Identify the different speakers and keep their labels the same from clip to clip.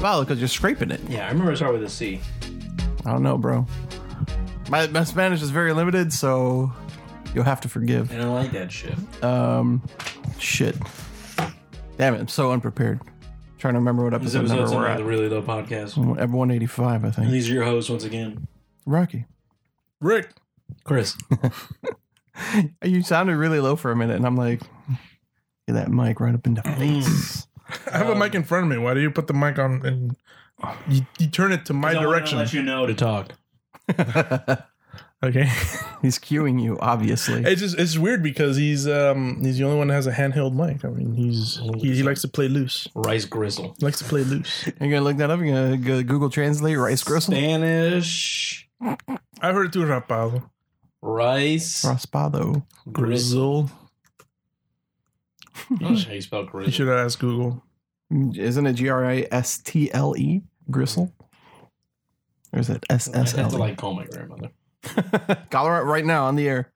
Speaker 1: valid because you're scraping it.
Speaker 2: Yeah, I remember it started with a C.
Speaker 1: I don't know, bro. My, my Spanish is very limited, so you'll have to forgive.
Speaker 2: I don't like that shit.
Speaker 1: Um, shit. Damn it, I'm so unprepared. Trying to remember what
Speaker 2: This
Speaker 1: episode number
Speaker 2: episode's
Speaker 1: we're
Speaker 2: on
Speaker 1: at.
Speaker 2: the Really Low Podcast.
Speaker 1: Ever 185, I
Speaker 2: And
Speaker 1: think.
Speaker 2: these are your hosts once again.
Speaker 1: Rocky,
Speaker 3: Rick.
Speaker 2: Chris.
Speaker 1: you sounded really low for a minute, and I'm like, get that mic right up in the face.
Speaker 3: I have a mic in front of me. Why do you put the mic on and you, you turn it to my
Speaker 2: I wanna
Speaker 3: direction?
Speaker 2: let you know to talk.
Speaker 3: okay.
Speaker 1: He's cueing you, obviously.
Speaker 3: It's just it's weird because he's um he's the only one that has a handheld mic. I mean he's he, he likes to play loose.
Speaker 2: Rice Gristle.
Speaker 3: Likes to play loose.
Speaker 1: You're gonna look that up. You're gonna go Google Translate rice gristle.
Speaker 2: Spanish
Speaker 3: I heard it through Rapado.
Speaker 2: rice
Speaker 1: Raspado.
Speaker 2: grizzle. How do you spell
Speaker 3: You
Speaker 2: grizzle?
Speaker 3: should have asked Google.
Speaker 1: Isn't it G R I S T L E gristle? Or is it S
Speaker 2: I
Speaker 1: S
Speaker 2: have to
Speaker 1: L E?
Speaker 2: like call my grandmother.
Speaker 1: Call her up right now on the air.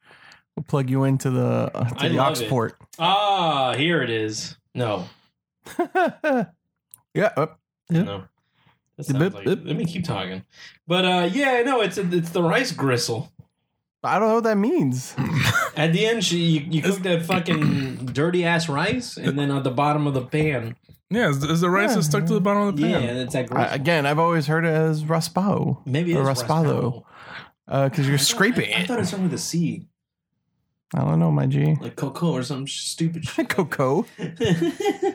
Speaker 1: We'll plug you into the uh, to
Speaker 2: I
Speaker 1: the
Speaker 2: love
Speaker 1: aux
Speaker 2: it.
Speaker 1: port.
Speaker 2: Ah, here it is. No,
Speaker 1: yeah. uh, up. Yep.
Speaker 2: no. That
Speaker 1: Yep,
Speaker 2: sounds
Speaker 1: yep,
Speaker 2: like,
Speaker 1: yep.
Speaker 2: Let me keep talking. But uh, yeah, no, it's it's the rice gristle.
Speaker 1: I don't know what that means.
Speaker 2: At the end, she you, you cook that fucking dirty ass rice, and then at the bottom of the pan,
Speaker 3: Yeah, is, is the rice
Speaker 1: Yeah.
Speaker 3: that's stuck to the bottom of the
Speaker 2: yeah,
Speaker 3: pan?
Speaker 2: and it's that
Speaker 1: I,
Speaker 2: gristle.
Speaker 1: again, I've always heard it as raspao
Speaker 2: Maybe it's
Speaker 1: or raspado. because you're scraping
Speaker 2: I, I
Speaker 1: it.
Speaker 2: thought it was something with a C,
Speaker 1: I don't know, my G.
Speaker 2: like cocoa or some stupid shit.
Speaker 1: Coco.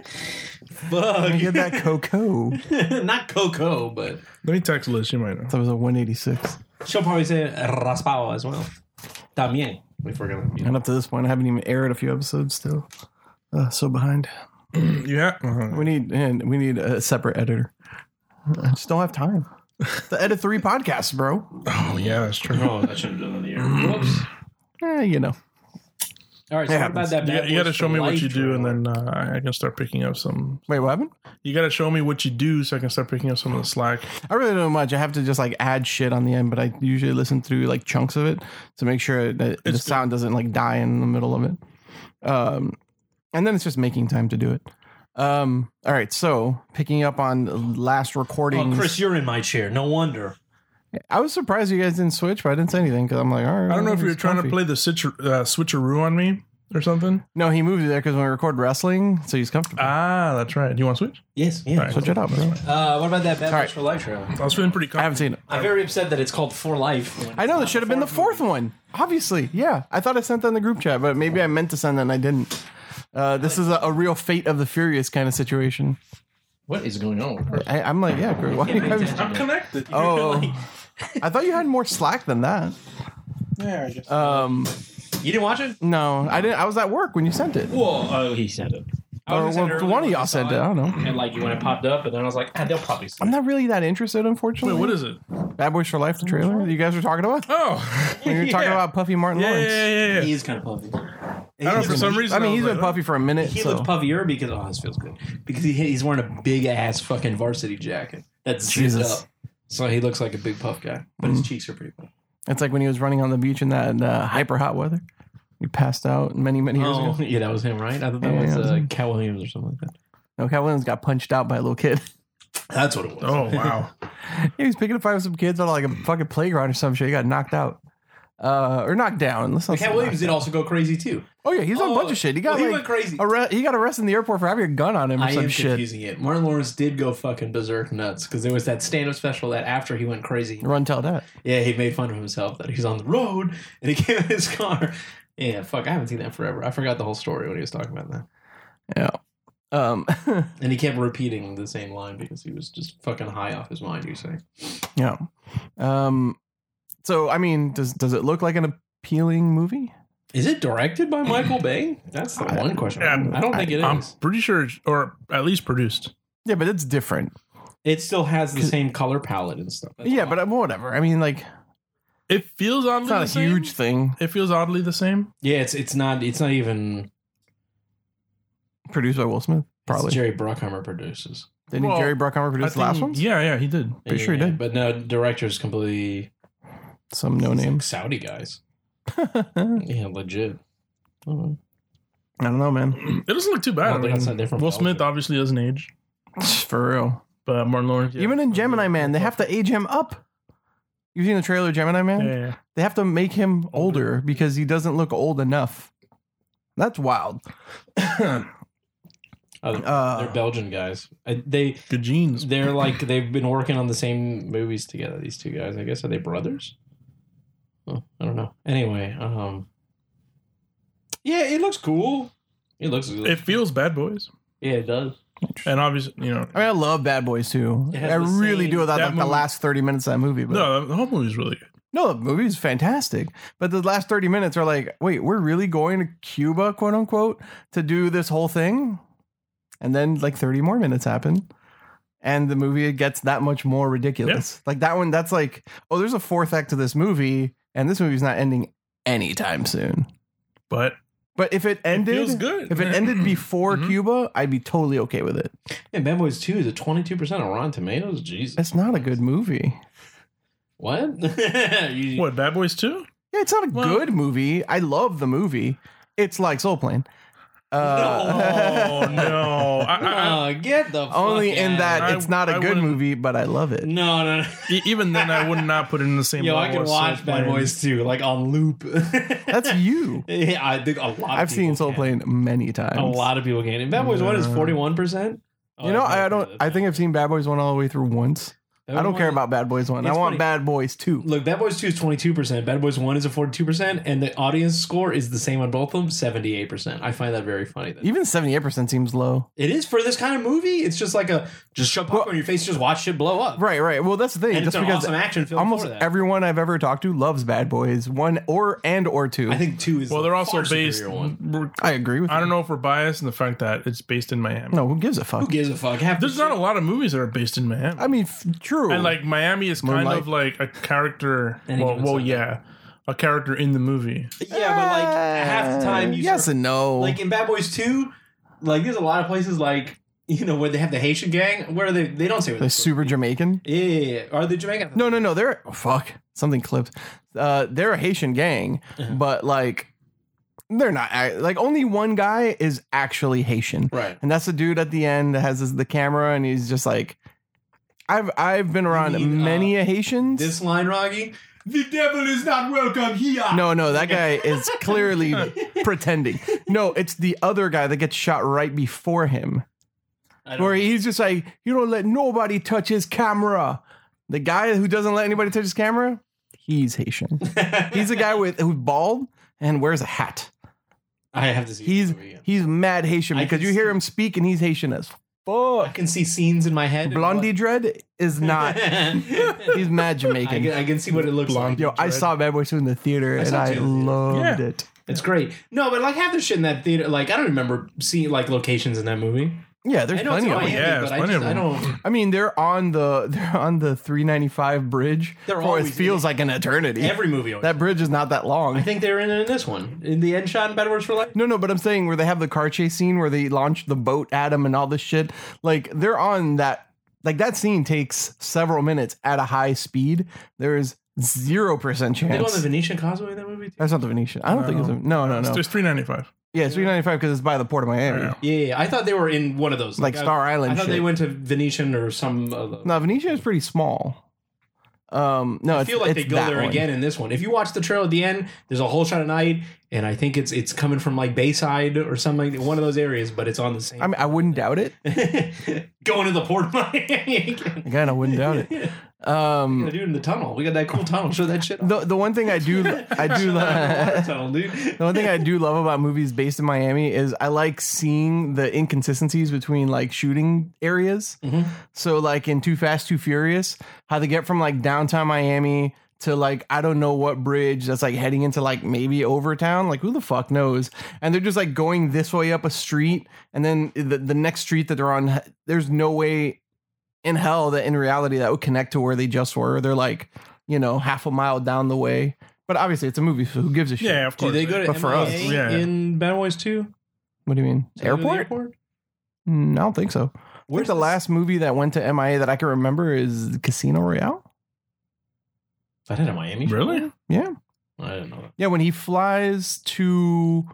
Speaker 2: Fuck.
Speaker 1: Get that cocoa.
Speaker 2: Not Coco, but
Speaker 3: Let me text Liz. She might know.
Speaker 1: That was a 186.
Speaker 2: she'll probably say raspado as well. También. We forgot.
Speaker 1: And up to this point, I haven't even aired a few episodes still. Uh, so behind.
Speaker 3: yeah. Uh-huh.
Speaker 1: We need and we need a separate editor. I just don't have time to edit three podcasts, bro.
Speaker 3: Oh yeah, that's true.
Speaker 2: Oh, I should have done that here. Whoops.
Speaker 1: Eh, you know.
Speaker 2: All right, so
Speaker 1: It
Speaker 2: what about
Speaker 1: happens.
Speaker 2: that
Speaker 3: You,
Speaker 2: bad
Speaker 3: you
Speaker 2: Boys
Speaker 3: got to show
Speaker 2: for
Speaker 3: me what
Speaker 2: Life
Speaker 3: you do, and
Speaker 2: trailer?
Speaker 3: then uh, I can start picking up some.
Speaker 1: Wait, what happened?
Speaker 3: You got to show me what you do, so I can start picking up some of the slack.
Speaker 1: I really don't know much. I have to just like add shit on the end, but I usually listen through like chunks of it to make sure that the
Speaker 3: good.
Speaker 1: sound doesn't like die in the middle of it. Um, and then it's just making time to do it. Um, all right, so picking up on last recording,
Speaker 2: Oh, Chris, you're in my chair. No wonder.
Speaker 1: I was surprised you guys didn't switch, but I didn't say anything because I'm like, all right.
Speaker 3: I don't know if
Speaker 1: it's
Speaker 3: you're trying
Speaker 1: comfy.
Speaker 3: to play the switcher, uh, switcheroo on me or something.
Speaker 1: No, he moved it there because when we record wrestling, so he's comfortable.
Speaker 3: Ah, that's right. You want to switch?
Speaker 2: Yes, yeah.
Speaker 3: All right.
Speaker 1: Switch it up, bro.
Speaker 2: Uh, what about that Bad
Speaker 1: All
Speaker 2: Boys
Speaker 1: right.
Speaker 2: for Life trailer?
Speaker 3: I was feeling pretty.
Speaker 1: I haven't
Speaker 3: Confident.
Speaker 1: seen it.
Speaker 2: I'm very upset that it's called For Life. when
Speaker 1: I
Speaker 2: it's
Speaker 1: know
Speaker 2: not
Speaker 1: that should have been the fourth one. Obviously, yeah. I thought I sent that in the group chat, but maybe I meant to send that and I didn't. Uh, this is a, a real Fate of the Furious kind of situation.
Speaker 2: What is going on? With
Speaker 1: I, I'm like, yeah, Greg, why do you have-
Speaker 3: I'm connected.
Speaker 1: Oh, I thought you had more slack than that.
Speaker 3: Yeah, I guess.
Speaker 1: Um,
Speaker 2: you didn't watch it?
Speaker 1: no, I didn't. I was at work when you sent it, or
Speaker 2: Well, oh, he sent it. I was gonna send it
Speaker 1: uh, well,
Speaker 2: earlier
Speaker 1: one of
Speaker 2: when I
Speaker 1: y'all
Speaker 2: saw
Speaker 1: sent it. I don't know.
Speaker 2: And like you when it popped up, and then I was like, ah, they'll probably. send
Speaker 1: I'm not really that interested,
Speaker 3: Wait,
Speaker 1: unfortunately.
Speaker 3: what is it?
Speaker 1: Bad Boys for Life? The trailer that you guys were talking about?
Speaker 3: Oh,
Speaker 1: When you were talking
Speaker 3: Yeah.
Speaker 1: about Puffy Martin
Speaker 3: yeah, yeah,
Speaker 1: Lawrence.
Speaker 3: yeah, yeah.
Speaker 2: He is kind of puffy.
Speaker 3: I don't know for some reason.
Speaker 1: I mean,
Speaker 3: was
Speaker 1: he's
Speaker 3: like,
Speaker 1: been Puffy for a minute.
Speaker 2: He
Speaker 1: so.
Speaker 2: looks puffier because oh, this feels good because he he's wearing a big ass fucking varsity jacket that's zipped
Speaker 1: Jesus. Mm.
Speaker 2: up, so he looks like a big puff guy, but his cheeks are pretty. Puff.
Speaker 1: It's like when he was running on the beach in that uh, hyper hot weather. He passed out many, many years
Speaker 2: Oh,
Speaker 1: ago.
Speaker 2: yeah, that was him, right? I thought that
Speaker 1: Yeah,
Speaker 2: was
Speaker 1: yeah.
Speaker 2: uh, Cal Williams or something like that.
Speaker 1: No, Cat Williams got punched out by a little kid.
Speaker 2: That's what it was.
Speaker 3: Oh wow!
Speaker 1: he was picking a fight with some kids on like a fucking playground or some shit. He got knocked out. Uh, or knocked down. Let's not
Speaker 2: Cat
Speaker 1: say
Speaker 2: Williams
Speaker 1: knocked
Speaker 2: did also go crazy too.
Speaker 1: out. Oh yeah, he's on a
Speaker 2: Oh,
Speaker 1: bunch of shit. He got
Speaker 2: well, he
Speaker 1: like
Speaker 2: went crazy.
Speaker 1: arre- he got arrested in the airport for having a gun on him or
Speaker 2: I
Speaker 1: some
Speaker 2: am
Speaker 1: shit.
Speaker 2: confusing it. Martin Lawrence did go fucking berserk nuts because there was that stand-up special that after he went crazy,
Speaker 1: Run tell that.
Speaker 2: yeah, he made fun of himself that he's on the road and he came in his car. Yeah, fuck, I haven't seen that forever. I forgot the whole story when he was talking about that.
Speaker 1: Yeah. Um,
Speaker 2: And he kept repeating the same line because he was just fucking high off his mind, you say.
Speaker 1: yeah. Um, so I mean, does does it look like an appealing movie?
Speaker 2: Is it directed by Michael Bay? That's the one question.
Speaker 3: Yeah,
Speaker 2: I don't think it is.
Speaker 3: I'm pretty sure, it's- or at least produced.
Speaker 1: Yeah, but it's different.
Speaker 2: it still has the same color palette and stuff. That's
Speaker 1: yeah,
Speaker 2: why.
Speaker 1: but uh, whatever. I mean, like
Speaker 3: It feels oddly
Speaker 1: it's not a
Speaker 3: the same.
Speaker 1: huge thing.
Speaker 3: It feels oddly the same.
Speaker 2: yeah, it's it's not it's not even
Speaker 1: Produced by Will Smith,
Speaker 2: probably
Speaker 1: probably.
Speaker 2: Jerry Bruckheimer produces.
Speaker 1: Didn't
Speaker 3: Well,
Speaker 1: Jerry Bruckheimer
Speaker 3: I
Speaker 1: produce the
Speaker 3: think-
Speaker 1: last ones?
Speaker 3: Yeah, yeah, he did.
Speaker 1: Pretty sure he did.
Speaker 2: But no, director's completely
Speaker 1: Some no names.
Speaker 2: Saudi guys.
Speaker 1: I don't
Speaker 2: Yeah, legit. Oh,
Speaker 1: know, man.
Speaker 3: It doesn't look too bad.
Speaker 2: Well,
Speaker 3: I
Speaker 2: that's
Speaker 3: mean,
Speaker 2: not different
Speaker 3: Will
Speaker 2: from
Speaker 3: Smith
Speaker 2: Belgium.
Speaker 3: obviously doesn't age,
Speaker 1: For real.
Speaker 3: uh, Martin Lawrence. yeah.
Speaker 1: Even in Gemini Man, they have to age him up. You've seen the trailer, Gemini Man?
Speaker 3: Yeah, yeah, yeah.
Speaker 1: They have to make him
Speaker 3: Older.
Speaker 1: older because he doesn't look old enough. That's wild.
Speaker 2: Uh,
Speaker 1: Uh,
Speaker 2: they're Belgian guys. I, they
Speaker 3: Good genes.
Speaker 2: they're like they've been working on the same movies together. These two guys, I guess, are they brothers? Oh, I don't know. Anyway, um, yeah, it looks cool. It looks.
Speaker 3: It feels bad boys,
Speaker 2: yeah, it does.
Speaker 3: and obviously, you know,
Speaker 1: I mean, I love Bad Boys too.
Speaker 2: It has
Speaker 1: I
Speaker 2: the
Speaker 1: really
Speaker 2: same-
Speaker 1: do without
Speaker 3: that
Speaker 1: like, the
Speaker 3: movie-
Speaker 1: last 30 minutes of that movie. But
Speaker 3: no, the whole movie's really good.
Speaker 1: no, the movie's fantastic. But the last 30 minutes are like, wait, we're really going to Cuba, quote unquote, to do this whole thing? And then like 30 more minutes happen. And the movie gets that much more ridiculous. Like that one, that's like, oh, there's a fourth act to this movie, and this movie's not ending anytime soon.
Speaker 3: But
Speaker 1: But if it ended,
Speaker 3: feels good.
Speaker 1: if it ended before
Speaker 3: Mhm.
Speaker 1: Cuba, I'd be totally okay with it.
Speaker 2: Yeah, Bad Boys Two is at twenty two percent on Rotten Tomatoes. Jesus,
Speaker 1: It's not a good movie.
Speaker 2: what? You-
Speaker 3: what Bad Boys Two?
Speaker 1: Yeah, it's not a
Speaker 3: Well-
Speaker 1: good movie. I love the movie. It's like Soul Plane. Uh,
Speaker 3: Oh no! I, I, I,
Speaker 2: Oh, get the
Speaker 1: only
Speaker 2: fuck
Speaker 1: in
Speaker 2: out.
Speaker 1: that
Speaker 3: I-
Speaker 1: it's not a
Speaker 3: I
Speaker 1: good
Speaker 3: wouldn't-
Speaker 1: movie, but I love it.
Speaker 2: No, no, no.
Speaker 3: e- even then, I would not put it in the same.
Speaker 2: Yo, I
Speaker 3: level
Speaker 2: can
Speaker 3: as
Speaker 2: watch
Speaker 3: Soul
Speaker 2: Bad
Speaker 3: Plane.
Speaker 2: Boys Two like on loop.
Speaker 1: That's you.
Speaker 2: yeah, I think a lot. Of
Speaker 1: I've seen
Speaker 2: people
Speaker 1: Soul
Speaker 2: can.
Speaker 1: Plane many times. Uh,
Speaker 2: A lot of people can. And Bad Boys One is
Speaker 3: Yeah.
Speaker 2: forty one percent. Oh,
Speaker 1: You know, I, I don't. I think I've seen Bad Boys one all the way through once. I don't care about Bad Boys one. I
Speaker 2: It's
Speaker 1: want
Speaker 2: funny.
Speaker 1: Bad Boys two.
Speaker 2: Look, Bad Boys Two is twenty two percent. Bad Boys One is a forty two percent, and the audience score is the same on both of them, seventy eight percent. I find that very funny. That
Speaker 1: Even seventy eight percent seems low.
Speaker 2: it is for this kind of movie. It's just like a just shove popcorn in your face, just watch shit blow up.
Speaker 1: Right, right. Well, that's the thing.
Speaker 2: and it's
Speaker 1: Just
Speaker 2: an
Speaker 1: because
Speaker 2: awesome action film.
Speaker 1: almost
Speaker 2: for that.
Speaker 1: everyone I've ever talked to loves Bad Boys one or and or two.
Speaker 2: I
Speaker 1: I,
Speaker 2: think two is
Speaker 3: Well,
Speaker 2: the
Speaker 3: they're also
Speaker 2: far
Speaker 3: based.
Speaker 2: superior one.
Speaker 3: we're-
Speaker 1: agree with.
Speaker 3: I don't
Speaker 1: you.
Speaker 3: know if we're biased in the fact that it's based in Miami.
Speaker 1: No, who gives a fuck?
Speaker 2: Who gives a fuck? Half the
Speaker 3: There's not a
Speaker 2: shit-
Speaker 3: lot of movies that are based in Miami.
Speaker 1: I mean, f- true.
Speaker 3: and like Miami is kind of like a character.
Speaker 2: Any
Speaker 3: Well,
Speaker 2: given
Speaker 3: well,
Speaker 2: Sunday.
Speaker 3: yeah, a character in the movie.
Speaker 2: Yeah, but like half the time you
Speaker 1: Uh, yes
Speaker 2: sort
Speaker 1: and no.
Speaker 2: of- like in Bad Boys Two, like there's a lot of places like you know where they have the Haitian gang. Where are they? They don't say what
Speaker 1: the super Jamaican.
Speaker 2: Yeah, yeah, yeah. Are they Jamaican?
Speaker 1: No, no, no. They're oh, fuck something clipped. Uh, they're a Haitian gang,
Speaker 2: Uh-huh.
Speaker 1: but like they're not ac- like only one guy is actually Haitian,
Speaker 2: Right.
Speaker 1: and that's the dude at the end that has his, the camera, and he's just like, I've I've been around
Speaker 2: mean,
Speaker 1: many a Haitians.
Speaker 2: uh, This line, Rocky. The devil is not welcome here.
Speaker 1: no, no, that guy is clearly pretending. No, it's the other guy that gets shot right before him.
Speaker 2: I don't-
Speaker 1: where he's just like, you don't let nobody touch his camera. The guy who doesn't let anybody touch his camera, he's Haitian. He's a guy with who's bald and wears a hat.
Speaker 2: I have to see.
Speaker 1: He's
Speaker 2: this movie again.
Speaker 1: he's mad Haitian
Speaker 2: I
Speaker 1: because
Speaker 2: can
Speaker 1: you hear
Speaker 2: see-
Speaker 1: him speak and he's Haitian as
Speaker 2: I
Speaker 1: fuck.
Speaker 2: can see scenes in my head.
Speaker 1: Blondie Dread is not.
Speaker 2: I,
Speaker 1: He's mad
Speaker 2: can,
Speaker 1: Jamaican.
Speaker 2: I can see what it looks
Speaker 3: Blondie.
Speaker 1: Yo, I
Speaker 3: Dredd.
Speaker 1: saw Bad Boys 2 in the theater
Speaker 2: I
Speaker 1: and
Speaker 2: saw
Speaker 1: I
Speaker 2: it too in the
Speaker 1: loved it.
Speaker 2: like. It's great. No, but like half the shit in that theater, like I don't remember seeing like locations in that movie.
Speaker 1: Yeah, there's
Speaker 2: I know it's
Speaker 1: plenty
Speaker 2: in
Speaker 1: of
Speaker 2: Miami,
Speaker 1: them.
Speaker 3: Yeah,
Speaker 2: but
Speaker 3: there's
Speaker 2: I,
Speaker 3: plenty
Speaker 2: just,
Speaker 3: of
Speaker 2: I
Speaker 3: them.
Speaker 2: don't.
Speaker 1: I mean, they're on the they're on the 395 bridge
Speaker 2: They're
Speaker 1: for it
Speaker 2: always in
Speaker 1: feels like an eternity.
Speaker 2: Every movie. Always.
Speaker 1: that bridge is not that long.
Speaker 2: I think they were in it in this one, in the end shot in Bad Words for Life.
Speaker 1: No, no, but I'm saying where they have the car chase scene where they launch the boat at him and all this shit. Like they're on that. Like that scene takes several minutes at a high speed. There is zero percent
Speaker 2: They go on the
Speaker 1: chance.
Speaker 2: Venetian Causeway in that movie too.
Speaker 1: That's not the Venetian. I don't think it's a, no, no, no.
Speaker 3: There's three ninety five.
Speaker 1: Yeah, it's 395 because it's by the port of Miami,
Speaker 3: Yeah.
Speaker 2: Yeah, yeah, I thought they were in one of those.
Speaker 1: like
Speaker 2: I-
Speaker 1: Star
Speaker 2: I
Speaker 1: Island.
Speaker 2: thought
Speaker 1: shit.
Speaker 2: they went to Venetian or some. Other.
Speaker 1: no, Venetian is pretty small. Um, no,
Speaker 2: I
Speaker 1: it's-
Speaker 2: feel like
Speaker 1: it's
Speaker 2: they go
Speaker 1: that
Speaker 2: there
Speaker 1: one.
Speaker 2: again in this one. If you watch the trail at the end, there's a whole shot of night, and I think it's it's coming from like Bayside or something, like one of those areas, but it's on the same.
Speaker 1: I mean, I wouldn't doubt it.
Speaker 2: going to the port of Miami. again.
Speaker 1: Again, I wouldn't doubt it. Um,
Speaker 2: Dude, in the tunnel, we got that cool tunnel. Show that shit. off.
Speaker 1: the the one thing I do I do.
Speaker 2: Show that water
Speaker 1: love-
Speaker 2: tunnel,
Speaker 1: The
Speaker 2: dude.
Speaker 1: one thing I do love about movies based in Miami is I like seeing the inconsistencies between like shooting areas.
Speaker 2: Mhm.
Speaker 1: So like in Too Fast, Too Furious, how they get from like downtown Miami to like I don't know what bridge that's like heading into like maybe Overtown, like who the fuck knows? And they're just like going this way up a street, and then the the next street that they're on, there's no way in hell that in reality that would connect to where they just were. They're like you know half a mile down the way. But obviously, it's a movie, so who gives a shit?
Speaker 3: Yeah, of
Speaker 2: Do
Speaker 3: course.
Speaker 2: they go to
Speaker 1: But for us,
Speaker 2: MIA
Speaker 3: yeah.
Speaker 2: in Bad Boys Two?
Speaker 1: What do you mean?
Speaker 2: Do they go to the
Speaker 1: Airport?
Speaker 2: airport?
Speaker 1: Mm, I don't think so. I think
Speaker 2: Where's
Speaker 1: the
Speaker 2: this-
Speaker 1: last movie that went to MIA that I can remember is Casino Royale.
Speaker 2: Is that in Miami?
Speaker 3: really?
Speaker 2: I didn't know that.
Speaker 1: Yeah, when he flies to,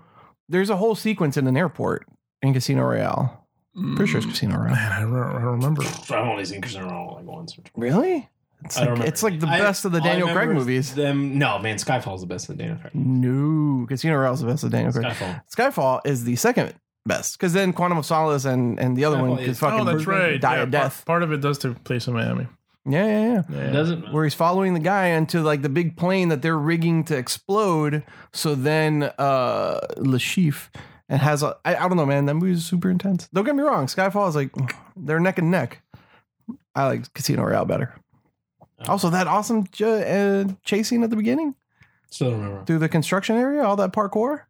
Speaker 1: there's a whole sequence in an airport in Casino Royale. Mm. Pretty
Speaker 2: Mm.
Speaker 1: sure it's Casino Royale.
Speaker 3: Mm. Man, I don't, I don't remember.
Speaker 2: I've only seen Casino Royale like once or twice.
Speaker 1: Really? It's
Speaker 2: I
Speaker 1: like,
Speaker 2: don't remember.
Speaker 1: it's like the
Speaker 2: I-
Speaker 1: best of the
Speaker 2: all I
Speaker 1: Daniel
Speaker 2: remember
Speaker 1: Craig
Speaker 2: is
Speaker 1: movies.
Speaker 2: Them, no man, Skyfall's the best of the Daniel Craig.
Speaker 1: No, Casino Royale's the best of Daniel Craig.
Speaker 2: Skyfall.
Speaker 1: Skyfall is the second best because then Quantum of Solace and and the other
Speaker 2: Skyfall
Speaker 1: one could
Speaker 2: is-
Speaker 1: fucking
Speaker 3: Oh, that's right.
Speaker 1: die
Speaker 3: Yeah,
Speaker 1: of
Speaker 3: part-
Speaker 1: death.
Speaker 3: Part of it does take place in Miami.
Speaker 1: Yeah, yeah, yeah.
Speaker 3: Yeah.
Speaker 2: It doesn't.
Speaker 1: where he's following the guy into like the big plane that they're rigging to explode. So then uh Lashif and has a I, I don't know, man. That movie is super intense. Don't get me wrong, Skyfall is like they're neck and neck. I like Casino Royale better.
Speaker 2: Oh.
Speaker 1: Also, that awesome ch- uh, chasing at the beginning
Speaker 2: Still don't remember.
Speaker 1: through the construction area, all that parkour.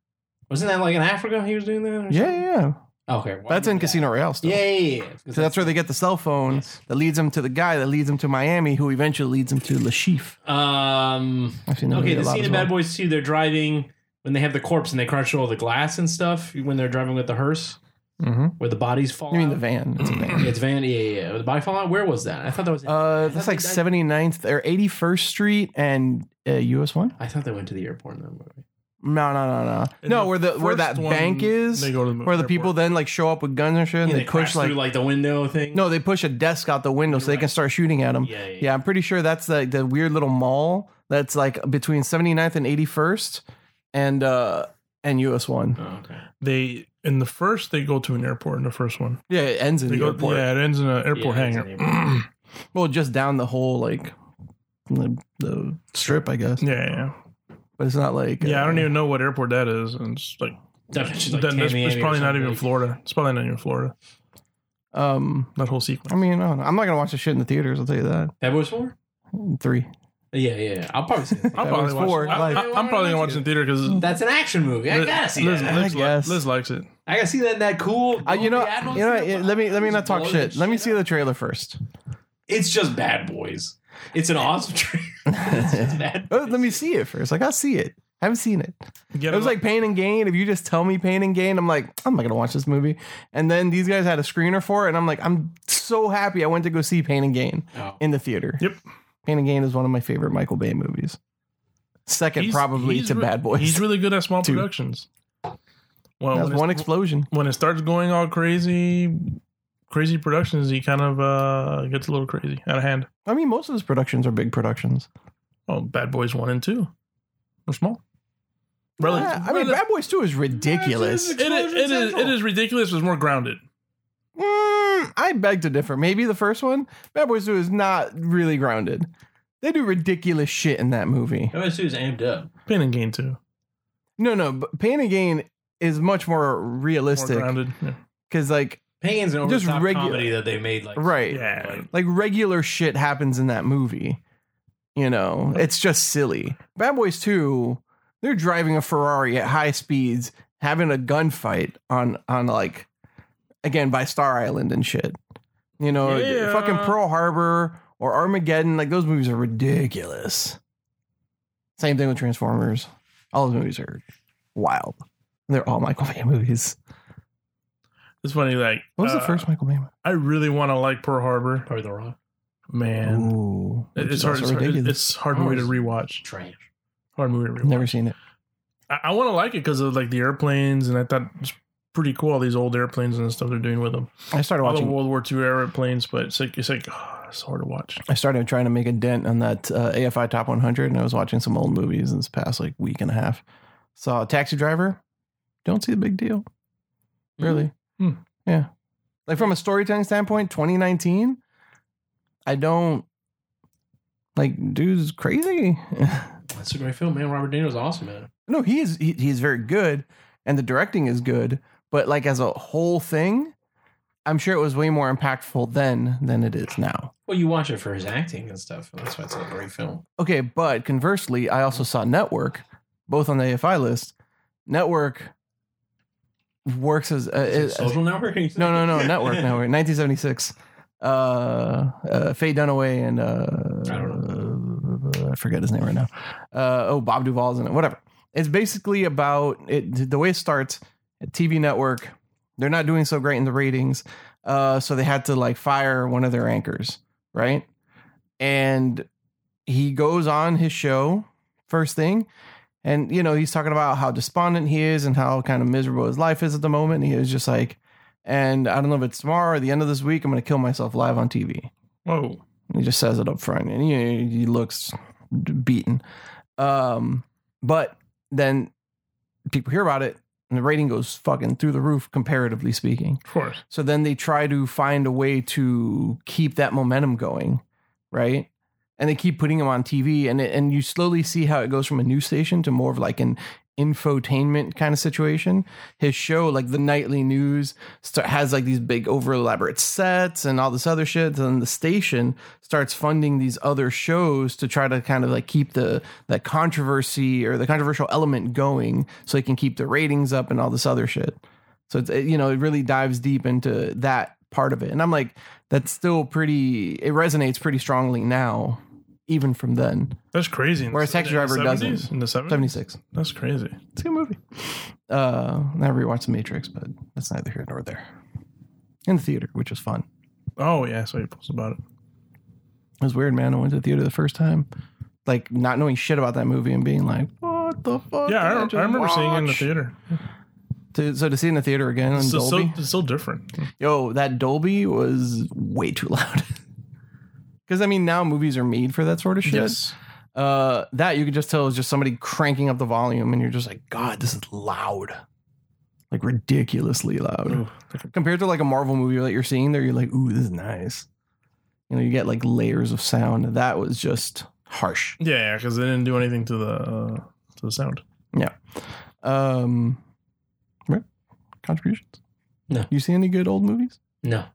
Speaker 2: Wasn't that like in Africa he was doing that? or something?
Speaker 1: Yeah, yeah, yeah.
Speaker 2: Okay. well, I
Speaker 1: That's in
Speaker 2: remember that.
Speaker 1: Casino Royale still.
Speaker 2: Yeah, yeah, yeah. 'Cause
Speaker 1: So that's where they get the cell phone
Speaker 2: Yes.
Speaker 1: that leads them to the guy that leads them to Miami, who eventually leads them to Lashif.
Speaker 2: Um.
Speaker 1: I've seen that
Speaker 2: Okay,
Speaker 1: movie a
Speaker 2: the
Speaker 1: lot
Speaker 2: scene
Speaker 1: as
Speaker 2: in
Speaker 1: well.
Speaker 2: Bad Boys 2, they're driving when they have the corpse and they crush all the glass and stuff when they're driving with the hearse
Speaker 3: Mm-hmm.
Speaker 2: where the bodies fall.
Speaker 1: You mean the
Speaker 2: out.
Speaker 1: van? It's a van.
Speaker 2: Yeah, it's van. Yeah, yeah, yeah. The body fall out. Where was that? I thought that was.
Speaker 1: Uh,
Speaker 2: I
Speaker 1: that's
Speaker 2: thought
Speaker 1: like
Speaker 2: they- I-
Speaker 1: 79th or 81st Street and uh, US one.
Speaker 2: I thought they went to the airport in that movie.
Speaker 1: No, no, no, no, no. Where the where that bank is,
Speaker 3: They go to the
Speaker 1: where the people then like show up with guns and shit, and
Speaker 2: Yeah,
Speaker 1: they, push
Speaker 2: crashed
Speaker 1: like
Speaker 2: through like the window thing.
Speaker 1: no, they push a desk out the window so
Speaker 2: You're
Speaker 1: they can
Speaker 2: right.
Speaker 1: start shooting at them. Yeah,
Speaker 2: Yeah, yeah.
Speaker 1: I'm pretty sure that's like the weird little mall that's like between 79th and 81st, and uh and US one.
Speaker 2: Oh, okay.
Speaker 3: they in the first they go to an airport in the first one.
Speaker 1: Yeah, it ends in
Speaker 3: They
Speaker 1: the
Speaker 3: go,
Speaker 1: airport.
Speaker 3: Yeah, it ends in an airport
Speaker 2: Yeah, it's
Speaker 3: hangar.
Speaker 2: an
Speaker 3: yeah,
Speaker 1: Well, just down the whole like the, the strip, I guess.
Speaker 3: yeah,
Speaker 1: But it's not like
Speaker 3: yeah. I don't
Speaker 1: uh,
Speaker 3: even know what airport that is. And it's like,
Speaker 2: Definitely just like
Speaker 3: that- that's-
Speaker 2: Tamiami
Speaker 3: it's
Speaker 2: or
Speaker 3: probably not
Speaker 2: something,
Speaker 3: even
Speaker 2: like-
Speaker 3: Florida. It's probably not even Florida.
Speaker 1: Um,
Speaker 3: That whole
Speaker 1: I
Speaker 3: sequence.
Speaker 1: mean, I don't know. I'm not gonna watch the shit in the theaters. I'll tell you that.
Speaker 2: Bad Boys 4?
Speaker 1: Three.
Speaker 2: Yeah, yeah, yeah. I'll probably see it.
Speaker 1: That
Speaker 3: I'll probably
Speaker 1: was
Speaker 3: watch
Speaker 1: four,
Speaker 3: it. I,
Speaker 1: like-
Speaker 3: I, am probably gonna watch it in theater because
Speaker 2: That's an action movie. I gotta see
Speaker 3: Liz,
Speaker 2: that.
Speaker 1: I
Speaker 3: Liz, li-
Speaker 1: guess.
Speaker 3: Liz likes it.
Speaker 2: I gotta see that in that cool.
Speaker 1: Uh, you know,
Speaker 2: Yeah, I don't
Speaker 1: you know.
Speaker 2: see
Speaker 1: it-
Speaker 2: that-
Speaker 1: Let me let me not talk
Speaker 2: Blow
Speaker 1: shit.
Speaker 2: that
Speaker 1: Let me see
Speaker 2: up.
Speaker 1: the trailer first.
Speaker 2: It's just Bad Boys. It's an awesome trailer. it's just Bad
Speaker 1: Oh,
Speaker 2: Boys.
Speaker 1: let me see it first. Like I see it. I haven't seen it.
Speaker 3: Get
Speaker 1: It was like Pain and Gain. If you just tell me Pain and Gain, I'm like, I'm not gonna watch this movie. And then these guys had a screener for it, and I'm like, I'm so happy I went to go see Pain and Gain
Speaker 2: Oh.
Speaker 1: in the theater.
Speaker 3: Yep.
Speaker 1: Pain and Gain is one of my favorite Michael Bay movies. Second, probably to
Speaker 3: re-
Speaker 1: Bad Boys.
Speaker 3: He's really good at small
Speaker 1: Two.
Speaker 3: productions. Well,
Speaker 1: That's
Speaker 3: when,
Speaker 1: one
Speaker 3: it's-
Speaker 1: explosion.
Speaker 3: when it starts going all crazy, crazy productions, he kind of uh, gets a little crazy out of hand.
Speaker 1: I mean, most of his productions are big productions.
Speaker 3: Oh, Bad Boys one and two are small. Rel-
Speaker 1: Yeah, I mean,
Speaker 3: rel-
Speaker 1: Bad Boys Two is ridiculous.
Speaker 3: it is, it is it is ridiculous. But it's more grounded.
Speaker 1: Mm, I beg to differ. Maybe the first one, Bad Boys 2 is not really grounded. They do ridiculous shit in that movie.
Speaker 2: How much is aimed up?
Speaker 3: Pain and Gain too.
Speaker 1: No, no, but Pain and Gain is much more
Speaker 3: More
Speaker 1: realistic
Speaker 3: grounded. Yeah.
Speaker 1: because, like,
Speaker 2: Pain's an
Speaker 1: Just
Speaker 2: over top
Speaker 1: regu-
Speaker 2: comedy that they made. Like
Speaker 1: right,
Speaker 3: Yeah.
Speaker 1: like regular shit happens in that movie. You know, it's just silly. Bad Boys 2, they're driving a Ferrari at high speeds, having a gunfight on on like again by Star Island and shit. You know,
Speaker 3: Yeah.
Speaker 1: fucking Pearl Harbor or Armageddon, like those movies are ridiculous. Same thing with Transformers. All those movies are wild. They're all Michael Bay movies.
Speaker 3: It's funny. Like
Speaker 1: What was the
Speaker 3: uh,
Speaker 1: first Michael Bay movie?
Speaker 3: I really want to like Pearl Harbor.
Speaker 2: Probably the rock.
Speaker 3: Man,
Speaker 1: Ooh,
Speaker 3: It-
Speaker 1: which
Speaker 3: it's
Speaker 1: is
Speaker 3: hard.
Speaker 1: also
Speaker 3: It's hard,
Speaker 1: ridiculous.
Speaker 3: it's hard movie to rewatch.
Speaker 2: Trash.
Speaker 3: Hard movie to rewatch.
Speaker 1: Never seen it.
Speaker 3: I, I want to like it because of like the airplanes, and I thought it's pretty cool all these old airplanes and the stuff they're doing with them.
Speaker 1: I started
Speaker 3: All the
Speaker 1: watching.
Speaker 3: World War II airplanes, but it's like it's like oh, it's hard to watch.
Speaker 1: I started trying to make a dent on that uh, AFI Top 100, and I was watching some old movies this past like week and a half. Saw Taxi Driver. Don't see the big deal, really.
Speaker 3: Hmm.
Speaker 1: Yeah, like from a storytelling standpoint, 2019. I don't like dude's crazy.
Speaker 2: That's a great film, man. Robert De Niro's awesome, man.
Speaker 1: no, he is he, he's very good, and the directing is good, but like as a whole thing, I'm sure it was way more impactful then than it is now.
Speaker 2: Well, you watch it for his acting and stuff, and that's why it's a great film.
Speaker 1: Okay, but conversely, I also saw Network, both on the AFI list. Network works as, uh,
Speaker 2: Is it
Speaker 1: as
Speaker 2: social network?
Speaker 1: no, no, no, Network. Network, 1976. Uh, uh, Faye Dunaway and
Speaker 2: I
Speaker 1: uh, I forget his name right now. Uh, oh, Bob Duvall's in it. Whatever. It's basically about it. The way it starts, TV network. They're not doing so great in the ratings, uh, so they had to like fire one of their anchors, right? And he goes on his show first thing, and you know he's talking about how despondent he is and how kind of miserable his life is at the moment. And he was just like, And I don't know if it's tomorrow or the end of this week. I'm going to kill myself live on TV.
Speaker 3: Whoa.
Speaker 1: He just says it up front, and he, he looks beaten. Um, but then people hear about it, and the rating goes fucking through the roof, comparatively speaking.
Speaker 3: Of course.
Speaker 1: So then they try to find a way to keep that momentum going, right? And they keep putting him on TV, and it, and you slowly see how it goes from a news station to more of like an infotainment kind of situation. His show, like the nightly news, start, has like these big over elaborate sets and all this other shit. Then the station starts funding these other shows to try to kind of like keep the that controversy or the controversial element going, so they can keep the ratings up and all this other shit. So it's it, you know it really dives deep into that part of it, and I'm like, that's still pretty. It resonates pretty strongly now, even from then.
Speaker 3: That's crazy. In
Speaker 1: Whereas
Speaker 3: the-
Speaker 1: Taxi
Speaker 3: in the
Speaker 1: Driver
Speaker 3: 70s?
Speaker 1: doesn't.
Speaker 3: In the 70s?
Speaker 1: Seventy six.
Speaker 3: That's crazy.
Speaker 1: It's a good movie. Uh, I rewatched The Matrix, but that's neither here nor there. In the theater, which was fun.
Speaker 3: Oh, yeah. I saw you post about it.
Speaker 1: It was weird, man. I went to the theater the first time, like not knowing shit about that movie and being like, "What the fuck?"
Speaker 3: Yeah, I,
Speaker 1: did
Speaker 3: rem-
Speaker 1: just
Speaker 3: I remember seeing it in the
Speaker 1: watch?"
Speaker 3: theater.
Speaker 1: To- so to see it in the theater again in
Speaker 3: It's so, so,
Speaker 1: Dolby,
Speaker 3: it's so different.
Speaker 1: yo, that Dolby was way too loud. Because I mean, now movies are made for that sort of shit. Uh, that you could just tell is just somebody cranking up the volume, and you're just like, God, this is loud, like ridiculously loud.
Speaker 3: Ooh.
Speaker 1: Compared to like a Marvel movie that you're seeing there, you're like, ooh, this is nice. You know, you get like layers of sound. That was just harsh.
Speaker 3: Yeah, because they didn't do anything to the uh, to the sound.
Speaker 1: Um, right? contributions.
Speaker 2: No.
Speaker 1: you see any good old movies?
Speaker 2: No.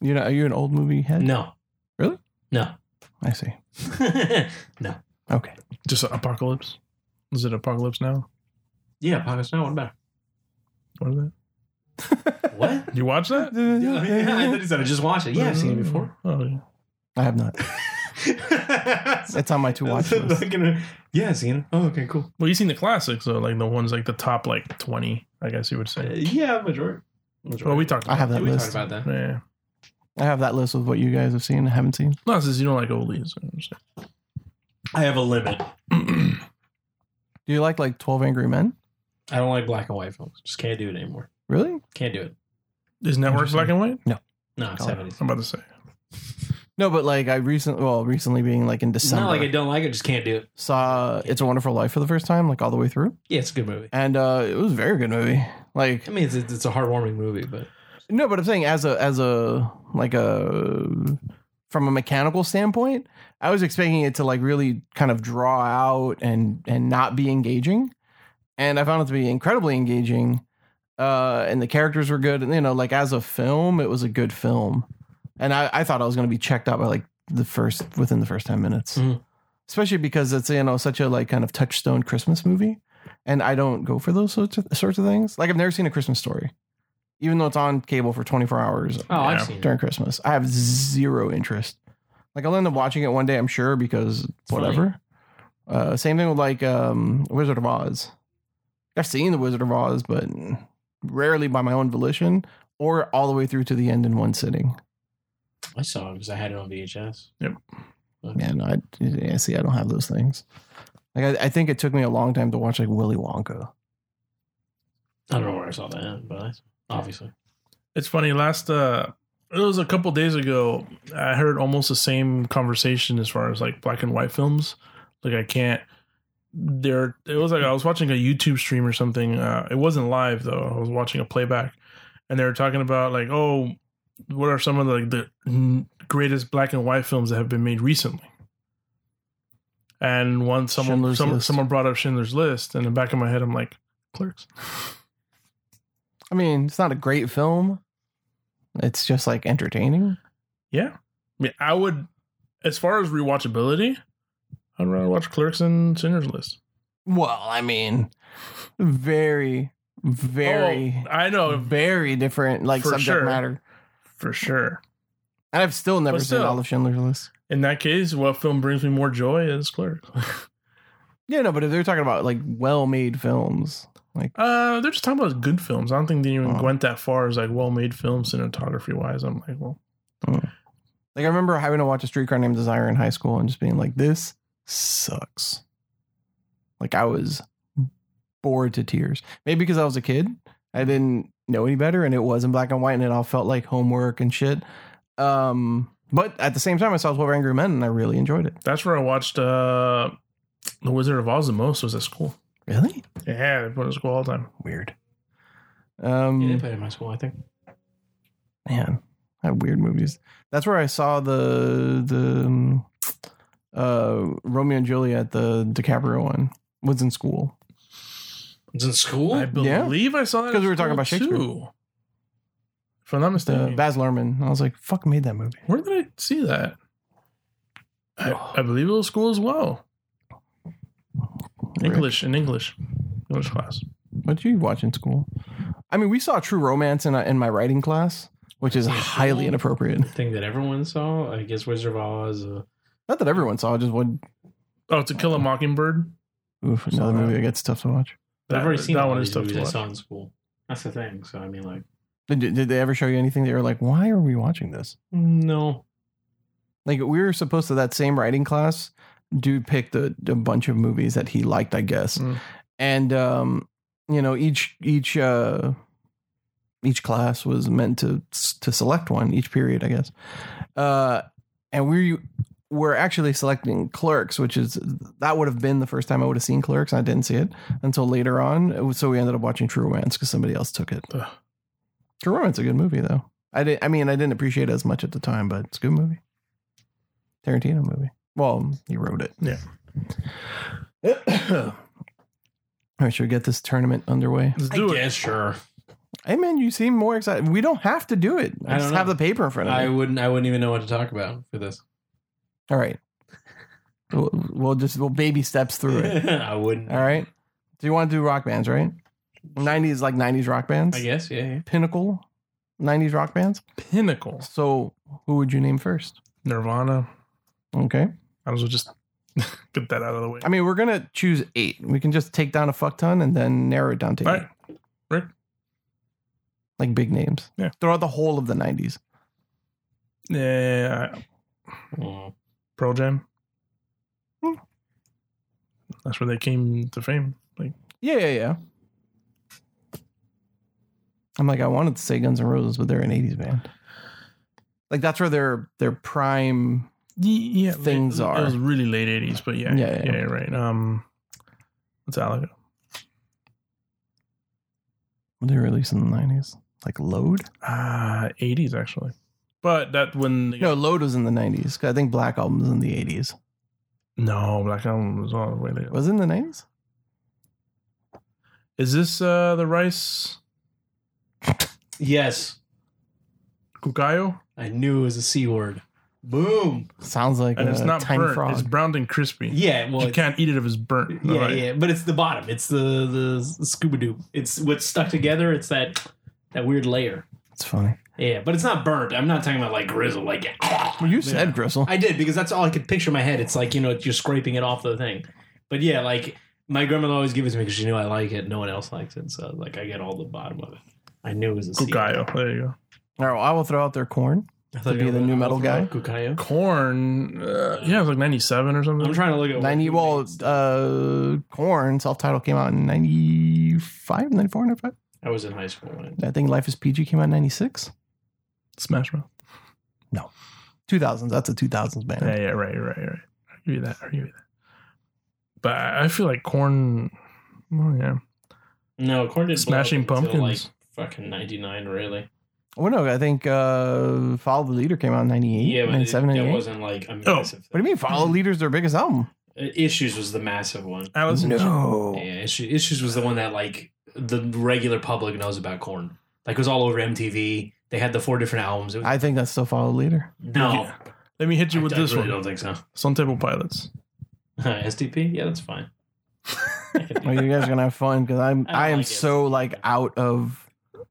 Speaker 1: You know, are you an old movie head?
Speaker 2: No.
Speaker 1: Really?
Speaker 2: No.
Speaker 1: I see.
Speaker 2: no.
Speaker 1: Okay,
Speaker 3: Just apocalypse. Is it apocalypse now?
Speaker 2: Yeah, Pakistan. What about?
Speaker 3: What is that?
Speaker 2: it? What?
Speaker 3: You watch that?
Speaker 2: Yeah, I thought he said I just watched it. Yeah, I've seen it before.
Speaker 3: Oh, yeah.
Speaker 1: I have not. It's on my to watch list.
Speaker 2: yeah, I've seen it. Oh, okay, cool.
Speaker 3: Well, you seen the classics though, like the ones like the top like twenty. I guess you would
Speaker 2: Uh,
Speaker 3: say.
Speaker 2: yeah, majority. majority.
Speaker 3: Well, we talked.
Speaker 1: Uh, I
Speaker 3: About
Speaker 1: have that
Speaker 2: we
Speaker 1: list.
Speaker 2: talked about that.
Speaker 3: Yeah.
Speaker 1: I have that list with what you guys have seen and haven't seen.
Speaker 3: No, since you don't like oldies. you know what I'm saying.
Speaker 2: I have a limit.
Speaker 1: Do you like like Twelve Angry Men?
Speaker 2: I don't like black and white films. Just can't do it anymore.
Speaker 1: Really?
Speaker 2: Can't do it.
Speaker 3: Is network
Speaker 1: Interesting.
Speaker 3: black and white?
Speaker 2: No,
Speaker 1: Color.
Speaker 2: seventies.
Speaker 3: I'm about to say.
Speaker 1: No, but like I recently, well, recently being like in
Speaker 2: It's
Speaker 1: December,
Speaker 2: not like I don't like it. Just can't do it.
Speaker 1: saw It's a Wonderful Life for the first time, like all the way through,
Speaker 2: Yeah, it's a good movie.
Speaker 1: and uh, it was a very good movie. Like
Speaker 2: I mean, it's, it's it's a heartwarming movie, but
Speaker 1: no, but I'm saying as a as a like a from a mechanical standpoint, I was expecting it to like really kind of draw out and and not be engaging, and I found it to be incredibly engaging. Uh, and the characters were good, and you know, like as a film, it was a good film, and I, I thought I was going to be checked out by like the first within the first ten minutes,
Speaker 2: Mhm.
Speaker 1: especially because it's you know such a like kind of touchstone Christmas movie, and I don't go for those sorts of, sorts of things. Like I've never seen a Christmas story, even though it's on cable for twenty four hours
Speaker 2: oh, I've
Speaker 3: Yeah.
Speaker 2: seen it.
Speaker 1: during Christmas. I have zero interest. Like I'll end up watching it one day, I'm sure, because whatever. Uh, same thing with like um, Wizard of Oz. I've seen the Wizard of Oz, but rarely by my own volition or all the way through to the end in one sitting.
Speaker 2: I saw it because I had it on VHS.
Speaker 1: Yeah, no, I yeah, see. I don't have those things. Like I, I think it took me a long time to watch like Willy Wonka.
Speaker 2: I don't know where I saw that, but I, obviously,
Speaker 3: It's funny. Last uh, it was a couple days ago. I heard almost the same conversation as far as like black and white films. Like I can't. There, it was like I was watching a YouTube stream or something. Uh, it wasn't live though. I was watching a playback, and they were talking about like, oh, what are some of the, like the n- greatest black and white films that have been made recently? And once someone
Speaker 1: Schindler's
Speaker 3: some,
Speaker 1: List.
Speaker 3: someone brought up Schindler's List, and in the back of my head, I'm like, Clerks.
Speaker 1: I mean, it's not a great film. It's just like entertaining.
Speaker 3: Yeah. I mean, I would, as far as rewatchability, I'd rather watch Clerks and Sinners List.
Speaker 1: Well, I mean, very, very.
Speaker 3: Oh, I know,
Speaker 1: very different like
Speaker 3: For
Speaker 1: subject
Speaker 3: sure.
Speaker 1: matter.
Speaker 3: for sure.
Speaker 1: And I've still never
Speaker 3: But
Speaker 1: seen
Speaker 3: still.
Speaker 1: all of Schindler's List.
Speaker 3: In that case, what film brings me more joy is Clerks.
Speaker 1: Yeah, no, but if they're talking about like well-made films, like
Speaker 3: uh, they're just talking about good films. I don't think they even
Speaker 1: Oh.
Speaker 3: went that far as like well made films cinematography wise. I'm like, well,
Speaker 1: like I remember having to watch a streetcar named Desire in high school and just being like, this sucks. Like I was bored to tears. Maybe because I was a kid, I didn't know any better, and it was in black and white, and it all felt like homework and shit. Um, but at the same time, I saw Twelve Angry Men, and I really enjoyed it.
Speaker 3: That's where I watched uh, The Wizard of Oz the most. Was at school.
Speaker 1: Really
Speaker 3: Yeah, they put it at school all the time.
Speaker 1: weird.
Speaker 2: Yeah, they
Speaker 1: Um,
Speaker 2: played in my school, I think.
Speaker 1: man, I have weird movies. That's where I saw the the um, uh Romeo and Juliet, the DiCaprio one, was in school.
Speaker 2: It's in school.
Speaker 3: I believe I saw that
Speaker 1: 'Cause
Speaker 3: at
Speaker 1: we were talking about
Speaker 3: school,
Speaker 1: Shakespeare.
Speaker 3: too. If I'm not
Speaker 1: The
Speaker 3: mistaken,
Speaker 1: Baz Luhrmann. I was like, fuck, made that movie.
Speaker 3: where did I see that? I, I believe it was school as well. English in English, English class.
Speaker 1: What did you watch in school? I mean, we saw True Romance in in my writing class, which is
Speaker 2: Yeah,
Speaker 1: highly
Speaker 2: cool.
Speaker 1: inappropriate.
Speaker 2: The thing that everyone saw, I guess, Wizard of Oz. Uh,
Speaker 1: Not that everyone saw, just one.
Speaker 3: Oh, To Kill a Mockingbird.
Speaker 1: Oof, another
Speaker 2: Saw that.
Speaker 1: movie that gets tough to watch.
Speaker 3: That,
Speaker 2: I've already seen
Speaker 3: that
Speaker 2: all
Speaker 3: one
Speaker 2: these
Speaker 3: is tough
Speaker 2: movies
Speaker 3: to
Speaker 2: I
Speaker 3: watch.
Speaker 2: saw in school. That's the thing. So I mean, like,
Speaker 1: Did, did they ever show you anything that you're like, why are we watching this?
Speaker 2: no,
Speaker 1: Like, we were supposed to, that same writing class, dude picked a, a bunch of movies that he liked, I guess.
Speaker 3: Mm.
Speaker 1: And, um, you know, each, each, uh, each class was meant to to select one each period, I guess. Uh, and we were actually selecting clerks, which is that would have been the first time I would have seen clerks. and I didn't see it until later on, so we ended up watching True Romance because somebody else took it.
Speaker 3: Ugh.
Speaker 1: True Romance is a good movie though. I did. I mean, I didn't appreciate it as much at the time, but it's a good movie. Tarantino movie. Well, he wrote it.
Speaker 3: Let's
Speaker 1: I should we get this tournament underway.
Speaker 2: I
Speaker 3: do it.
Speaker 2: guess sure.
Speaker 1: Hey man, you seem more excited. We don't have to do it. I,
Speaker 2: I
Speaker 1: just
Speaker 2: don't
Speaker 1: have
Speaker 2: know.
Speaker 1: the paper in front of me.
Speaker 2: I wouldn't. I wouldn't even know what to talk about for this.
Speaker 1: All right. We'll, we'll just we'll baby steps through it.
Speaker 2: I wouldn't.
Speaker 1: All right. Do you want to do rock bands, right? 90s like 90s rock bands.
Speaker 2: I guess. Yeah. yeah.
Speaker 1: Pinnacle 90s rock bands.
Speaker 3: Pinnacle.
Speaker 1: So, who would you name first?
Speaker 3: Nirvana.
Speaker 1: Okay.
Speaker 3: I was just get that out of the way.
Speaker 1: I mean, we're going to choose 8. We can just take down a fuck ton and then narrow it down to 8.
Speaker 3: All right.
Speaker 1: Like big names.
Speaker 3: Yeah.
Speaker 1: Throughout the whole of the 90s.
Speaker 3: Yeah, Hmm.
Speaker 2: Mm.
Speaker 3: Pearl Jam. Hmm. That's where they came to fame. Like
Speaker 1: Yeah, yeah, yeah. I'm like I wanted to say Guns N' Roses, but they're an 80s band. Like that's where their their prime
Speaker 3: yeah,
Speaker 1: Things
Speaker 3: it,
Speaker 1: are.
Speaker 3: It was really late eighties, but
Speaker 1: Yeah,
Speaker 3: yeah, yeah,
Speaker 1: yeah,
Speaker 3: yeah,
Speaker 1: yeah.
Speaker 3: you're right. Um, what's Alec?
Speaker 1: Were they released in the nineties? Like Load?
Speaker 3: Ah, eighties actually. But that when they
Speaker 1: No, Load was in the nineties. I think Black Album was in the eighties.
Speaker 3: no Black Album was all the way later.
Speaker 1: Was it in the nineties?
Speaker 3: Is this uh the Rice
Speaker 2: Yes,
Speaker 3: Cucayo?
Speaker 2: I knew it was a c word. Boom.
Speaker 1: Sounds like
Speaker 3: And
Speaker 1: a
Speaker 3: it's not
Speaker 1: tiny
Speaker 3: burnt.
Speaker 1: frog.
Speaker 3: It's browned and crispy.
Speaker 2: Uh, Yeah. Well,
Speaker 3: you
Speaker 2: it's-
Speaker 3: can't eat it if it's burnt.
Speaker 2: Yeah,
Speaker 3: Right.
Speaker 2: yeah, but it's the bottom. It's the the scuba doo. It's what's stuck together. It's that that weird layer.
Speaker 1: It's funny.
Speaker 2: Yeah, but it's not burnt. I'm not talking about like grizzle. Like
Speaker 1: Well, you said Gristle.
Speaker 2: I did because that's all I could picture in my head. It's like you know you're scraping it off the thing. But yeah, like my grandmother always gave it to me because she knew I like it. No one else likes it, so like I get all the bottom of it. I knew it was a C.
Speaker 3: Cucayo. There you go.
Speaker 1: All right, well, I will throw out their corn.
Speaker 2: I thought
Speaker 1: To be
Speaker 2: you were
Speaker 1: the
Speaker 2: gonna-
Speaker 1: new metal guy?
Speaker 2: Cucayo.
Speaker 3: Corn. Uh, yeah, it was like ninety seven or something.
Speaker 2: I'm trying to look at what
Speaker 1: Ninety
Speaker 2: he
Speaker 1: well
Speaker 2: makes.
Speaker 1: uh corn self-titled came out in 95, 94, 95.
Speaker 2: I was in high school when
Speaker 1: I think Life is PG came out in 96.
Speaker 3: Smash Mouth.
Speaker 1: 2000s. That's a 2000s band.
Speaker 3: Yeah, yeah, right, right, right. I'll give you that. I'll give you that. But I I feel like corn. Well, yeah.
Speaker 2: no corn did
Speaker 3: Smashing
Speaker 2: like
Speaker 3: Pumpkins.
Speaker 2: fucking ninety nine really.
Speaker 1: Well, no, I think uh Follow the Leader came out in 98,
Speaker 2: Yeah, but it,
Speaker 1: 97,
Speaker 2: that
Speaker 1: 98.
Speaker 2: wasn't like a
Speaker 3: Oh.
Speaker 2: massive.
Speaker 1: What do you mean Follow the Leader's their biggest album?
Speaker 2: mean? Issues was the massive one.
Speaker 3: Alice in Chains.
Speaker 1: No.
Speaker 2: Yeah, Issues, Issues was the one that like the regular public knows about Corn. Like it was all over MTV. They had the four different albums. It was,
Speaker 1: I think that's still Follow the Leader.
Speaker 2: no,
Speaker 3: Let me hit you with
Speaker 2: I,
Speaker 3: this
Speaker 2: I really
Speaker 3: one.
Speaker 2: don't think so.
Speaker 3: Sun Table Pilots.
Speaker 2: SDP, yeah, that's fine. I can do
Speaker 1: Well,
Speaker 2: that.
Speaker 1: you guys are gonna have fun because I'm
Speaker 2: Oh, I don't
Speaker 1: I, am
Speaker 2: like it.
Speaker 1: so like out of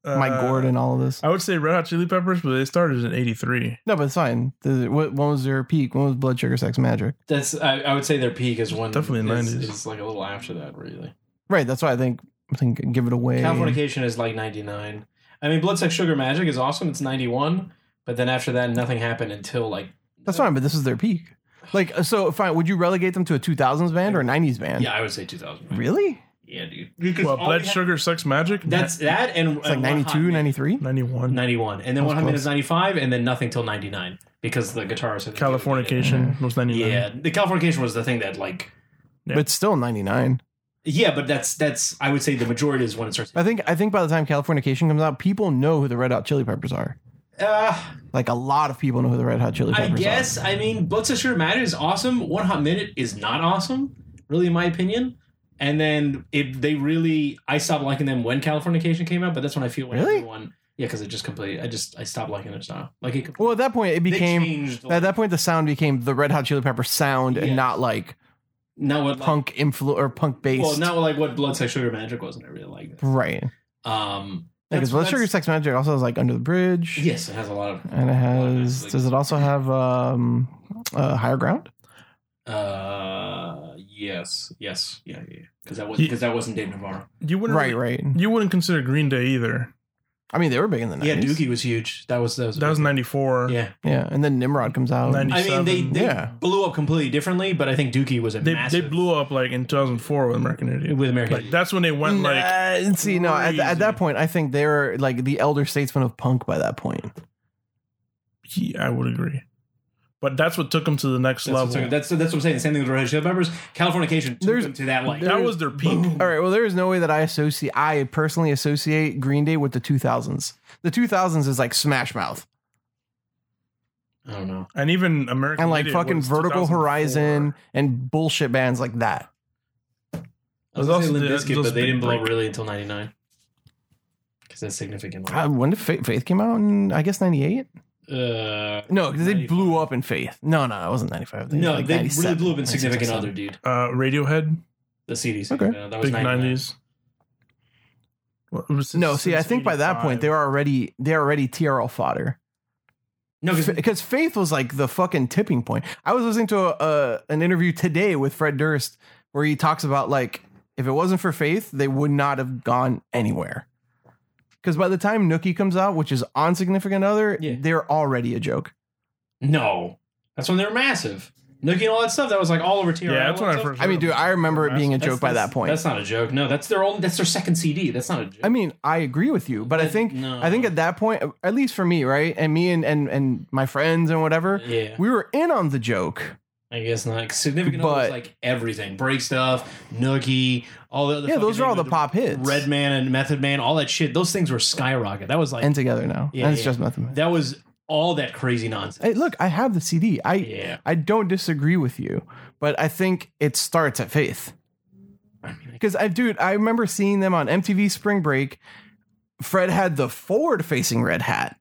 Speaker 1: my
Speaker 3: Uh,
Speaker 1: gourd and all of this.
Speaker 3: I would say Red Hot Chili Peppers, but they started in '83.
Speaker 1: No, but it's fine. The- What when was their peak? When was Blood Sugar Sex Magic?
Speaker 2: that's I, I would say their peak is one
Speaker 3: Definitely
Speaker 2: is,
Speaker 3: 90s.
Speaker 2: is like a little after that, really.
Speaker 1: Right. That's why I think I think give it away.
Speaker 2: Californication is like ninety nine. I mean, Blood Sex Sugar Magic is awesome. It's ninety one, but then after that, nothing happened until like
Speaker 1: That's fine, but this is their peak. uh, Like so, fine. Would you relegate them to a 2000s band or a 90s band?
Speaker 2: yeah, I would say two thousand.
Speaker 1: Really?
Speaker 2: Yeah, dude.
Speaker 3: Well,
Speaker 2: all we
Speaker 3: blood
Speaker 2: had-
Speaker 3: sugar sucks magic.
Speaker 2: That's that, and
Speaker 1: It's like 92, 93.
Speaker 3: 91.
Speaker 2: 91, and then
Speaker 1: That was
Speaker 2: One Hot Minute
Speaker 1: close.
Speaker 2: is 95, and then nothing till 99 because the guitarist had
Speaker 3: Californication was 99.
Speaker 2: Yeah, the Californication was the thing that like.
Speaker 3: Yeah.
Speaker 1: But still 99.
Speaker 2: Yeah, but that's that's I would say the majority is when it starts.
Speaker 1: I think I think by the time Californication comes out, people know who the Red Hot Chili Peppers are.
Speaker 2: Uh,
Speaker 1: Like a lot of people know who the Red Hot Chili
Speaker 2: I
Speaker 1: Peppers are.
Speaker 2: guess I mean Blood Sister Matter is awesome. One Hot Minute is not awesome, really, in my opinion. And then it they really I stopped liking them when Californication came out, but that's when I feel when
Speaker 1: Really?
Speaker 2: everyone yeah because it just completely I just I stopped liking their style. Like it
Speaker 1: Well, at that point, it
Speaker 2: they
Speaker 1: became
Speaker 2: changed like,
Speaker 1: at that point the sound became the Red Hot Chili Pepper sound
Speaker 2: Yeah.
Speaker 1: and not like
Speaker 2: not what like,
Speaker 1: punk influ or punk based.
Speaker 2: well not like what Blood Sex Sugar Magic was, and I really like that.
Speaker 1: right.
Speaker 2: Um,
Speaker 1: Because
Speaker 2: that's-
Speaker 1: Blood
Speaker 2: that's-
Speaker 1: Sugar Sex Magic also has like Under the Bridge.
Speaker 2: yes, it has a lot of
Speaker 1: And it has
Speaker 2: Like-
Speaker 1: does it also have um uh, higher ground?
Speaker 2: Uh, yes, yes, yeah, yeah, because that was
Speaker 3: He-
Speaker 2: because that wasn't Dave Navarro.
Speaker 3: You wouldn't
Speaker 1: Right, right.
Speaker 3: You wouldn't consider Green Day either.
Speaker 1: I mean they were big in the 90s.
Speaker 2: Yeah, Dookie was huge. That was that was,
Speaker 3: That was 94.
Speaker 2: yeah.
Speaker 1: Yeah, and then Nimrod comes out.
Speaker 3: 90.
Speaker 2: I mean, they, they
Speaker 1: Yeah.
Speaker 2: blew up completely differently, but I think Dookie was a
Speaker 3: They,
Speaker 2: massive.
Speaker 3: they blew up like in 2004 with American Idiot.
Speaker 2: with American.
Speaker 3: Like that's when they went
Speaker 1: Nah,
Speaker 3: like
Speaker 1: and see, no, at, at
Speaker 3: crazy.
Speaker 1: that point, I think they're like the elder statesmen of punk by that point.
Speaker 3: he, I would agree. But that's what took them to the next
Speaker 2: that's, what I'm
Speaker 3: level.
Speaker 2: talking- that's that's what I'm saying. Same thing with Red Hot Chili Peppers. Californication took
Speaker 1: There's-
Speaker 2: them to that like.
Speaker 3: that was their peak.
Speaker 2: Boom.
Speaker 1: All right. Well, there is no way that I associate. I personally associate Green Day with the 2000s. The 2000s is like Smash Mouth
Speaker 2: I don't know.
Speaker 3: And even American
Speaker 1: and like
Speaker 3: Idiot
Speaker 1: fucking
Speaker 3: was
Speaker 1: Vertical
Speaker 3: 2004.
Speaker 1: Horizon and bullshit bands like that.
Speaker 2: I was
Speaker 3: Those
Speaker 2: also Limp
Speaker 3: did-
Speaker 2: Bizkit,
Speaker 3: those
Speaker 2: but they
Speaker 3: big
Speaker 2: didn't blow up
Speaker 3: break.
Speaker 2: really until '99. Because that's significant.
Speaker 1: Uh, when did Faith, Faith came out? In I guess 98.
Speaker 2: Uh,
Speaker 1: No, because they
Speaker 2: 95.
Speaker 1: blew up in Faith. No, no, it wasn't 95.
Speaker 2: no,
Speaker 1: like
Speaker 2: they really
Speaker 1: 97,
Speaker 2: blew up in significant
Speaker 1: 97.
Speaker 2: other, dude.
Speaker 3: Uh, Radiohead,
Speaker 2: The CDs.
Speaker 1: Okay.
Speaker 2: Uh, that was
Speaker 3: big
Speaker 2: 99.
Speaker 3: 90s. What- it was since-
Speaker 1: No, see, I
Speaker 3: since
Speaker 1: think by that point
Speaker 3: 85.
Speaker 1: they were already they're already TRL fodder.
Speaker 2: No, because
Speaker 1: because faith was like the fucking tipping point i was listening to a, a an interview today with fred durst where he talks about like if it wasn't for faith they would not have gone anywhere because by the time nookie comes out which is on significant other
Speaker 2: Yeah.
Speaker 1: they're already a joke
Speaker 2: No, that's when they were massive. Nookie and all that stuff. That was like all over TRL.
Speaker 3: Yeah, that's when I first.
Speaker 1: i mean dude i remember it being a
Speaker 2: That's-
Speaker 1: joke by
Speaker 2: that's-
Speaker 1: that point
Speaker 2: That's not a joke. No, that's their own. That's their second CD. That's not a joke.
Speaker 1: i mean i agree with you but i
Speaker 2: That-
Speaker 1: think
Speaker 2: no.
Speaker 1: i think at that point at least for me right and me and and, and my friends and whatever
Speaker 2: yeah,
Speaker 1: we were in on the joke
Speaker 2: I guess not. Significant other was
Speaker 1: But-
Speaker 2: like everything, break stuff, Nookie, all the other
Speaker 1: yeah
Speaker 2: fucking
Speaker 1: those are all the
Speaker 2: things,
Speaker 1: pop hits
Speaker 2: Red Man and Method Man, all that shit. Those things were skyrocket. That was like
Speaker 1: and together now
Speaker 2: Yeah,
Speaker 1: and it's
Speaker 2: yeah.
Speaker 1: just nothing
Speaker 2: that was all that crazy nonsense.
Speaker 1: hey look i have the cd i
Speaker 2: yeah,
Speaker 1: I don't disagree with you, but I think it starts at Faith.
Speaker 2: I mean,
Speaker 1: Because I, dude, I remember seeing them on MTV Spring Break. Fred had the forward-facing red hat,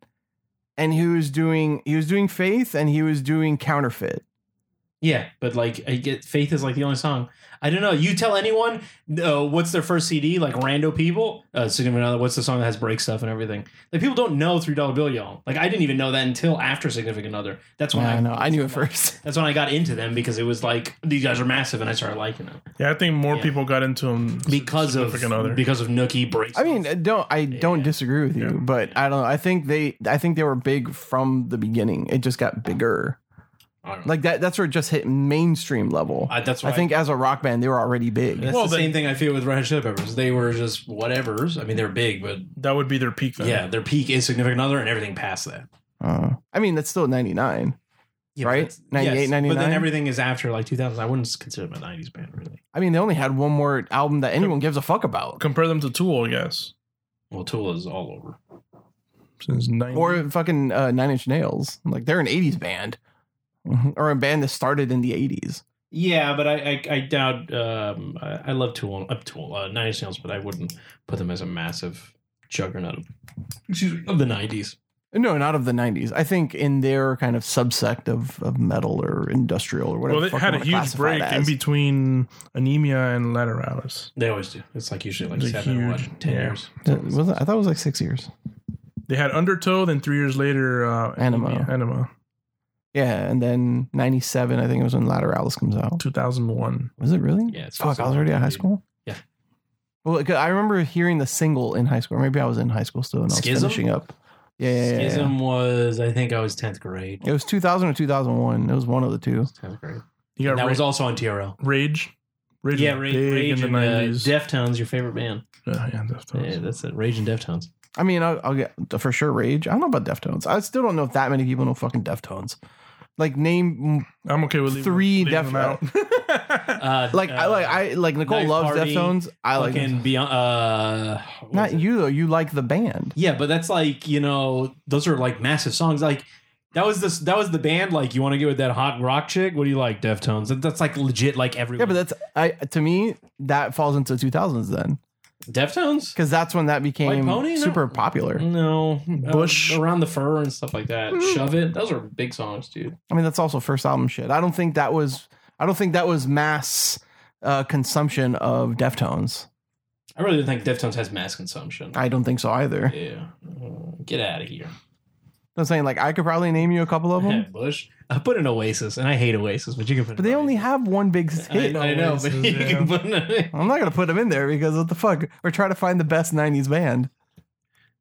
Speaker 1: and he was doing he was doing Faith, and he was doing Counterfeit.
Speaker 2: yeah, but like I get Faith is like the only song. I don't know. You tell anyone uh, what's their first CD, like rando people. Uh, Significant Other. What's the song that has break stuff and everything? Like people don't know Three Dollar Bill, y'all. Like I didn't even know that until after Significant Other. That's when
Speaker 1: Yeah, I
Speaker 2: I
Speaker 1: know. I knew it first.
Speaker 2: That's when I got into them because it was like these guys are massive, and I started liking them
Speaker 3: Yeah, I think more
Speaker 2: Yeah.
Speaker 3: people got into them
Speaker 2: because of
Speaker 3: Significant Other.
Speaker 2: because of Nookie breaks.
Speaker 1: I mean, I don't I don't
Speaker 2: Yeah.
Speaker 1: disagree with you,
Speaker 3: Yeah.
Speaker 1: but I don't know. I think they I think they were big from the beginning. It just got bigger.
Speaker 2: I don't know.
Speaker 1: Like that that's where it just hit mainstream level. I,
Speaker 2: I, that's what I
Speaker 1: think as a rock band, they were already big.
Speaker 2: That's
Speaker 3: Well,
Speaker 2: the
Speaker 3: they-
Speaker 2: same thing I feel with Red Hot Chili Peppers. They were just whatevers. I mean, they're big, but
Speaker 3: that would be their peak. Then.
Speaker 2: yeah, their peak is Significant Other, and everything past that.
Speaker 1: Uh, I mean, that's still 99.
Speaker 2: Yeah,
Speaker 1: Right?
Speaker 2: that's-
Speaker 1: 98,
Speaker 2: But
Speaker 1: 99?
Speaker 2: then everything is after like 2000. I wouldn't consider them a 90s band, really.
Speaker 1: I mean, they only had one more album that anyone gives a fuck about,
Speaker 3: compare them to Tool, I guess.
Speaker 2: Well, Tool is all over.
Speaker 3: Since 90.
Speaker 1: or fucking uh, Nine Inch Nails. Like they're an '80s band, or a band that started in the '80s.
Speaker 2: Yeah, but I I, I doubt. Um, I, I love Tool, uh, Tool, uh, Nine Inch Nails, but I wouldn't put them as a massive juggernaut of, excuse me, of the 90s.
Speaker 1: No, not of the '90s. I think in their kind of subsect of, of metal or industrial or whatever.
Speaker 3: well, they
Speaker 1: the fuck
Speaker 3: had
Speaker 1: you
Speaker 3: a
Speaker 1: wanna
Speaker 3: huge
Speaker 1: classify
Speaker 3: break
Speaker 1: it
Speaker 3: in
Speaker 1: as.
Speaker 3: between Anemia and Lateralis.
Speaker 2: They always do. It's like usually like
Speaker 3: They're
Speaker 2: seven or
Speaker 3: huge.
Speaker 2: what, ten
Speaker 3: Yeah.
Speaker 2: years.
Speaker 1: Uh, was it- I thought it was like six years.
Speaker 3: They had Undertow, then three years later, uh,
Speaker 1: Anima.
Speaker 3: Anemia- Anima,
Speaker 1: Yeah, and then '97, I think it was when Lateralis comes out.
Speaker 3: 2001.
Speaker 1: Was it really?
Speaker 2: Yeah, it's
Speaker 1: Fuck, I was already at high school.
Speaker 2: Yeah.
Speaker 1: Well, 'cause I remember hearing the single in high school. Maybe I was in high school still, and I was
Speaker 2: Schism?
Speaker 1: finishing up. Yeah, yeah, yeah, yeah.
Speaker 2: Schism was, I think, I was tenth grade.
Speaker 1: It was 2000 or 2001. It was one of the two.
Speaker 2: Tenth grade.
Speaker 3: You got
Speaker 2: that
Speaker 3: Ra-
Speaker 2: was also on TRL.
Speaker 3: Rage, Rage
Speaker 2: yeah,
Speaker 3: was
Speaker 2: Ra-
Speaker 3: big
Speaker 2: Rage
Speaker 3: in the
Speaker 2: and uh,
Speaker 3: nineties.
Speaker 2: Deftones, your favorite band.
Speaker 3: yeah, yeah, Deftones.
Speaker 2: Yeah, that's it. Rage and Deftones.
Speaker 1: I mean, I'll, I'll get for sure Rage. I don't know about Deftones. I still don't know if that many people know fucking Deftones. Like name
Speaker 3: I'm okay with leaving,
Speaker 1: three
Speaker 3: leaving them out.
Speaker 1: Deftones.
Speaker 2: Uh,
Speaker 1: like I
Speaker 2: uh,
Speaker 1: like I like Nicole
Speaker 2: Knife
Speaker 1: loves
Speaker 2: Party,
Speaker 1: Deftones. I like
Speaker 2: fucking Beyond. Uh, what was
Speaker 1: not
Speaker 2: it?
Speaker 1: you though. You like the band.
Speaker 2: Yeah, but that's like you know those are like massive songs. Like that was this that was the band. Like you want to get with that hot rock chick? What do you like? Deftones. That, that's like legit. Like
Speaker 1: Yeah,
Speaker 2: everyone.
Speaker 1: but that's I to me that falls into two thousands then
Speaker 2: Deftones.
Speaker 1: because that's when that became
Speaker 2: Pony, no?
Speaker 1: super popular.
Speaker 2: No,
Speaker 3: Bush.
Speaker 2: Uh, around the fur and stuff like that.
Speaker 1: Mm.
Speaker 2: Shove it. Those are big songs, dude.
Speaker 1: I mean, that's also first album shit. I don't think that was I don't think that was mass uh, consumption of Deftones.
Speaker 2: I really don't think Deftones has mass consumption.
Speaker 1: I don't think so either.
Speaker 2: yeah, Uh, get out of here.
Speaker 1: I'm saying like I could probably name you a couple of them,
Speaker 2: Bush. I put in Oasis, and I hate Oasis, but you can put.
Speaker 1: Uh-huh. but they only have one big
Speaker 2: I,
Speaker 1: hit.
Speaker 2: I know, but
Speaker 3: Oasis,
Speaker 2: you
Speaker 3: yeah.
Speaker 2: can put. In,
Speaker 1: I'm not gonna put them in there because what the fuck? We're trying to find the best '90s band.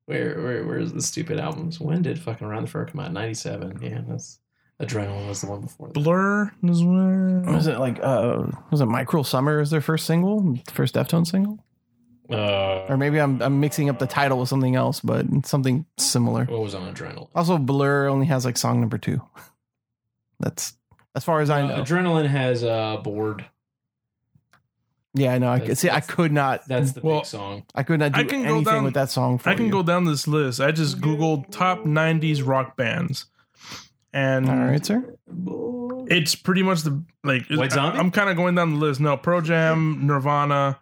Speaker 2: Where where where's the stupid albums? When did fucking Around the Fur come out? Ninety seven. Yeah, that's Adrenaline was the one before. That.
Speaker 3: Blur is where.
Speaker 1: Was it like uh was it My Cruel Summer is their first single, first Deftones single? Or
Speaker 2: Uh,
Speaker 1: maybe I'm I'm mixing up the title with something else, but something similar.
Speaker 2: what was on Adrenaline?
Speaker 1: Also, Blur only has like song number two. That's as far as I know.
Speaker 2: Uh, Adrenaline has uh bored.
Speaker 1: yeah, I know. I
Speaker 2: that's-
Speaker 1: see. I
Speaker 2: that's-
Speaker 1: could not.
Speaker 2: That's the
Speaker 3: Well,
Speaker 2: big song.
Speaker 1: I could not do
Speaker 3: I can go
Speaker 1: anything
Speaker 3: down-
Speaker 1: with that song. For
Speaker 3: I can
Speaker 1: you.
Speaker 3: go down this list. I just googled top '90s rock bands, and
Speaker 1: All right, sir.
Speaker 3: it's pretty much the like.
Speaker 2: White Zombie?
Speaker 3: I, am kind of going down the list. No, Pro Jam, Nirvana,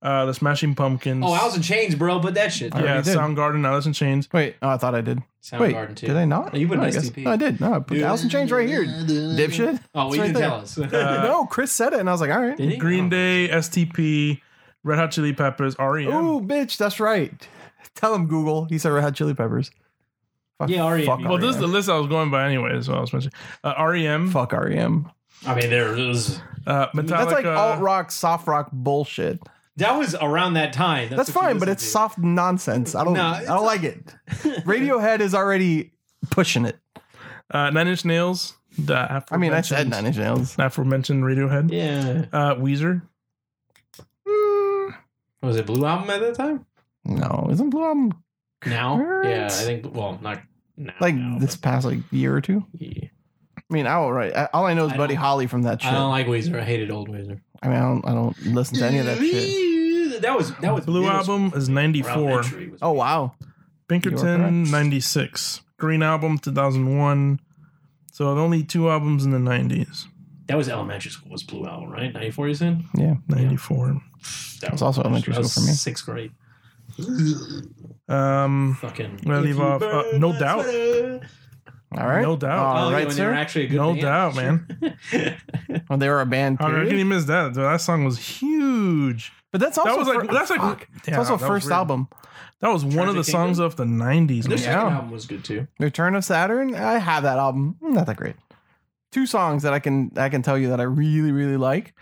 Speaker 3: uh, the Smashing Pumpkins.
Speaker 2: Oh, I was in Chains, bro. But that shit.
Speaker 1: I
Speaker 3: yeah,
Speaker 1: already did.
Speaker 3: Soundgarden, Alice in Chains.
Speaker 1: Wait, oh, I thought I did. Wait,
Speaker 2: Soundgarden too.
Speaker 1: did I not?
Speaker 2: No, you put
Speaker 1: no,
Speaker 2: an
Speaker 1: I guess-
Speaker 2: STP.
Speaker 1: No, I did. No, I put
Speaker 2: Dude.
Speaker 1: Alice in Chains right here, dipshit.
Speaker 2: Oh, well,
Speaker 1: It's
Speaker 2: you
Speaker 1: right
Speaker 2: didn't
Speaker 1: there.
Speaker 2: tell us.
Speaker 3: Uh,
Speaker 1: no, Chris said it, and I was like, all right.
Speaker 2: Did he? Oh.
Speaker 3: Green Day, STP, Red Hot Chili Peppers, E REM.
Speaker 1: Oh, bitch, that's right. Tell him Google. He said Red Hot Chili Peppers. Fuck,
Speaker 2: Yeah, E R.E.M..
Speaker 1: Fuck
Speaker 3: well, this is the
Speaker 1: REM.
Speaker 3: list I was going by anyway. So I was mentioning uh, REM,
Speaker 1: E fuck REM.
Speaker 2: I mean, there was.
Speaker 3: uh, Metallica.
Speaker 1: That's like alt rock, soft rock bullshit.
Speaker 2: That was around that time.
Speaker 1: That's,
Speaker 2: what you
Speaker 1: fine, but
Speaker 2: listened
Speaker 1: it's
Speaker 2: to.
Speaker 1: soft nonsense. I don't.
Speaker 2: No,
Speaker 1: I
Speaker 2: it's-
Speaker 1: don't like it. Radiohead is already pushing it.
Speaker 3: uh, Nine Inch Nails. The
Speaker 1: I mean, I said Nine Inch Nails.
Speaker 3: aforementioned Radiohead.
Speaker 2: Yeah.
Speaker 3: Uh, Weezer.
Speaker 2: Was it Blue Album at that time?
Speaker 1: No, isn't Blue Album
Speaker 2: Now?
Speaker 1: Current?
Speaker 2: Yeah, I think. Well, not now.
Speaker 1: like
Speaker 2: now,
Speaker 1: this past like year or two?
Speaker 2: but- yeah.
Speaker 1: I mean, I don't. Right, I- all I know is
Speaker 2: I
Speaker 1: Buddy
Speaker 2: don't-
Speaker 1: Holly from that shit.
Speaker 2: I don't like Weezer. I hated old Weezer.
Speaker 1: I mean, I don't. I don't listen to any of that shit.
Speaker 2: That was that was
Speaker 3: Blue
Speaker 2: middle
Speaker 3: Album is
Speaker 2: school.
Speaker 3: 94.
Speaker 2: Elementary was-
Speaker 1: Oh wow,
Speaker 3: Pinkerton
Speaker 1: correct.
Speaker 3: 96. Green Album 2001. So the only two albums in the 90s.
Speaker 2: that was elementary school. Was Blue Album right? Ninety four. You said
Speaker 3: 94.
Speaker 2: that
Speaker 1: It's also elementary school
Speaker 2: that was
Speaker 1: for me.
Speaker 2: Sixth grade.
Speaker 3: Um
Speaker 2: Fucking.
Speaker 3: Well, leave
Speaker 2: If you
Speaker 3: off, uh,
Speaker 2: burn
Speaker 3: No
Speaker 2: my
Speaker 3: Doubt.
Speaker 2: sweater.
Speaker 1: all right,
Speaker 3: No doubt.
Speaker 1: all
Speaker 2: Oh, yeah,
Speaker 1: right,
Speaker 2: when they
Speaker 1: sir.
Speaker 2: were actually a good
Speaker 3: No
Speaker 2: band.
Speaker 3: doubt, man.
Speaker 1: Well, they were a band.
Speaker 3: How
Speaker 1: period.
Speaker 3: can you miss that? Dude, that song was huge.
Speaker 1: But that's also
Speaker 3: that was like
Speaker 1: fir-
Speaker 3: that's like
Speaker 1: fuck.
Speaker 3: Yeah,
Speaker 1: it's also
Speaker 3: that was
Speaker 1: first
Speaker 3: weird.
Speaker 1: album.
Speaker 3: That was one of the
Speaker 2: Tragic
Speaker 3: songs
Speaker 2: Kingdom?
Speaker 3: of the 90s.
Speaker 2: Their
Speaker 3: man.
Speaker 2: second
Speaker 1: Yeah.
Speaker 2: album was good too.
Speaker 1: Return of Saturn. I have that album. Not that great. Two songs that I can I can tell you that I really really like.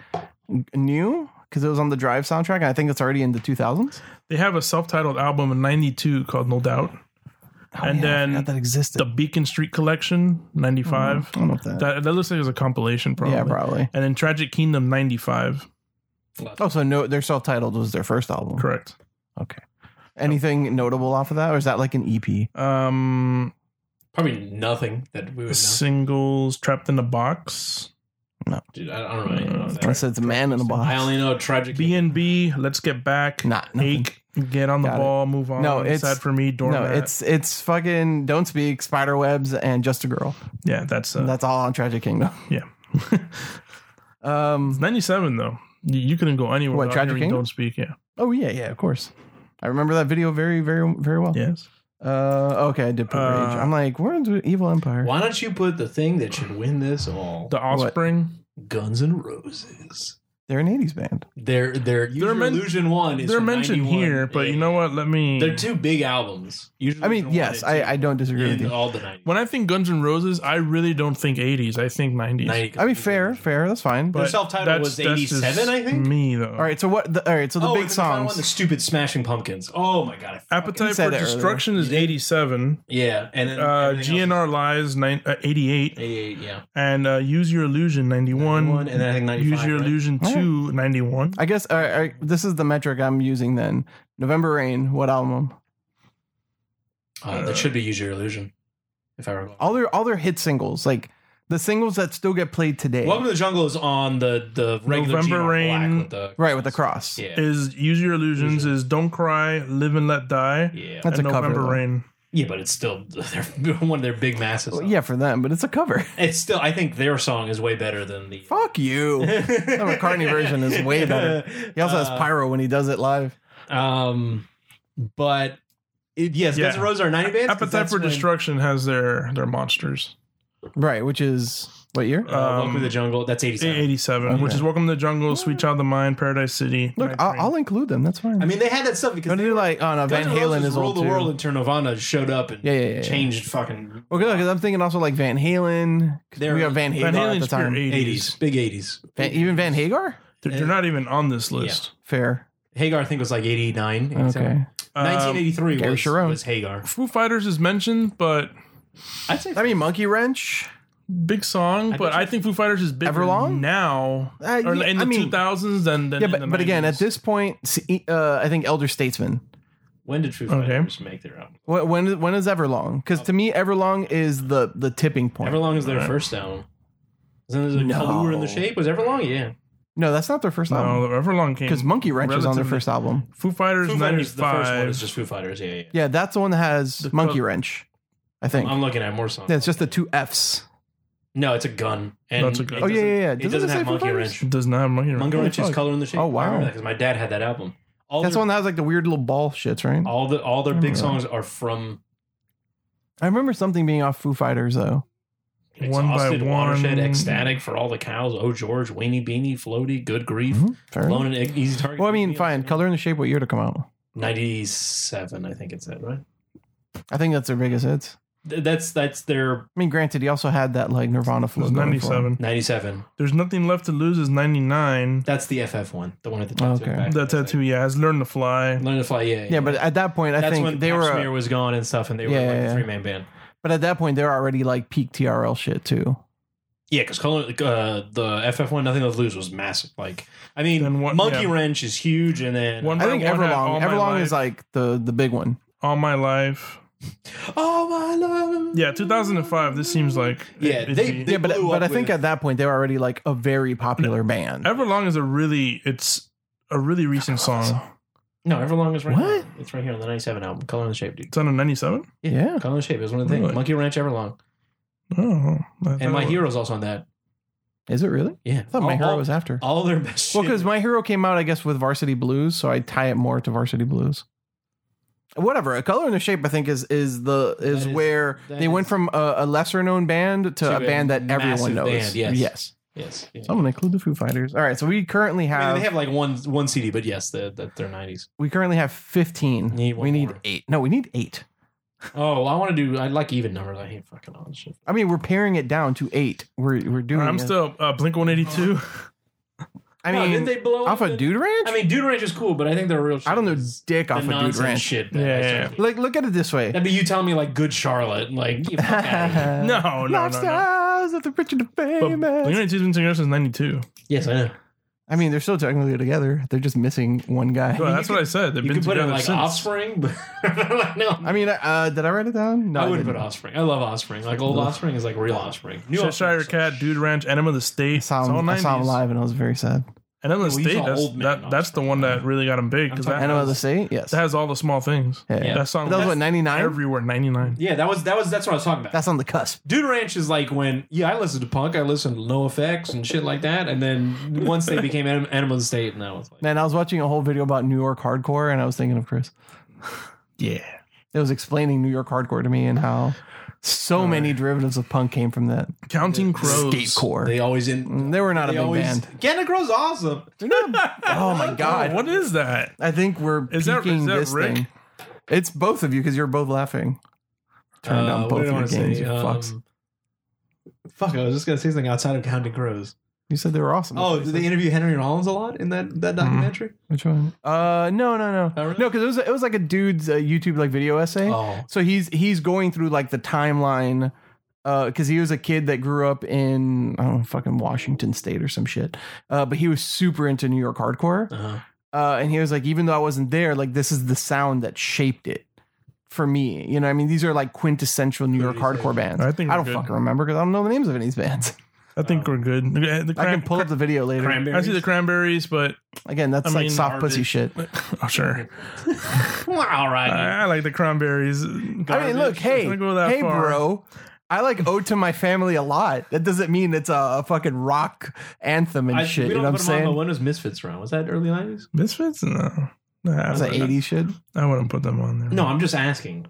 Speaker 1: New because it was on the Drive soundtrack, and I think it's already in the 2000s.
Speaker 3: They have a self-titled album in 92 called No Doubt.
Speaker 1: Oh,
Speaker 3: And
Speaker 1: yeah, I
Speaker 3: then
Speaker 1: forgot that existed.
Speaker 3: The Beacon Street Collection 95.
Speaker 1: Mm-hmm. I don't know if that.
Speaker 3: That, that looks like it was a compilation probably.
Speaker 1: Yeah, probably.
Speaker 3: And then Tragic Kingdom 95.
Speaker 1: Oh, so no, their self-titled was their first album.
Speaker 3: Correct.
Speaker 1: Okay. Anything notable off of that, or is that like an E EP?
Speaker 3: Um
Speaker 2: Probably nothing that we would know.
Speaker 3: singles Trapped in a Box.
Speaker 2: Dude, I I don't know anything about that.
Speaker 1: Unless it's Man in a Box.
Speaker 2: I only know tragic.
Speaker 3: BNB, let's get back.
Speaker 1: Not nothing.
Speaker 3: Ache, get on the
Speaker 1: Got it.
Speaker 3: ball, move on.
Speaker 1: No, it's-
Speaker 3: sad for me. Doormat.
Speaker 1: No, it's it's fucking don't speak spider webs and just a girl.
Speaker 3: yeah, that's uh,
Speaker 1: That's all on Tragic Kingdom.
Speaker 3: yeah.
Speaker 1: Um.
Speaker 3: Ninety seven though, you, you couldn't go anywhere.
Speaker 1: What,
Speaker 3: without
Speaker 1: Tragic
Speaker 3: hearing
Speaker 1: Kingdom?
Speaker 3: Don't speak. Yeah.
Speaker 1: Oh yeah, yeah, of course. I remember that video very, very, very well.
Speaker 3: Yes.
Speaker 1: Uh, okay, I did put rage.
Speaker 3: Uh,
Speaker 1: I'm like, we're into Evil Empire.
Speaker 2: Why don't you put the thing that should win this all?
Speaker 3: The Offspring.
Speaker 2: Guns and Roses.
Speaker 1: They're an '80s band.
Speaker 2: Their their Use
Speaker 3: They're
Speaker 2: Your
Speaker 3: men-
Speaker 2: Illusion One is
Speaker 3: They're
Speaker 2: from
Speaker 3: mentioned
Speaker 2: 91.
Speaker 3: here, but
Speaker 2: Yeah.
Speaker 3: you know what? Let me.
Speaker 2: They're two big albums. Usually
Speaker 1: I mean, yes, I, I don't disagree with
Speaker 2: in
Speaker 1: you.
Speaker 2: all the nineties.
Speaker 3: When I think Guns N' Roses, I really don't think eighties. I think nineties.
Speaker 1: I mean, fair, fair. That's fine.
Speaker 2: Their
Speaker 1: But
Speaker 2: self-titled was 87, I think?
Speaker 3: Me though.
Speaker 1: all right. So what? The, all right. So the
Speaker 2: oh,
Speaker 1: big
Speaker 2: and then I found
Speaker 1: songs.
Speaker 2: one, the stupid Smashing Pumpkins. Oh my god. I fucking-
Speaker 3: Appetite
Speaker 1: said
Speaker 3: for
Speaker 1: that earlier.
Speaker 3: Destruction is eighty seven.
Speaker 2: Yeah, and then
Speaker 3: Uh,
Speaker 2: everything else-
Speaker 3: GNR Lies nine, uh, eighty eight,
Speaker 2: Eighty-eight. Yeah.
Speaker 3: and uh, Use Your Illusion ninety one.
Speaker 2: One and then I think ninety-five.
Speaker 3: Use Your
Speaker 2: right?
Speaker 3: Illusion
Speaker 1: I
Speaker 3: to 91.
Speaker 1: I guess all right, all right, this is the metric I'm using then. November Rain, what album?
Speaker 2: Uh, that should be Use Your Illusion, if I recall.
Speaker 1: All their all their hit singles, like the singles that still get played today.
Speaker 2: Welcome to the Jungle is on the the regular
Speaker 3: November
Speaker 2: November
Speaker 3: Rain.
Speaker 2: Black with the
Speaker 1: right with the cross.
Speaker 2: yeah
Speaker 3: Is Use Your Illusions,
Speaker 2: Illusion.
Speaker 3: is Don't Cry, Live and Let Die,
Speaker 2: yeah
Speaker 1: That's
Speaker 3: and
Speaker 1: a cover,
Speaker 3: November
Speaker 1: though.
Speaker 3: Rain.
Speaker 2: yeah, but it's still they're one of their big masses.
Speaker 1: Well, yeah, for them, but it's a cover.
Speaker 2: it's still I think their song is way better than the
Speaker 1: Fuck you.
Speaker 2: the
Speaker 1: McCartney version is way better. He also
Speaker 2: Uh,
Speaker 1: has pyro when he does it live.
Speaker 2: Um, but it, yes,
Speaker 3: Yeah.
Speaker 2: Guns N' Roses are ninety bands. 'cause
Speaker 3: Appetite
Speaker 2: that's
Speaker 3: for
Speaker 2: when,
Speaker 3: Destruction has their their monsters.
Speaker 1: Right, which is what year?
Speaker 2: Uh, Welcome to
Speaker 3: Um,
Speaker 2: the Jungle. That's eighty-seven.
Speaker 3: 87,
Speaker 1: Okay.
Speaker 3: which is Welcome to the Jungle, Sweet Child of Mine, Paradise City.
Speaker 1: Look,
Speaker 3: Night
Speaker 1: I'll,
Speaker 3: Train.
Speaker 1: I'll include them. That's fine.
Speaker 2: I mean, they had that stuff because
Speaker 1: Don't do like oh no, Van
Speaker 2: Guns N'
Speaker 1: Halen
Speaker 2: Roses
Speaker 1: is
Speaker 2: rule
Speaker 1: old
Speaker 2: the
Speaker 1: too.
Speaker 2: world until Nirvana showed up and
Speaker 1: yeah, yeah, yeah. yeah.
Speaker 2: changed fucking
Speaker 1: Okay, because I'm thinking also like Van Halen. 'cause
Speaker 2: They're-
Speaker 1: we got Van Halen
Speaker 3: Van
Speaker 1: at the
Speaker 3: Halen's pure
Speaker 1: time.
Speaker 3: 80s.
Speaker 2: eighties, big eighties.
Speaker 1: Van, even Van Hagar.
Speaker 3: They're, they're not even on this list.
Speaker 1: Fair.
Speaker 2: Hagar, I think, was like eighty-nine.
Speaker 1: Okay.
Speaker 3: Um,
Speaker 2: Nineteen eighty-three
Speaker 1: Gary
Speaker 2: was,
Speaker 1: Sharon.
Speaker 2: was Hagar.
Speaker 3: Foo Fighters is mentioned, but
Speaker 2: I'd say
Speaker 1: I mean, Monkey Wrench.
Speaker 3: big song.
Speaker 2: I
Speaker 3: but
Speaker 2: bet
Speaker 3: I
Speaker 2: you-
Speaker 3: think Foo Fighters is bigger
Speaker 1: Everlong?
Speaker 3: now,
Speaker 1: Uh,
Speaker 3: or
Speaker 1: yeah,
Speaker 3: in
Speaker 1: I
Speaker 3: the
Speaker 1: mean-
Speaker 3: two thousands than, than
Speaker 1: Yeah,
Speaker 3: in
Speaker 1: but,
Speaker 3: the
Speaker 1: but again, at
Speaker 3: 90s.
Speaker 1: this point, see, uh, I think Elder Statesman.
Speaker 2: when did Foo
Speaker 3: Okay.
Speaker 2: Fighters make their album?
Speaker 1: Wh- When when is Everlong? Because to me, Everlong is the the tipping point.
Speaker 2: Everlong is their
Speaker 3: Alright.
Speaker 2: first album. Isn't there like
Speaker 1: No.
Speaker 2: Helluva in the Shape? Was Everlong? Yeah.
Speaker 1: No, that's not their first
Speaker 3: no,
Speaker 1: album.
Speaker 3: Everlong came
Speaker 1: Because Monkey Wrench was on their
Speaker 3: relatively-
Speaker 1: first album.
Speaker 3: Foo Fighters
Speaker 2: Foo Fighters, the first one is
Speaker 3: 95.
Speaker 2: just Foo Fighters. Yeah, yeah. yeah.
Speaker 1: Yeah, that's the one that has
Speaker 3: The
Speaker 1: Monkey
Speaker 3: cover-
Speaker 1: Wrench. I think.
Speaker 2: I'm looking at more songs.
Speaker 1: yeah, it's just the two Fs.
Speaker 2: No, it's a gun. And
Speaker 3: That's a gun.
Speaker 2: it
Speaker 1: Oh, yeah,
Speaker 2: doesn't-
Speaker 1: yeah, yeah.
Speaker 2: It
Speaker 1: Doesn't
Speaker 2: doesn't
Speaker 1: it say
Speaker 2: have
Speaker 1: Foo
Speaker 2: monkey
Speaker 1: Fighters?
Speaker 2: wrench.
Speaker 3: Does not have Monkey Wrench.
Speaker 2: Monkey
Speaker 1: Holy
Speaker 2: wrench is
Speaker 1: fuck.
Speaker 2: color in the shape.
Speaker 1: Oh, wow.
Speaker 2: Because my dad had that album. All
Speaker 1: That's the
Speaker 2: their,
Speaker 1: one Hmm. that has like the weird little ball shits, right?
Speaker 2: All the all their
Speaker 1: I
Speaker 2: big
Speaker 1: remember
Speaker 2: songs are from
Speaker 1: I remember something being off Foo Fighters though.
Speaker 3: One by
Speaker 2: Exhausted, Watershed,
Speaker 3: One.
Speaker 2: Ecstatic, For All the Cows, Oh George, Weenie Beanie, Floaty, Good Grief,
Speaker 3: Mm-hmm.
Speaker 1: Mhm, Fair enough.
Speaker 2: Lone and Ig- Easy Target.
Speaker 1: Well, I mean,
Speaker 2: Maybe
Speaker 1: fine.
Speaker 2: it's-
Speaker 1: Color and the Shape. What year to come out?
Speaker 2: Ninety-seven, I think it's that right.
Speaker 1: I think that's their biggest hits.
Speaker 2: Th- That's that's their
Speaker 1: I mean, granted, he also had that like Nirvana
Speaker 3: It
Speaker 1: flow.
Speaker 3: was
Speaker 1: going for him.
Speaker 3: 97.
Speaker 2: ninety-seven.
Speaker 3: There's Nothing Left to Lose is 99.
Speaker 2: That's the FF one, the one at the tattoo.
Speaker 1: Okay.
Speaker 2: back.
Speaker 3: That tattoo, yeah, has Learn to Fly.
Speaker 2: Learn to fly. Yeah,
Speaker 1: Yeah, but at that point, I
Speaker 2: that's
Speaker 1: think
Speaker 2: when
Speaker 1: they
Speaker 2: Pap
Speaker 1: were.
Speaker 2: Smear was gone and stuff, and they were
Speaker 1: Yeah,
Speaker 2: like
Speaker 1: yeah, yeah.
Speaker 2: a three-man band.
Speaker 1: But at that point, they're already like peak TRL shit too.
Speaker 2: Yeah, because uh, the FF one, nothing left to lose was massive. Like, I mean,
Speaker 3: Then what-
Speaker 2: Monkey
Speaker 3: yeah.
Speaker 2: Wrench is huge, and then
Speaker 3: One-
Speaker 1: I think
Speaker 3: had All
Speaker 1: Everlong.
Speaker 3: My
Speaker 1: Everlong
Speaker 3: Life.
Speaker 1: is like the the big one.
Speaker 3: All My Life.
Speaker 2: oh my love.
Speaker 3: Yeah, 2005. This seems like
Speaker 2: Yeah,
Speaker 3: it'd
Speaker 2: they-
Speaker 3: be-
Speaker 2: they-
Speaker 1: yeah, but
Speaker 2: blew
Speaker 1: but I
Speaker 2: up
Speaker 1: think
Speaker 2: with-
Speaker 1: at that point they were already like a very
Speaker 3: Mm.
Speaker 1: popular band.
Speaker 3: Everlong is a really it's a really recent song.
Speaker 2: No, Everlong is right.
Speaker 1: What?
Speaker 2: Here. It's right here on the '97 album, Color in the Shape, dude.
Speaker 3: It's on a 97.
Speaker 1: Yeah.
Speaker 2: Color in the Shape is one of the things.
Speaker 3: Really?
Speaker 2: Monkey Wrench, Everlong,
Speaker 3: Oh, I thought
Speaker 2: and My
Speaker 3: it was-
Speaker 2: Hero's also on that.
Speaker 1: Is it really?
Speaker 2: Yeah,
Speaker 1: I thought My
Speaker 2: all,
Speaker 1: Hero
Speaker 2: all-
Speaker 1: was after.
Speaker 2: all their best.
Speaker 1: Well,
Speaker 2: shit.
Speaker 1: because My Hero came out, I guess, with Varsity Blues, so I tie it more to Varsity Blues. Whatever, a color and the shape, I think, is is the is,
Speaker 2: That is-
Speaker 1: where
Speaker 2: that
Speaker 1: they went
Speaker 2: is-
Speaker 1: from a, a lesser known band to,
Speaker 2: To
Speaker 1: a
Speaker 2: a
Speaker 1: band that everyone
Speaker 2: massive
Speaker 1: knows.
Speaker 2: band, yes.
Speaker 1: yes.
Speaker 2: yes, yeah.
Speaker 1: So I'm gonna include the Foo Fighters. All right, so we currently
Speaker 2: I mean,
Speaker 1: have,
Speaker 2: they have like one one CD, but yes, they're, that they're '90s.
Speaker 1: we currently have 15.
Speaker 2: Need one
Speaker 1: we need
Speaker 2: more.
Speaker 1: eight. No, we need eight.
Speaker 2: Oh, I want to do. I like even numbers. I hate fucking all this shit.
Speaker 1: I mean, we're paring it down to eight. We're we're doing.
Speaker 3: I'm
Speaker 1: it.
Speaker 3: still uh, Blink 182.
Speaker 1: I
Speaker 2: No,
Speaker 1: mean,
Speaker 2: didn't they blow
Speaker 1: off
Speaker 2: up
Speaker 1: a
Speaker 2: the-
Speaker 1: Dude Ranch.
Speaker 2: I mean, Dude Ranch is cool, but I think they're real. Shit.
Speaker 1: I don't know
Speaker 2: is-
Speaker 1: dick off a
Speaker 2: the
Speaker 1: Dude
Speaker 2: nonsense
Speaker 1: Ranch.
Speaker 2: shit.
Speaker 3: Yeah,
Speaker 2: I
Speaker 3: yeah,
Speaker 2: started.
Speaker 1: Like, look at it this way.
Speaker 2: That'd be you telling me like good Charlotte, like get the fuck outta here.
Speaker 3: no, no, no, no.
Speaker 1: Lifestyles of the rich and the
Speaker 3: But
Speaker 1: famous.
Speaker 3: Blink 182 has been together since 92.
Speaker 2: yes, I know.
Speaker 1: I mean, they're still technically together. They're just missing one guy.
Speaker 3: Well, that's what I said. They've
Speaker 2: You
Speaker 3: been
Speaker 2: could put it
Speaker 3: together
Speaker 2: like
Speaker 3: since.
Speaker 2: Offspring, but no,
Speaker 1: I mean, uh, did I write it down? No,
Speaker 2: I wouldn't
Speaker 1: didn't.
Speaker 2: put Offspring. I love Offspring. Like old Offspring is like real Offspring. New
Speaker 3: Cheshire
Speaker 2: Offspring
Speaker 3: Cat, Dude Ranch, Enema of the State.
Speaker 1: I saw,
Speaker 3: it's all
Speaker 1: him, I saw him
Speaker 3: 90s.
Speaker 1: live, and I was very sad.
Speaker 3: Enema of the
Speaker 2: Yeah, well, you
Speaker 3: State.
Speaker 2: saw
Speaker 3: That's,
Speaker 2: Old Man
Speaker 3: that, that's the one that really got him big because
Speaker 2: I'm
Speaker 3: that,
Speaker 1: And I
Speaker 3: has-
Speaker 1: was the state, yes.
Speaker 3: that has all the small things.
Speaker 1: yeah.
Speaker 2: Yeah.
Speaker 3: That song
Speaker 1: That was what
Speaker 3: that's
Speaker 1: ninety nine.
Speaker 3: everywhere. 99.
Speaker 2: Yeah, that was that was that's what I was talking about.
Speaker 1: That's on the cusp.
Speaker 2: Dude Ranch is like when yeah, I listened to punk, I listened to No Effects and shit like that, and then once they became Anim- Animal of the State, and that was like
Speaker 1: Man, I was watching a whole video about New York hardcore, and I was thinking of Chris.
Speaker 3: Yeah.
Speaker 1: It was explaining New York hardcore to me and how so many derivatives of punk came from that
Speaker 3: Counting Crows.
Speaker 1: skatecore.
Speaker 2: they always in.
Speaker 1: They were Mm, not a
Speaker 2: They
Speaker 1: big
Speaker 2: always
Speaker 1: band.
Speaker 2: Canada Crow's awesome.
Speaker 1: They're not- oh my god!
Speaker 3: What is that?
Speaker 1: I think we're
Speaker 3: Is that-
Speaker 1: peaking
Speaker 3: is that
Speaker 1: this
Speaker 3: Rick?
Speaker 1: thing. It's both of you because you're both laughing. Turned
Speaker 2: Uh,
Speaker 1: on
Speaker 2: what
Speaker 1: both
Speaker 2: did I
Speaker 1: your
Speaker 2: wanna say?
Speaker 1: games, you fucks.
Speaker 2: Um, Fuck, I was just gonna say something outside of Counting Crows.
Speaker 1: You said they were awesome.
Speaker 2: Oh, did they interview Henry Rollins a lot in that that
Speaker 1: Mm-hmm.
Speaker 2: documentary?
Speaker 1: Which one? Uh, no, no, no,
Speaker 2: Oh, really?
Speaker 1: no, because it was it was like a dude's uh, YouTube like video essay.
Speaker 2: Oh,
Speaker 1: So he's he's going through like the timeline because he was a kid that grew up in I don't know fucking Washington State or some shit, uh, but he was super into New York hardcore,
Speaker 2: Uh-huh.
Speaker 1: uh, and he was like, even though I wasn't there, like this is the sound that shaped it for me. You know, what I mean, these are like quintessential New York
Speaker 2: Who did he say?
Speaker 1: hardcore bands.
Speaker 3: I think
Speaker 1: I
Speaker 3: we're
Speaker 1: don't
Speaker 3: good.
Speaker 1: fucking remember because I don't know the names of any of these bands.
Speaker 3: I think
Speaker 2: Um,
Speaker 3: we're good. The, the
Speaker 1: I can
Speaker 3: cran-
Speaker 1: pull up the video later.
Speaker 2: Cranberries.
Speaker 3: I see the cranberries, but
Speaker 1: Again, that's
Speaker 3: I
Speaker 1: like
Speaker 3: mean,
Speaker 1: soft pussy
Speaker 2: garbage.
Speaker 1: shit.
Speaker 3: oh, sure.
Speaker 2: All
Speaker 3: I,
Speaker 2: right.
Speaker 3: I like the cranberries.
Speaker 1: I mean, look, hey, hey, bro. I like "Ode to My Family" a lot. That doesn't mean it's a, a fucking rock anthem and
Speaker 2: I,
Speaker 1: shit. You
Speaker 2: we
Speaker 1: know
Speaker 2: don't
Speaker 1: what I'm
Speaker 2: put them on, but
Speaker 1: saying?
Speaker 2: when was Misfits around? Was that early 90s?
Speaker 3: Misfits? No. Nah, I,
Speaker 1: It's like
Speaker 3: wouldn't,
Speaker 1: '80s shit.
Speaker 3: I wouldn't put them on there.
Speaker 2: No,
Speaker 1: Mm-hmm.
Speaker 2: I'm just asking.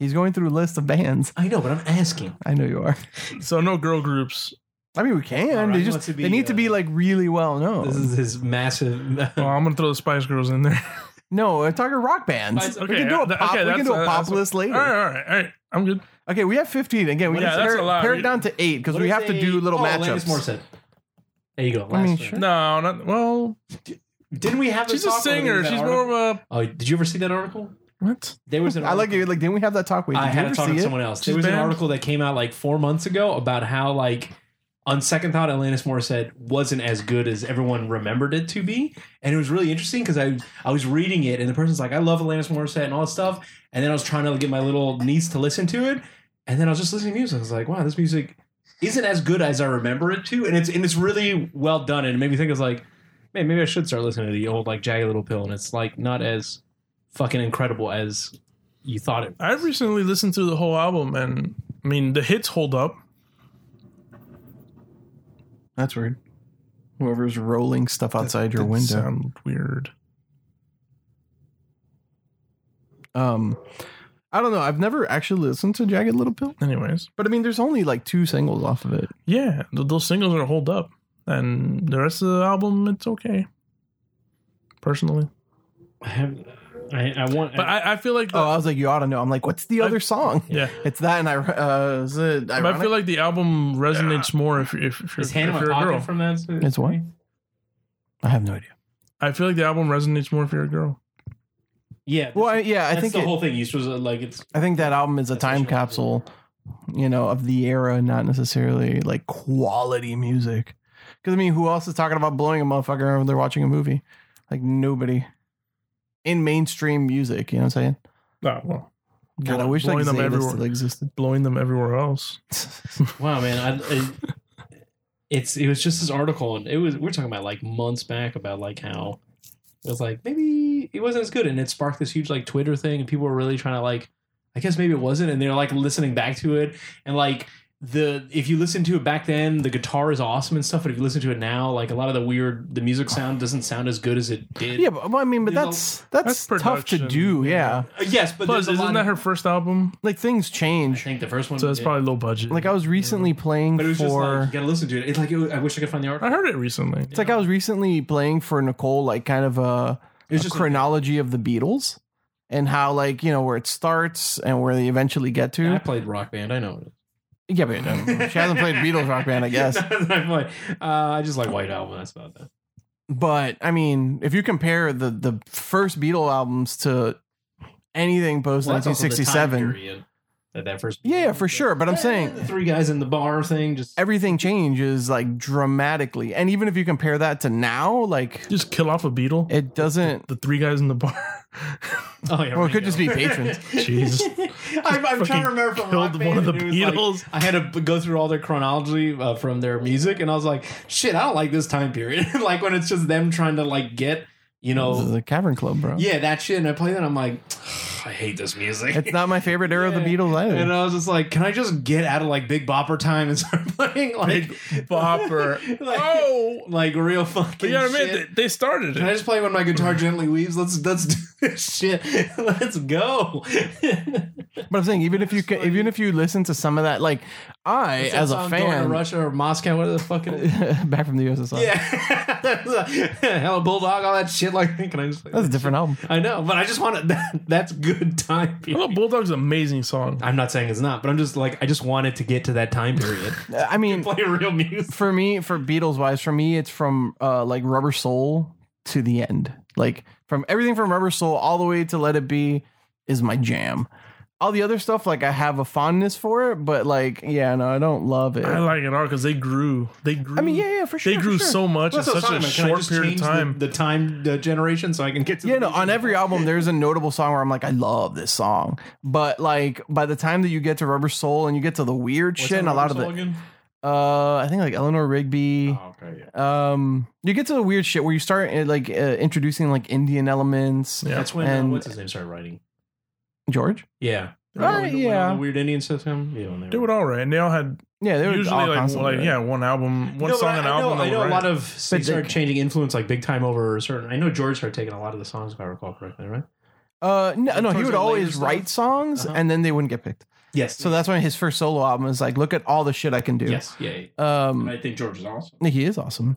Speaker 1: He's going through a list of bands.
Speaker 2: I know, but I'm asking.
Speaker 1: I know you are.
Speaker 3: So no girl groups.
Speaker 1: I mean, we can.
Speaker 2: All right,
Speaker 1: They
Speaker 2: he
Speaker 1: just
Speaker 2: wants to be,
Speaker 1: they need to be
Speaker 2: uh,
Speaker 1: like really well known.
Speaker 2: This is his massive.
Speaker 3: Well, I'm gonna throw the Spice Girls in there.
Speaker 1: no, we're talking rock bands.
Speaker 2: Mine's-
Speaker 1: we can do a
Speaker 3: that-
Speaker 1: pop. we can
Speaker 3: that's-
Speaker 1: do a
Speaker 3: uh,
Speaker 1: pop
Speaker 3: that's-
Speaker 1: list later.
Speaker 3: All right, all right, all right. I'm good.
Speaker 1: Okay, we have 15. Again, we
Speaker 2: What
Speaker 1: can
Speaker 2: is-
Speaker 1: pare,
Speaker 3: that's a lot.
Speaker 1: pare it
Speaker 3: We-
Speaker 1: down to eight because
Speaker 2: What
Speaker 1: we
Speaker 2: if
Speaker 1: have to
Speaker 2: they-
Speaker 1: do little
Speaker 2: oh, Alanis
Speaker 1: matchups.
Speaker 2: Morissette. There you go.
Speaker 1: I mean,
Speaker 2: last one.
Speaker 1: sure.
Speaker 3: No, not well.
Speaker 2: Didn't we have? this
Speaker 3: She's a
Speaker 2: talk over
Speaker 3: singer.
Speaker 2: that
Speaker 3: She's
Speaker 2: article?
Speaker 3: more of a
Speaker 2: Oh, did you ever see that article?
Speaker 3: what?
Speaker 2: There was an.
Speaker 1: I like
Speaker 2: article-
Speaker 1: it. Like, didn't we have that talk with? Did
Speaker 2: I
Speaker 1: you
Speaker 2: had
Speaker 1: ever
Speaker 2: a talk
Speaker 1: see
Speaker 2: with
Speaker 1: it?
Speaker 2: someone else.
Speaker 3: She's
Speaker 2: there was an
Speaker 3: banned?
Speaker 2: article that came out like four months ago about how like on second thought, Alanis Morissette wasn't as good as everyone remembered it to be, and it was really interesting because I I was reading it and the person's like, I love Alanis Morissette and all that stuff, and then I was trying to get my little niece to listen to it, and then I was just listening to music. I was like, wow, this music isn't as good as I remember it to, and it's and it's really well done, and it made me think it's like, man, maybe I should start listening to the old like Jagged Little Pill, and it's like not as fucking incredible as you thought it.
Speaker 3: I've recently listened to the whole album, and I mean the hits hold up.
Speaker 1: That's weird. Whoever's rolling stuff outside your
Speaker 3: That
Speaker 1: window.
Speaker 3: sound weird.
Speaker 1: Um, I don't know. I've never actually listened to Jagged Little Pill,
Speaker 3: Anyways,
Speaker 1: but I mean, there's only like two singles off of it.
Speaker 3: yeah, th- those singles are hold up, and the rest of the album it's okay. Personally,
Speaker 2: I have. I, I want.
Speaker 3: but I, I feel like the,
Speaker 1: Oh, I was like, you ought to know. I'm like, what's the
Speaker 3: I-
Speaker 1: other song?
Speaker 3: yeah,
Speaker 1: It's that, and I uh, is it
Speaker 3: But I
Speaker 1: ironic?
Speaker 3: feel like the album resonates more if, if, if, you're,
Speaker 2: is Hannah
Speaker 3: if
Speaker 2: my
Speaker 3: you're a
Speaker 2: pocket
Speaker 3: girl.
Speaker 2: from that?
Speaker 1: It's what? I have no idea.
Speaker 3: I feel like the album resonates more if you're a girl.
Speaker 2: Yeah.
Speaker 1: Well, I,
Speaker 2: that's-
Speaker 1: yeah, I
Speaker 2: that's
Speaker 1: think
Speaker 2: the
Speaker 1: it-
Speaker 2: whole thing. You was like it's.
Speaker 1: I think that album is a
Speaker 2: That's what
Speaker 1: time
Speaker 2: she-
Speaker 1: capsule, you know, of the era, not necessarily like quality music. Because I mean, who else is talking about blowing a motherfucker when they're watching a movie? Like nobody in mainstream music. You know what I'm saying?
Speaker 3: Oh, well,
Speaker 1: God, I
Speaker 3: Blowing-
Speaker 1: wish like
Speaker 3: blowing them
Speaker 1: Zeta
Speaker 3: everywhere.
Speaker 1: still existed.
Speaker 3: blowing them everywhere else.
Speaker 2: Wow, man. I, I, it's it was just this article, and it was we're talking about like months back about like how it was like maybe it wasn't as good, and it sparked this huge like Twitter thing, and people were really trying to like. I guess maybe it wasn't, and they're like listening back to it, and like the if you listen to it back then, the guitar is awesome and stuff. But if you listen to it now, like a lot of the weird, the music sound doesn't sound as good as it did.
Speaker 1: Yeah, but well, I mean, but
Speaker 2: You know,
Speaker 1: that's that's,
Speaker 3: that's
Speaker 1: tough to
Speaker 3: production,
Speaker 1: do.
Speaker 3: yeah.
Speaker 1: Yeah,
Speaker 2: Uh, yes, but
Speaker 3: Plus,
Speaker 2: there's a
Speaker 3: isn't
Speaker 2: lot
Speaker 3: that
Speaker 2: of-
Speaker 3: her first album?
Speaker 1: like things
Speaker 2: I
Speaker 1: change.
Speaker 2: think the first one.
Speaker 3: So it's
Speaker 2: did.
Speaker 3: probably low budget.
Speaker 1: Like I was recently playing
Speaker 2: But it was just
Speaker 1: for.
Speaker 2: like you gotta listen to it. It's like it was- I wish I could find the
Speaker 3: I
Speaker 2: article.
Speaker 3: heard it recently.
Speaker 1: it's like I was recently playing for Nicole, like kind of a,
Speaker 2: It was
Speaker 1: a
Speaker 2: just
Speaker 1: chronology of the Beatles and how, like, you know, where it starts and where they eventually get to.
Speaker 2: I
Speaker 1: Yeah,
Speaker 2: played Rock Band. I know. it is.
Speaker 1: but she hasn't played Beatles rock band, I guess.
Speaker 2: Not that I play. uh, I just like White Album. That's about that.
Speaker 1: But I mean, if you compare the the first Beatles albums to anything post
Speaker 2: Well, that's also the time
Speaker 1: 1967,
Speaker 2: period That that first.
Speaker 1: yeah, for sure. But I'm saying
Speaker 2: the three guys in the bar thing. Just
Speaker 1: everything changes like dramatically, and even if you compare that to now, like
Speaker 3: Just kill off a beetle.
Speaker 1: it doesn't.
Speaker 3: the three guys in the bar.
Speaker 2: oh yeah.
Speaker 1: Well, it could just be patrons.
Speaker 3: Jesus.
Speaker 2: I'm, I'm trying
Speaker 3: Fucking
Speaker 2: to remember from
Speaker 3: killed
Speaker 2: Rock
Speaker 3: one of
Speaker 2: Band,
Speaker 3: the
Speaker 2: and it was like-
Speaker 3: Beatles.
Speaker 2: I had to b- go through all their chronology uh, from their music, and I was like, "Shit, I don't like this time period." like when it's just them trying to like get, you know,
Speaker 1: This is a cavern club, bro.
Speaker 2: Yeah, that shit. And I play that. I'm like, I hate this music.
Speaker 1: It's not my favorite era of the
Speaker 2: Yeah.
Speaker 1: Beatles either.
Speaker 2: and I was just like, can I just get out of like Big Bopper time and start playing like
Speaker 3: Big Bopper.
Speaker 2: like,
Speaker 3: oh,
Speaker 2: like real fucking.
Speaker 3: but you gotta admit,
Speaker 2: shit.
Speaker 3: they, they started
Speaker 2: Can I
Speaker 3: it.
Speaker 2: just play when my guitar gently weaves? Let's let's do this shit. Let's go.
Speaker 1: But I'm saying even if you can, even if you listen to some of that, like I
Speaker 2: What's that
Speaker 1: as a
Speaker 2: song, going to
Speaker 1: fan,
Speaker 2: Russia or Moscow, whatever the fuck it is.
Speaker 1: back from the USSR.
Speaker 2: Yeah, That's a- hell, bulldog, all that shit. Like, can I just?
Speaker 1: that's a different album.
Speaker 2: I know, but I just want to. That, that's good time. period.
Speaker 3: Hello, Bulldog's an amazing song.
Speaker 2: I'm not saying it's not, but I'm just like I just wanted to get to that time period.
Speaker 1: I mean,
Speaker 2: Play real music.
Speaker 1: for me, for Beatles wise, for me, it's from uh, like Rubber Soul to the end, like from everything from Rubber Soul all the way to Let It Be is my jam. all the other stuff, like I have a fondness for it, but like, yeah, no, I don't love it.
Speaker 3: I like it all because they grew. They grew.
Speaker 1: I mean, yeah, yeah, for sure.
Speaker 3: they
Speaker 1: for
Speaker 3: grew
Speaker 1: sure.
Speaker 3: so much in
Speaker 2: That's what I was
Speaker 3: such a
Speaker 2: talking about. Can I
Speaker 3: short
Speaker 2: just
Speaker 3: period of
Speaker 2: change the-
Speaker 3: time.
Speaker 2: The, time uh, generation, so I can get to.
Speaker 1: Yeah,
Speaker 2: the
Speaker 1: no, on
Speaker 2: music?
Speaker 1: every album there's a notable song where I'm like, I love this song. But like by the time that you get to Rubber Soul and you get to the weird
Speaker 2: What's
Speaker 1: shit and
Speaker 2: that
Speaker 1: a lot of
Speaker 2: Rubber
Speaker 1: the
Speaker 2: Soul again?
Speaker 1: uh I think like Eleanor Rigby.
Speaker 2: Oh, okay, yeah.
Speaker 1: Um you get to the weird shit where you start uh, like uh, introducing like Indian elements.
Speaker 3: yeah.
Speaker 2: That's when uh,
Speaker 1: And-
Speaker 2: what's his name started writing.
Speaker 1: George?
Speaker 2: Yeah,
Speaker 1: Right,
Speaker 2: When- when
Speaker 1: yeah.
Speaker 2: all The weird Indian system. Yeah, when
Speaker 3: They would all right. And they all had
Speaker 1: Yeah, they were
Speaker 3: usually
Speaker 1: all
Speaker 3: like,
Speaker 1: constantly
Speaker 3: like
Speaker 1: good.
Speaker 3: yeah, one album,
Speaker 2: No,
Speaker 3: one
Speaker 2: but
Speaker 3: song,
Speaker 2: I,
Speaker 3: an
Speaker 2: I
Speaker 3: album.
Speaker 2: Know, I
Speaker 3: that
Speaker 2: know
Speaker 3: would
Speaker 2: a lot
Speaker 3: write.
Speaker 2: of they
Speaker 1: they-
Speaker 2: started changing influence like big time over a certain. I know George started taking a lot of the songs if I recall correctly, right?
Speaker 1: Uh no, no,
Speaker 2: Towards
Speaker 1: he
Speaker 2: the
Speaker 1: would
Speaker 2: later
Speaker 1: always
Speaker 2: stuff?
Speaker 1: write songs
Speaker 2: Uh-huh.
Speaker 1: and then they wouldn't get picked.
Speaker 2: Yes.
Speaker 1: So that's when his first solo album is like, look at all the shit I can do.
Speaker 2: yes, yeah. yeah.
Speaker 1: Um
Speaker 2: And I think George is awesome.
Speaker 1: He is awesome.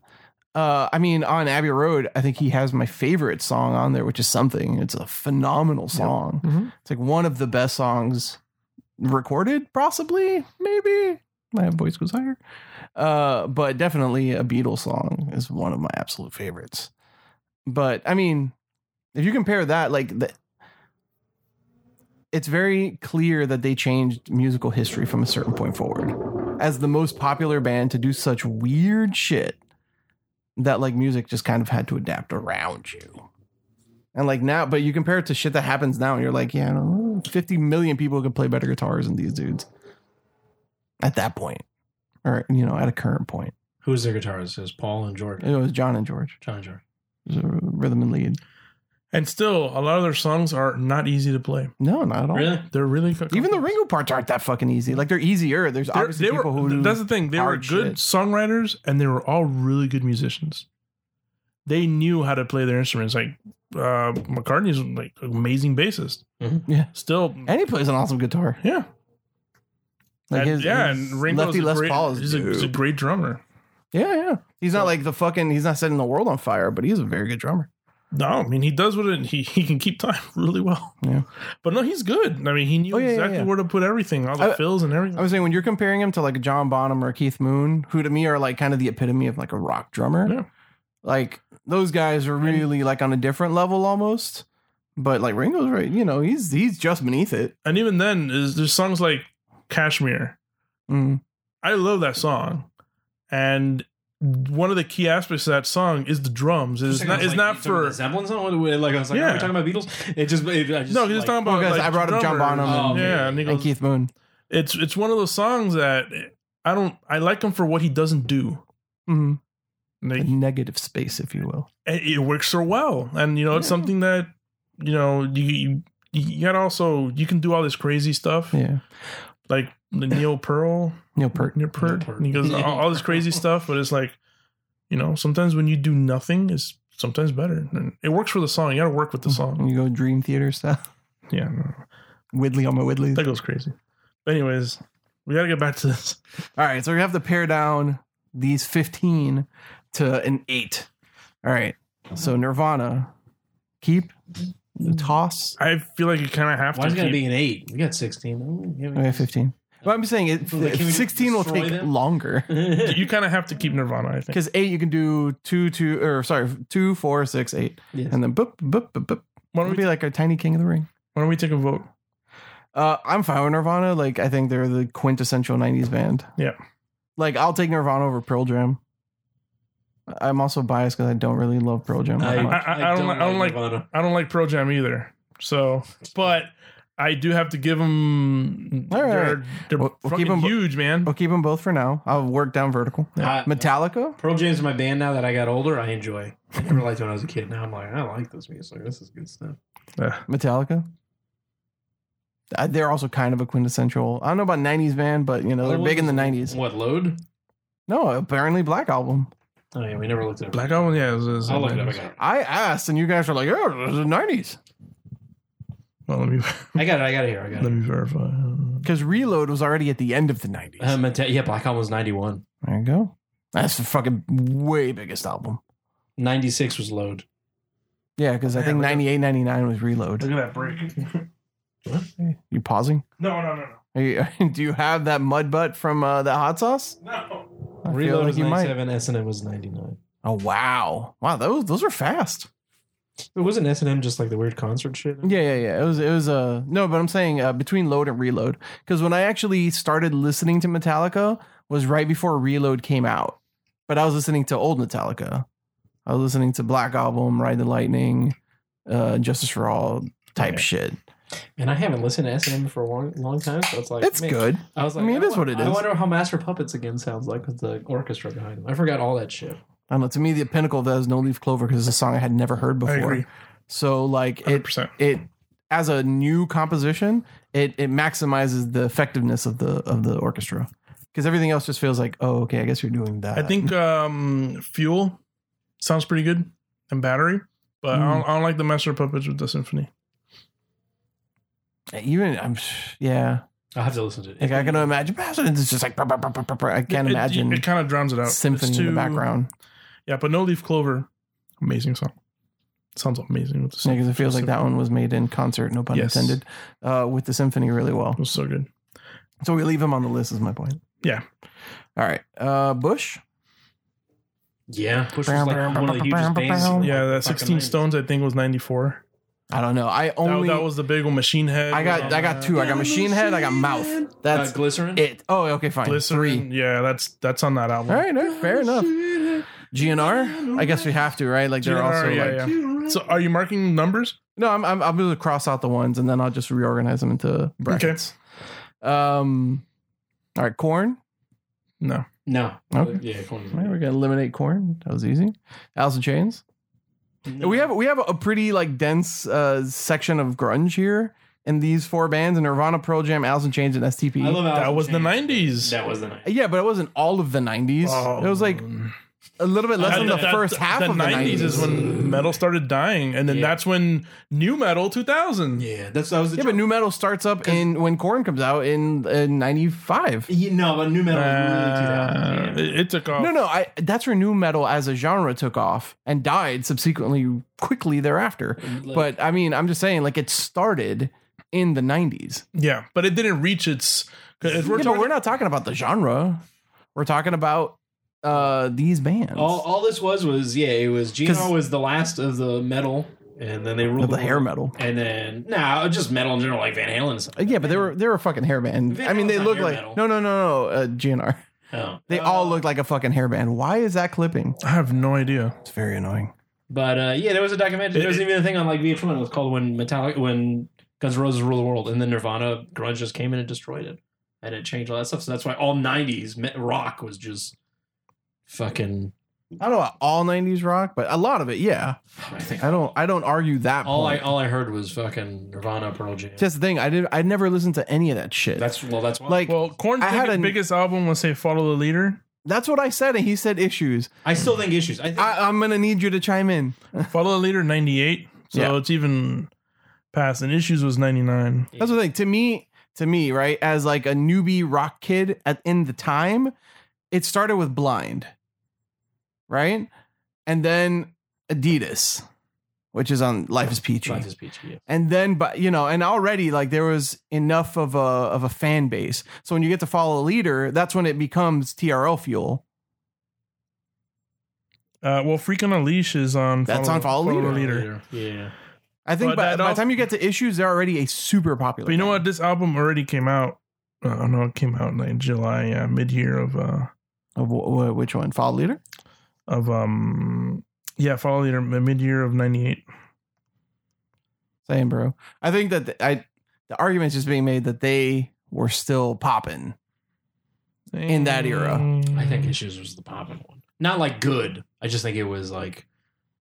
Speaker 1: Uh, I mean, on Abbey Road, I think he has my favorite song on there, which is something. It's a phenomenal song.
Speaker 3: Mhm.
Speaker 1: It's like one of the best songs recorded, possibly, maybe. My voice goes higher. Uh, but definitely a Beatles song is one of my absolute favorites. But I mean, if you compare that, like the it's very clear that they changed musical history from a certain point forward as the most popular band to do such weird shit that like music just kind of had to adapt around you. And like now, but you compare it to shit that happens now, and you're like, yeah, I don't know, 50 million people could play better guitars than these dudes at that point, or you know, at a current point.
Speaker 2: Who's their guitarist? Is Paul and George?
Speaker 1: It was John and George,
Speaker 2: John and George.
Speaker 1: It was a rhythm and lead.
Speaker 3: and still a lot of their songs are not easy to play.
Speaker 1: No, not at all.
Speaker 2: Really?
Speaker 3: They're really co-
Speaker 1: Even the
Speaker 3: complex.
Speaker 1: Ringo parts aren't that fucking easy. Like they're easier. There's
Speaker 3: They're-
Speaker 1: obviously
Speaker 3: they
Speaker 1: people
Speaker 3: were,
Speaker 1: who
Speaker 3: that's the thing. They were
Speaker 1: hard
Speaker 3: good
Speaker 1: shit.
Speaker 3: songwriters and they were all really good musicians. They knew how to play their instruments. Like uh, McCartney's like amazing bassist.
Speaker 2: Mhm.
Speaker 1: Mm-hmm. Yeah.
Speaker 3: Still,
Speaker 1: and he plays an awesome guitar.
Speaker 3: yeah,
Speaker 1: Like
Speaker 3: And-
Speaker 1: his,
Speaker 3: yeah.
Speaker 1: his
Speaker 3: and Ringo's
Speaker 1: lefty
Speaker 3: a
Speaker 1: Les
Speaker 3: great,
Speaker 1: Paul is
Speaker 3: he's, a, he's a
Speaker 1: dope.
Speaker 3: great drummer.
Speaker 1: Yeah, yeah. He's not like the fucking. He's not setting the world on fire, but he's a very good drummer.
Speaker 3: No, I mean he does what it, he he can keep time really well.
Speaker 1: Yeah.
Speaker 3: but no, he's good. I mean, he knew
Speaker 1: Oh, yeah, yeah,
Speaker 3: exactly
Speaker 1: yeah.
Speaker 3: where to put everything, all the
Speaker 1: I-
Speaker 3: fills and everything.
Speaker 1: I was saying when you're comparing him to like a John Bonham or a Keith Moon, who to me are like kind of the epitome of like a rock drummer.
Speaker 3: Yeah.
Speaker 1: Like those guys are really like on a different level almost. But like Ringo's right, you know, he's he's just beneath it.
Speaker 3: and even then, is there's songs like "Cashmere."
Speaker 1: Mm.
Speaker 3: I love that song, and one of the key aspects of that song is the drums. It's not. It's not for
Speaker 2: resemblance on what- like I was like,
Speaker 3: Yeah.
Speaker 2: are we talking about Beatles? It just it, I just
Speaker 3: no. He's
Speaker 2: like,
Speaker 3: talking about.
Speaker 1: Oh, guys,
Speaker 3: like,
Speaker 1: I brought up John
Speaker 3: drummers. Oh,
Speaker 1: Bonham
Speaker 2: and-
Speaker 3: yeah, and he
Speaker 1: And
Speaker 3: goes-
Speaker 1: Keith Moon.
Speaker 3: it's it's one of those songs that I don't. I like him for what he doesn't do.
Speaker 1: Mm.
Speaker 3: And
Speaker 1: A
Speaker 3: they-
Speaker 1: negative space, if you will.
Speaker 3: it, it works so well, and you know it's
Speaker 1: Yeah.
Speaker 3: something that you know you. you you gotta also you can do all this crazy stuff
Speaker 1: Yeah.
Speaker 3: like the Neil Pearl,
Speaker 1: Neil Peart.
Speaker 3: Neil Peart.
Speaker 2: Peart.
Speaker 3: And he goes all, all this crazy stuff, but it's like you know sometimes when you do nothing is sometimes better, and it works for the song. You gotta work with the song.
Speaker 1: And you go Dream Theater style.
Speaker 3: Yeah, no,
Speaker 1: Widley on my Widleys.
Speaker 3: that goes crazy. But anyways, we gotta get back to this.
Speaker 1: All right, so we have to pare down these 15 to an 8. All right. So Nirvana keep toss
Speaker 3: I feel like you kind of have
Speaker 2: Why is
Speaker 3: to.
Speaker 2: it gonna
Speaker 3: Keep,
Speaker 2: be an eight? We got sixteen. Ooh, yeah, we
Speaker 1: okay,
Speaker 2: got
Speaker 1: 15. Well, I'm saying it,
Speaker 2: Like, can we
Speaker 1: 16 will
Speaker 2: destroy
Speaker 1: take
Speaker 2: them?
Speaker 1: longer
Speaker 3: you kind of have to keep Nirvana. I think.
Speaker 1: because 8 you can do 2 2 or sorry, two, four, six, eight,
Speaker 2: Yes.
Speaker 1: and then boop boop boop boop.
Speaker 3: Why
Speaker 1: It'll
Speaker 3: don't
Speaker 1: be
Speaker 3: we?
Speaker 1: like a tiny king of the ring.
Speaker 3: Why don't we take a vote?
Speaker 1: Uh, I'm fine with Nirvana. Like I think they're the quintessential 90s band.
Speaker 3: Yeah.
Speaker 1: Like I'll take Nirvana over Pearl Jam. I'm also biased because I don't really love Pearl Jam. that
Speaker 2: I,
Speaker 1: much.
Speaker 3: I- I
Speaker 2: I
Speaker 3: don't
Speaker 2: don't,
Speaker 3: like- I don't like-
Speaker 2: like Nirvana.
Speaker 3: I don't like Pro Jam either. So, but I do have to give them.
Speaker 1: All right.
Speaker 3: They're, they're
Speaker 1: We'll- we'll
Speaker 3: fucking
Speaker 1: keep 'em-
Speaker 3: huge, man.
Speaker 1: We'll keep them both for now. I'll work down vertical.
Speaker 2: Uh,
Speaker 1: Metallica.
Speaker 2: Pearl Jam is my band now that I got older. I enjoy. I never liked it when I was a kid. Now I'm like, I like this music. This is good stuff.
Speaker 3: Ugh.
Speaker 1: Metallica. Uh, They're also kind of a quintessential. I don't know about '90s band, but you know they're big in the '90s.
Speaker 2: What load?
Speaker 1: No, apparently Black Album.
Speaker 2: Oh yeah, we never looked at it.
Speaker 3: Black Album, yeah. It was, it was-
Speaker 2: I'll look it up. I got it.
Speaker 1: I asked, and you guys are like, "Yeah, it was the '90s."
Speaker 3: Well, let me
Speaker 2: I got it. I got it here. I got
Speaker 3: let
Speaker 2: it.
Speaker 3: me verify. Uh,
Speaker 1: Because Reload was already at the end of the '90s.
Speaker 2: Uh, Meta- yeah, Black Album was 91.
Speaker 1: there you go. That's the fucking way biggest album.
Speaker 2: 96 was load.
Speaker 1: Yeah, because I
Speaker 3: Yeah,
Speaker 1: think
Speaker 3: look at-
Speaker 1: '98, '99 was Reload.
Speaker 3: Look at that break.
Speaker 1: You pausing?
Speaker 3: No, no, no, no.
Speaker 1: Are you, do you have that mud butt from uh, the hot sauce?
Speaker 3: No.
Speaker 1: I feel
Speaker 2: Reload
Speaker 1: like
Speaker 2: was
Speaker 1: you might.
Speaker 2: 97. S and M was 99.
Speaker 1: Oh wow, wow, those those are fast.
Speaker 2: It wasn't S and M just like the weird concert shit.
Speaker 1: Yeah, yeah, yeah. It was, it was, uh, no, but I'm saying uh, between load and reload. Because when I actually started listening to Metallica was right before Reload came out. But I was listening to old Metallica. I was listening to Black Album, Ride the Lightning, uh, Justice for All type
Speaker 2: Okay.
Speaker 1: shit.
Speaker 2: And I haven't listened to S and M for a long, long time, so it's like
Speaker 1: It's
Speaker 2: man,
Speaker 1: good.
Speaker 2: I was
Speaker 1: I
Speaker 2: like,
Speaker 1: mean, it is
Speaker 2: wa-
Speaker 1: what it
Speaker 2: I
Speaker 1: is.
Speaker 2: wonder how Master Puppets again sounds like with the orchestra behind them. I forgot all that shit.
Speaker 1: I don't know. To me, the pinnacle of that is No Leaf Clover because it's a song I had never heard before.
Speaker 3: I agree,
Speaker 1: So like
Speaker 3: hundred
Speaker 1: it
Speaker 3: percent.
Speaker 1: it as a new composition, it it maximizes the effectiveness of the of the orchestra because everything else just feels like oh okay I guess you're doing that.
Speaker 3: I think um, fuel sounds pretty good, and battery, but
Speaker 1: Hmm.
Speaker 3: I, don't, I don't like the master puppets with the symphony.
Speaker 1: even I'm yeah
Speaker 2: I'll have to listen to it.
Speaker 1: like I can imagine it's just like brr, brr, brr, brr, brr, brr. I can't
Speaker 3: It- it-
Speaker 1: imagine
Speaker 3: It, kind of drowns it out. It's
Speaker 1: symphony in
Speaker 3: too-
Speaker 1: the background
Speaker 3: Yeah, but no leaf clover, amazing song. Sounds amazing with the symphony.
Speaker 1: because it feels like that one was made in concert no pun
Speaker 3: Yes.
Speaker 1: intended uh, with the symphony really well.
Speaker 3: It was so good.
Speaker 1: So we leave him on the list is my point.
Speaker 3: Yeah.
Speaker 1: All right. Uh, Bush.
Speaker 2: Yeah, Push was like one of the hugest bands. in, like,
Speaker 3: Yeah,
Speaker 2: the
Speaker 3: that
Speaker 2: fucking
Speaker 3: 16
Speaker 2: 90s.
Speaker 3: Stones I think was 94.
Speaker 1: I don't know. I
Speaker 3: That-
Speaker 1: only
Speaker 3: that, was the big one. Machine Head. uh,
Speaker 1: I got
Speaker 3: was
Speaker 1: I
Speaker 3: on
Speaker 1: got
Speaker 3: that.
Speaker 1: two. I got Machine Head. I got Mouth. That's
Speaker 2: uh, Glycerin.
Speaker 1: it. Oh, okay, fine.
Speaker 3: Glycerin.
Speaker 1: Three.
Speaker 3: Yeah, that's that's on that album.
Speaker 1: All right, all right,
Speaker 2: Oh,
Speaker 1: fair enough. GNR. I guess we have to, right? Like they're
Speaker 3: GNR,
Speaker 1: also
Speaker 3: yeah,
Speaker 1: like
Speaker 3: yeah. So uh, are you marking numbers?
Speaker 1: no. I'm I'm I'm gonna cross out the ones and then I'll just reorganize them into brackets. Um. All right, corn.
Speaker 3: No.
Speaker 2: No. Uh,
Speaker 1: Okay.
Speaker 2: Yeah, Corn.
Speaker 1: All right, we're gonna eliminate corn. That was easy. Alice in Chains.
Speaker 2: No.
Speaker 1: We have we have a pretty like dense uh section of grunge here in these four bands: and Nirvana, Pearl Jam, Alice in Chains, and STP.
Speaker 2: I love Alice
Speaker 3: That
Speaker 2: in
Speaker 3: was the
Speaker 2: Chains.
Speaker 3: 90s.
Speaker 2: That was the 90s.
Speaker 1: yeah, but it wasn't all of the '90s. it was like a little bit less
Speaker 3: That-
Speaker 1: than the
Speaker 3: that-
Speaker 1: first
Speaker 3: that-
Speaker 1: half
Speaker 3: that
Speaker 1: of the 90s.
Speaker 3: is when metal started dying, and then
Speaker 2: Yeah.
Speaker 3: that's when new metal 2000.
Speaker 2: Yeah, that's that was the
Speaker 1: yeah, but new metal starts up in when corn comes out in in 95.
Speaker 2: You know, but new metal was really
Speaker 3: Uh,
Speaker 2: 2000.
Speaker 3: it, it took off.
Speaker 1: No, no, I that's where new metal as a genre took off and died subsequently quickly thereafter.
Speaker 2: Like-
Speaker 1: But I mean, I'm just saying like it started in the 90s.
Speaker 3: Yeah, but it didn't reach its. 'cause if we're
Speaker 1: Yeah, but
Speaker 3: talking,
Speaker 1: we're not talking about the genre. We're talking about uh these bands.
Speaker 2: all, all this was was yeah, it was Gino
Speaker 1: 'Cause-
Speaker 2: was the last of the metal, and then they
Speaker 1: Of
Speaker 2: ruled
Speaker 1: the hair metal.
Speaker 2: and then nah, just metal in general, like Van Halen. And stuff.
Speaker 1: Uh, Yeah, but they were they were a fucking hair band.
Speaker 2: Van
Speaker 1: I mean, they
Speaker 2: Halen's not
Speaker 1: look
Speaker 2: hair
Speaker 1: like
Speaker 2: metal.
Speaker 1: no, no, no, no. Uh, GNR.
Speaker 2: Oh.
Speaker 1: They
Speaker 2: Uh,
Speaker 1: all look like a fucking hair band. Why is that clipping?
Speaker 3: I have no idea.
Speaker 1: It's very annoying.
Speaker 2: But uh, yeah, there was a documentary. There was
Speaker 3: It-
Speaker 2: even a thing on like VH1. It was called "When Metallica, When Guns N' Roses Rule the World," and then Nirvana grunge just came in and destroyed it, and it changed all that stuff. So that's why all '90s me- rock was just fucking.
Speaker 1: I don't know about all '90s rock, but a lot of it, yeah.
Speaker 2: I think
Speaker 1: I don't. I don't argue that.
Speaker 2: all I
Speaker 1: point.
Speaker 2: all I heard was fucking Nirvana, Pearl Jam.
Speaker 1: That's the thing. I did. I never listened to any of that shit.
Speaker 2: that's well, that's why.
Speaker 1: like
Speaker 3: Well, Korn's
Speaker 1: I had
Speaker 3: biggest,
Speaker 1: an-
Speaker 3: biggest album was say "Follow the Leader."
Speaker 1: that's what I said, and he said issues.
Speaker 2: I still think issues. I think
Speaker 1: I, I'm gonna need you to chime in.
Speaker 3: "Follow the Leader" '98, so
Speaker 1: Yeah.
Speaker 3: it's even past. And "Issues" was '99.
Speaker 1: That's the thing. To me, to me, right as like a newbie rock kid at in the time, it started with Blind, right, and then Adidas, which is on Life is Peachy.
Speaker 2: Life is peachy. Yeah.
Speaker 1: and then but you know and already like there was enough of a of a fan base so when you get to follow a leader that's when it becomes trl fuel
Speaker 3: Uh, well, "Freak on a Leash" is on.
Speaker 1: That's on Follow the Leader.
Speaker 2: Yeah.
Speaker 1: i think
Speaker 3: But
Speaker 1: by,
Speaker 3: that
Speaker 1: by the
Speaker 3: al-
Speaker 1: time you get to issues they're already a super popular
Speaker 3: But you know
Speaker 1: band.
Speaker 3: what? This album already came out. uh, I don't know. It came out in like July, yeah, mid year of uh
Speaker 1: Of wh- wh- which one follow leader
Speaker 3: of um yeah, follow leader mid year of '98.
Speaker 1: same bro i think that the, i the argument's just being made that they were still popping In that era.
Speaker 2: I think issues was the poppin' one. Not like good. I just think it was like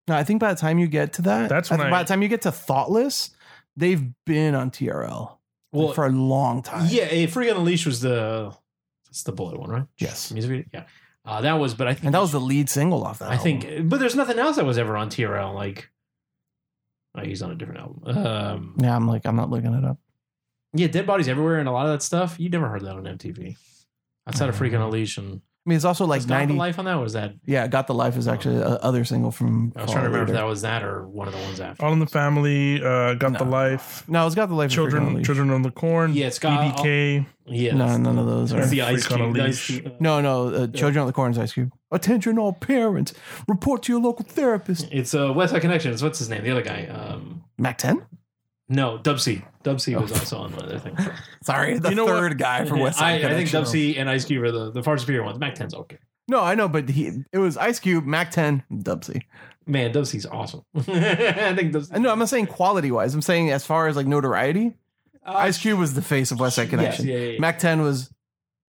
Speaker 1: no i think by the time you get to that
Speaker 3: That's
Speaker 1: I
Speaker 3: when
Speaker 1: think
Speaker 3: I-
Speaker 1: by the time you get to thoughtless they've been on trl
Speaker 2: well
Speaker 1: for a long time
Speaker 2: yeah. eh, Free on the Leash was the it's the bullet one, right?
Speaker 1: Yes.
Speaker 2: Music video. Yeah. Uh, that was, but I think
Speaker 1: and that was the lead single off that
Speaker 2: I
Speaker 1: album.
Speaker 2: think, but there's nothing else that was ever on TRL. Like, oh, he's on a different album. Um,
Speaker 1: yeah i'm like i'm not looking it up
Speaker 2: yeah, Dead Bodies Everywhere and a lot of that stuff. You never heard that on MTV outside of Freak on a Leash and
Speaker 1: mean, it's also Mm. like
Speaker 2: Was Not the
Speaker 1: ninety.
Speaker 2: life Oh. on that was that.
Speaker 1: Yeah, got the life is actually a other single from.
Speaker 2: I
Speaker 1: Fall
Speaker 2: was trying to remember if
Speaker 1: Later.
Speaker 2: that was that or one of the ones after.
Speaker 3: All in the Family, uh, Got the
Speaker 1: No.
Speaker 3: Life,
Speaker 1: No, it's got the life. is freaking
Speaker 3: Children,
Speaker 1: unleashed.
Speaker 3: Children on the Corn, E
Speaker 2: Yeah, it's got.
Speaker 3: BBK.
Speaker 2: yeah,
Speaker 1: No,
Speaker 2: that's-
Speaker 1: none of those
Speaker 2: that's
Speaker 1: are.
Speaker 2: the ice
Speaker 3: Freak on a
Speaker 2: cube. the ice
Speaker 3: leash.
Speaker 2: cube.
Speaker 1: No, no, uh, Children of the Corn's Ice Cube. Attention, all parents! Report to your local therapist.
Speaker 2: It's a uh, West Side Connection. It's what's his name? The other guy. Um,
Speaker 1: Mac Ten.
Speaker 2: no, Dubsy. Dubsy was
Speaker 1: Oh.
Speaker 2: also on one other thing.
Speaker 1: Sory, the
Speaker 3: You know what?
Speaker 1: third guy from West
Speaker 2: I,
Speaker 1: Side
Speaker 2: I think
Speaker 1: Connection.
Speaker 2: Dubsy and Ice Cube are the, the far superior ones. Mac 10's okay.
Speaker 1: No, I know, but he it was Ice Cube, Mac Ten, Dubsy.
Speaker 2: Man, Dubsy's awesome. I think Dubsy.
Speaker 1: And No, I'm not saying quality wise. I'm saying as far as like notoriety,
Speaker 2: Uh,
Speaker 1: Ice Cube was the face of West Side
Speaker 2: yes,
Speaker 1: Connection.
Speaker 2: yeah, yeah, yeah.
Speaker 1: Mac Ten was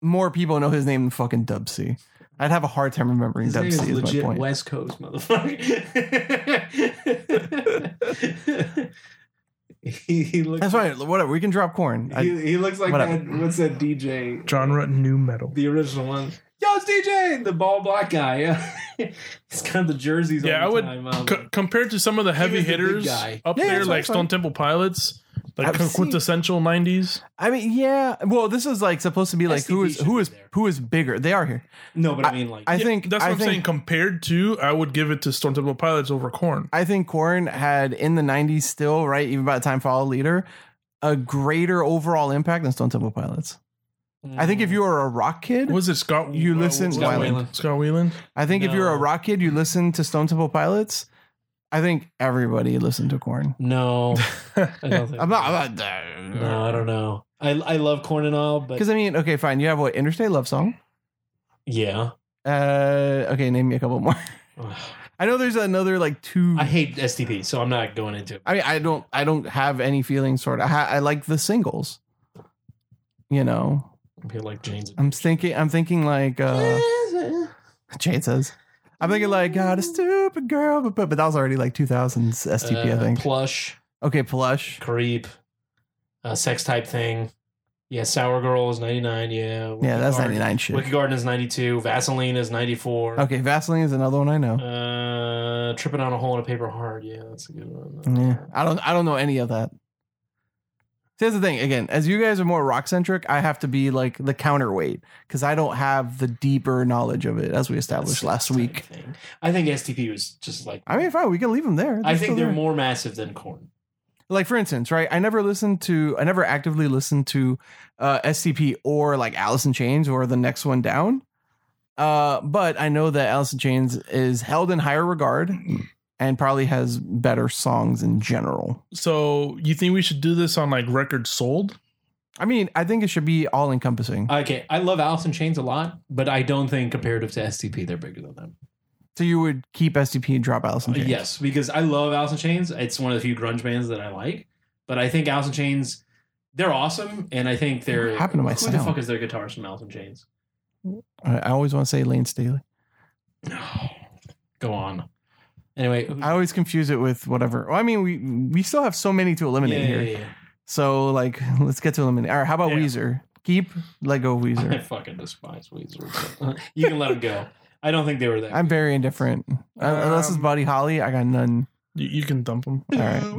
Speaker 1: more people know his name than fucking Dubsy. I'd have a hard time remembering
Speaker 2: His name
Speaker 1: Dubsy.
Speaker 2: is
Speaker 1: Is, my
Speaker 2: legit
Speaker 1: point.
Speaker 2: West Coast motherfucker. he, he looks.
Speaker 1: That's fine. Whatever. We can drop corn. I,
Speaker 2: He, he looks like
Speaker 1: whatever.
Speaker 2: that. What's that DJ?
Speaker 3: Genre new metal.
Speaker 2: The original one. Yo, it's DJ, the bald black guy. Yeah. He's got the jerseys.
Speaker 3: Yeah, I
Speaker 2: all the
Speaker 3: would
Speaker 2: Time. Um,
Speaker 3: C- compared to some of the heavy
Speaker 2: was the big
Speaker 3: hitters
Speaker 2: guy.
Speaker 3: up
Speaker 1: Yeah,
Speaker 3: there,
Speaker 1: that's
Speaker 3: like
Speaker 1: what I
Speaker 3: Stone Temple Pilots, like
Speaker 1: I've seen-
Speaker 3: quintessential '90s.
Speaker 1: I mean, yeah. Well, this is like supposed to be like who
Speaker 2: STP
Speaker 1: is
Speaker 2: should
Speaker 1: who
Speaker 2: be
Speaker 1: is
Speaker 2: there.
Speaker 1: who is bigger. They are here.
Speaker 2: no, but I, mean, like,
Speaker 1: I
Speaker 3: Yeah,
Speaker 1: think.
Speaker 3: that's what
Speaker 1: I
Speaker 3: I'm
Speaker 1: think,
Speaker 3: saying. Compared to, I would give it to Stone Temple Pilots over Corn.
Speaker 1: I think Corn had in the '90s still right, even by the time Follow Leader, a greater overall impact than Stone Temple Pilots. I think if
Speaker 2: Mm.
Speaker 1: you were a rock kid,
Speaker 3: Was it Scott?
Speaker 1: You
Speaker 3: uh,
Speaker 1: listen-
Speaker 3: was it
Speaker 2: Scott Weiland.
Speaker 3: Scott Weiland.
Speaker 1: I think if you're a
Speaker 2: No.
Speaker 1: rock kid, you listen to Stone Temple Pilots. I think everybody listened to Corn.
Speaker 2: no, I don't think
Speaker 1: I'm not. I'm not
Speaker 2: no, I don't know. I I love corn and all, but
Speaker 1: Because I mean, okay, fine. You have what Interstate Love Song.
Speaker 2: yeah,
Speaker 1: Uh, okay, name me a couple more.
Speaker 2: Ugh.
Speaker 1: I know there's another like two.
Speaker 2: I hate STP, so I'm not going into it.
Speaker 1: I mean, I don't, I don't have any feelings sort of. I, ha- I like the singles. You know,
Speaker 2: I feel like Jane's.
Speaker 1: I'm thinking, I'm thinking like uh, Jade says. I'm thinking like God, a stupid girl, but, but but that was already like 2000s STP, I
Speaker 2: Uh,
Speaker 1: think.
Speaker 2: Plush,
Speaker 1: Okay, Plush.
Speaker 2: creep, uh, sex type thing. Yeah, Sour Girl is 99. Yeah,
Speaker 1: Yeah,
Speaker 2: Wicked
Speaker 1: that's
Speaker 2: Garden-
Speaker 1: 99 shit.
Speaker 2: Wicked Garden is 92. Vaseline is 94.
Speaker 1: Okay, Vaseline is another one I know.
Speaker 2: Uh, tripping on a hole in a paper heart. Yeah, that's a good one.
Speaker 1: Yeah, I don't, I don't know any of that. See, that's the thing. Again, as you guys are more rock centric, I have to be like the counterweight because I don't have the deeper knowledge of it, as we established
Speaker 2: Sex
Speaker 1: last
Speaker 2: type
Speaker 1: week.
Speaker 2: thing. I think STP was just like.
Speaker 1: I mean, fine, we can leave them there.
Speaker 2: I
Speaker 1: still
Speaker 2: think they're
Speaker 1: there.
Speaker 2: more massive than corn.
Speaker 1: like for instance, right? I never listened to, I never actively listened to uh, SCP or like Alice in Chains or the next one down. Uh, but I know that Alice in Chains is held in higher regard and probably has better songs in general.
Speaker 3: So you think we should do this on like records sold?
Speaker 1: I mean, I think it should be all encompassing.
Speaker 2: Okay, I love Alice in Chains a lot, but I don't think comparative to STP, they're bigger than them.
Speaker 1: So you would keep SCP and drop Alice in Chains.
Speaker 2: Yes, because I love Alice in Chains. It's one of the few grunge bands that I like. But I think Alice in Chains, they're awesome, and I think they're.
Speaker 1: What happened to my
Speaker 2: who the
Speaker 1: sound?
Speaker 2: fuck is their guitarist from Alice in Chains?
Speaker 1: I I always want to say Lane Staley.
Speaker 2: Go on. Anyway,
Speaker 1: I always confuse it with whatever. Well, I mean, we we still have so many to eliminate here. So like, let's get to eliminate. All right, how about
Speaker 3: Yeah.
Speaker 1: Weezer? Keep let go of
Speaker 2: I
Speaker 1: Weezer.
Speaker 2: fucking despise Weezer. you can let them go. I don't think they were that.
Speaker 1: I'm very indifferent. Un- Unless it's
Speaker 3: Um,
Speaker 1: Buddy Holly, I got none.
Speaker 3: You, you can dump them.
Speaker 1: All right, all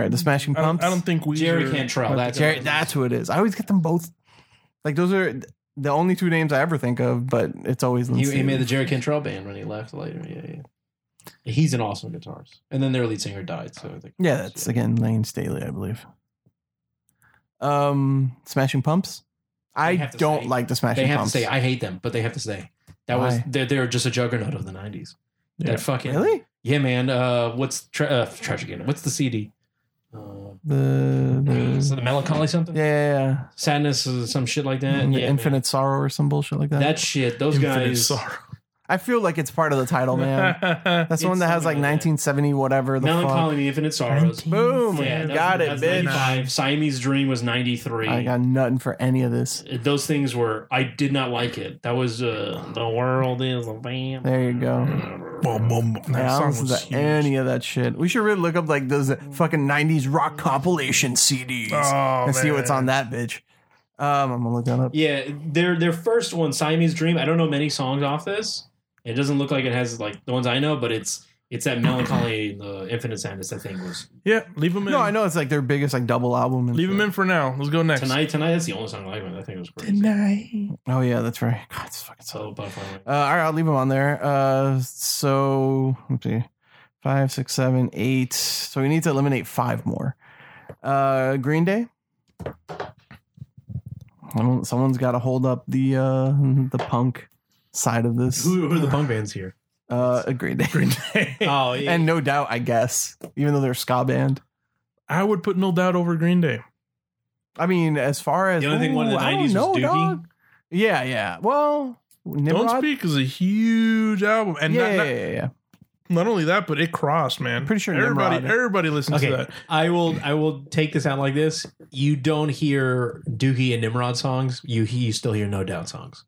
Speaker 1: right. The Smashing
Speaker 3: I don't,
Speaker 1: Pumps.
Speaker 3: I don't think we.
Speaker 2: Jerry Cantrell. That's
Speaker 1: Jerry, that's who it is. I always get them both. Like those are the only two names I ever think of, but it's always
Speaker 2: He,
Speaker 1: Lane
Speaker 2: he made the
Speaker 1: Staley.
Speaker 2: Jerry Cantrell band when he left later. Yeah, yeah. He's an awesome guitarist. And then their lead singer died, so I think.
Speaker 1: Yeah, that's
Speaker 2: yeah.
Speaker 1: again Lane Staley, I believe. Um, Smashing Pumps. I
Speaker 2: have to
Speaker 1: don't
Speaker 2: say-
Speaker 1: like the Smashing
Speaker 2: They have
Speaker 1: Pumps.
Speaker 2: to stay. I hate them, but they have to stay. That was
Speaker 1: Why?
Speaker 2: they're, they're just a juggernaut of the '90s.
Speaker 3: Yeah.
Speaker 2: That fucking
Speaker 1: really?
Speaker 2: yeah, man. Uh, what's tra- uh, trash again? What's the CD? Uh,
Speaker 1: The,
Speaker 2: is it
Speaker 1: the
Speaker 2: the melancholy something?
Speaker 1: Mm. yeah, yeah, yeah.
Speaker 2: sadness or some shit like that.
Speaker 1: And the
Speaker 2: yeah,
Speaker 1: infinite
Speaker 2: man.
Speaker 1: sorrow or some bullshit like that.
Speaker 2: That shit. Those
Speaker 3: Infinite
Speaker 2: guys.
Speaker 3: Sorrow.
Speaker 1: I feel like it's part of the title, Oh, man. That's the
Speaker 2: It's
Speaker 1: one that has like
Speaker 2: something like that.
Speaker 1: 1970 whatever the
Speaker 2: Melancholy, and the Infinite Sorrows.
Speaker 1: fuck. Boom,
Speaker 2: Yeah, that was-
Speaker 1: got
Speaker 2: that
Speaker 1: it,
Speaker 2: was
Speaker 1: bitch.
Speaker 2: 95. Siamese Dream was '93.
Speaker 1: I got nothing for any of this.
Speaker 2: Those things were. I did not like it. That was uh, the world is a band.
Speaker 1: There you go.
Speaker 3: Boom, boom, boom. Mm, That
Speaker 1: Yeah, I
Speaker 3: song
Speaker 1: don't listen
Speaker 3: was
Speaker 1: to
Speaker 3: huge.
Speaker 1: any of that shit. We should really look up like those fucking 90s rock compilation CDs
Speaker 3: Oh,
Speaker 1: and see what's
Speaker 3: man.
Speaker 1: on that bitch. Um, I'm gonna look that up.
Speaker 2: Yeah, their their first one, Siamese Dream. I don't know many songs off this. It doesn't look like it has like the ones I know, but it's It's that melancholy in the Infinite Sadness. I think was
Speaker 3: Yeah, leave them in.
Speaker 1: No, I know it's like their biggest like double album. and
Speaker 3: Leave them
Speaker 1: stuff.
Speaker 3: in for now. Let's go next.
Speaker 2: tonight. Tonight that's the only song I like. man. I think it was great.
Speaker 3: Tonight. Oh,
Speaker 1: Oh yeah, that's right. God, it's fucking so.
Speaker 2: So Butterfly Wing.
Speaker 1: Uh, all right, I'll leave them on there. Uh, so let's see, five, six, seven, eight. So we need to eliminate five more. Uh, Green Day. Someone- Someone's got to hold up the uh the punk side of this.
Speaker 2: who, who are the punk bands here?
Speaker 1: Uh, a Green Day.
Speaker 3: Green Day.
Speaker 2: Oh, yeah.
Speaker 1: and no doubt, I guess, even though they're a ska band.
Speaker 3: I would put No Doubt over Green Day.
Speaker 1: I mean, as far as
Speaker 2: The only thing one in the
Speaker 1: Ooh, I don't
Speaker 2: 90s was
Speaker 1: know,
Speaker 2: Dookie.
Speaker 1: dog. Yeah, yeah. Well, Nimrod.
Speaker 3: Don't Speak is a huge album, and
Speaker 1: yeah,
Speaker 3: not,
Speaker 1: yeah,
Speaker 3: not,
Speaker 1: yeah, yeah.
Speaker 3: not only that, but it crossed, man.
Speaker 1: Pretty sure
Speaker 3: everybody
Speaker 1: Nimrod-
Speaker 3: everybody listens
Speaker 2: Okay.
Speaker 3: to that.
Speaker 2: I will. I will take this out like this. You don't hear Dookie and Nimrod songs. You you still hear No Doubt songs.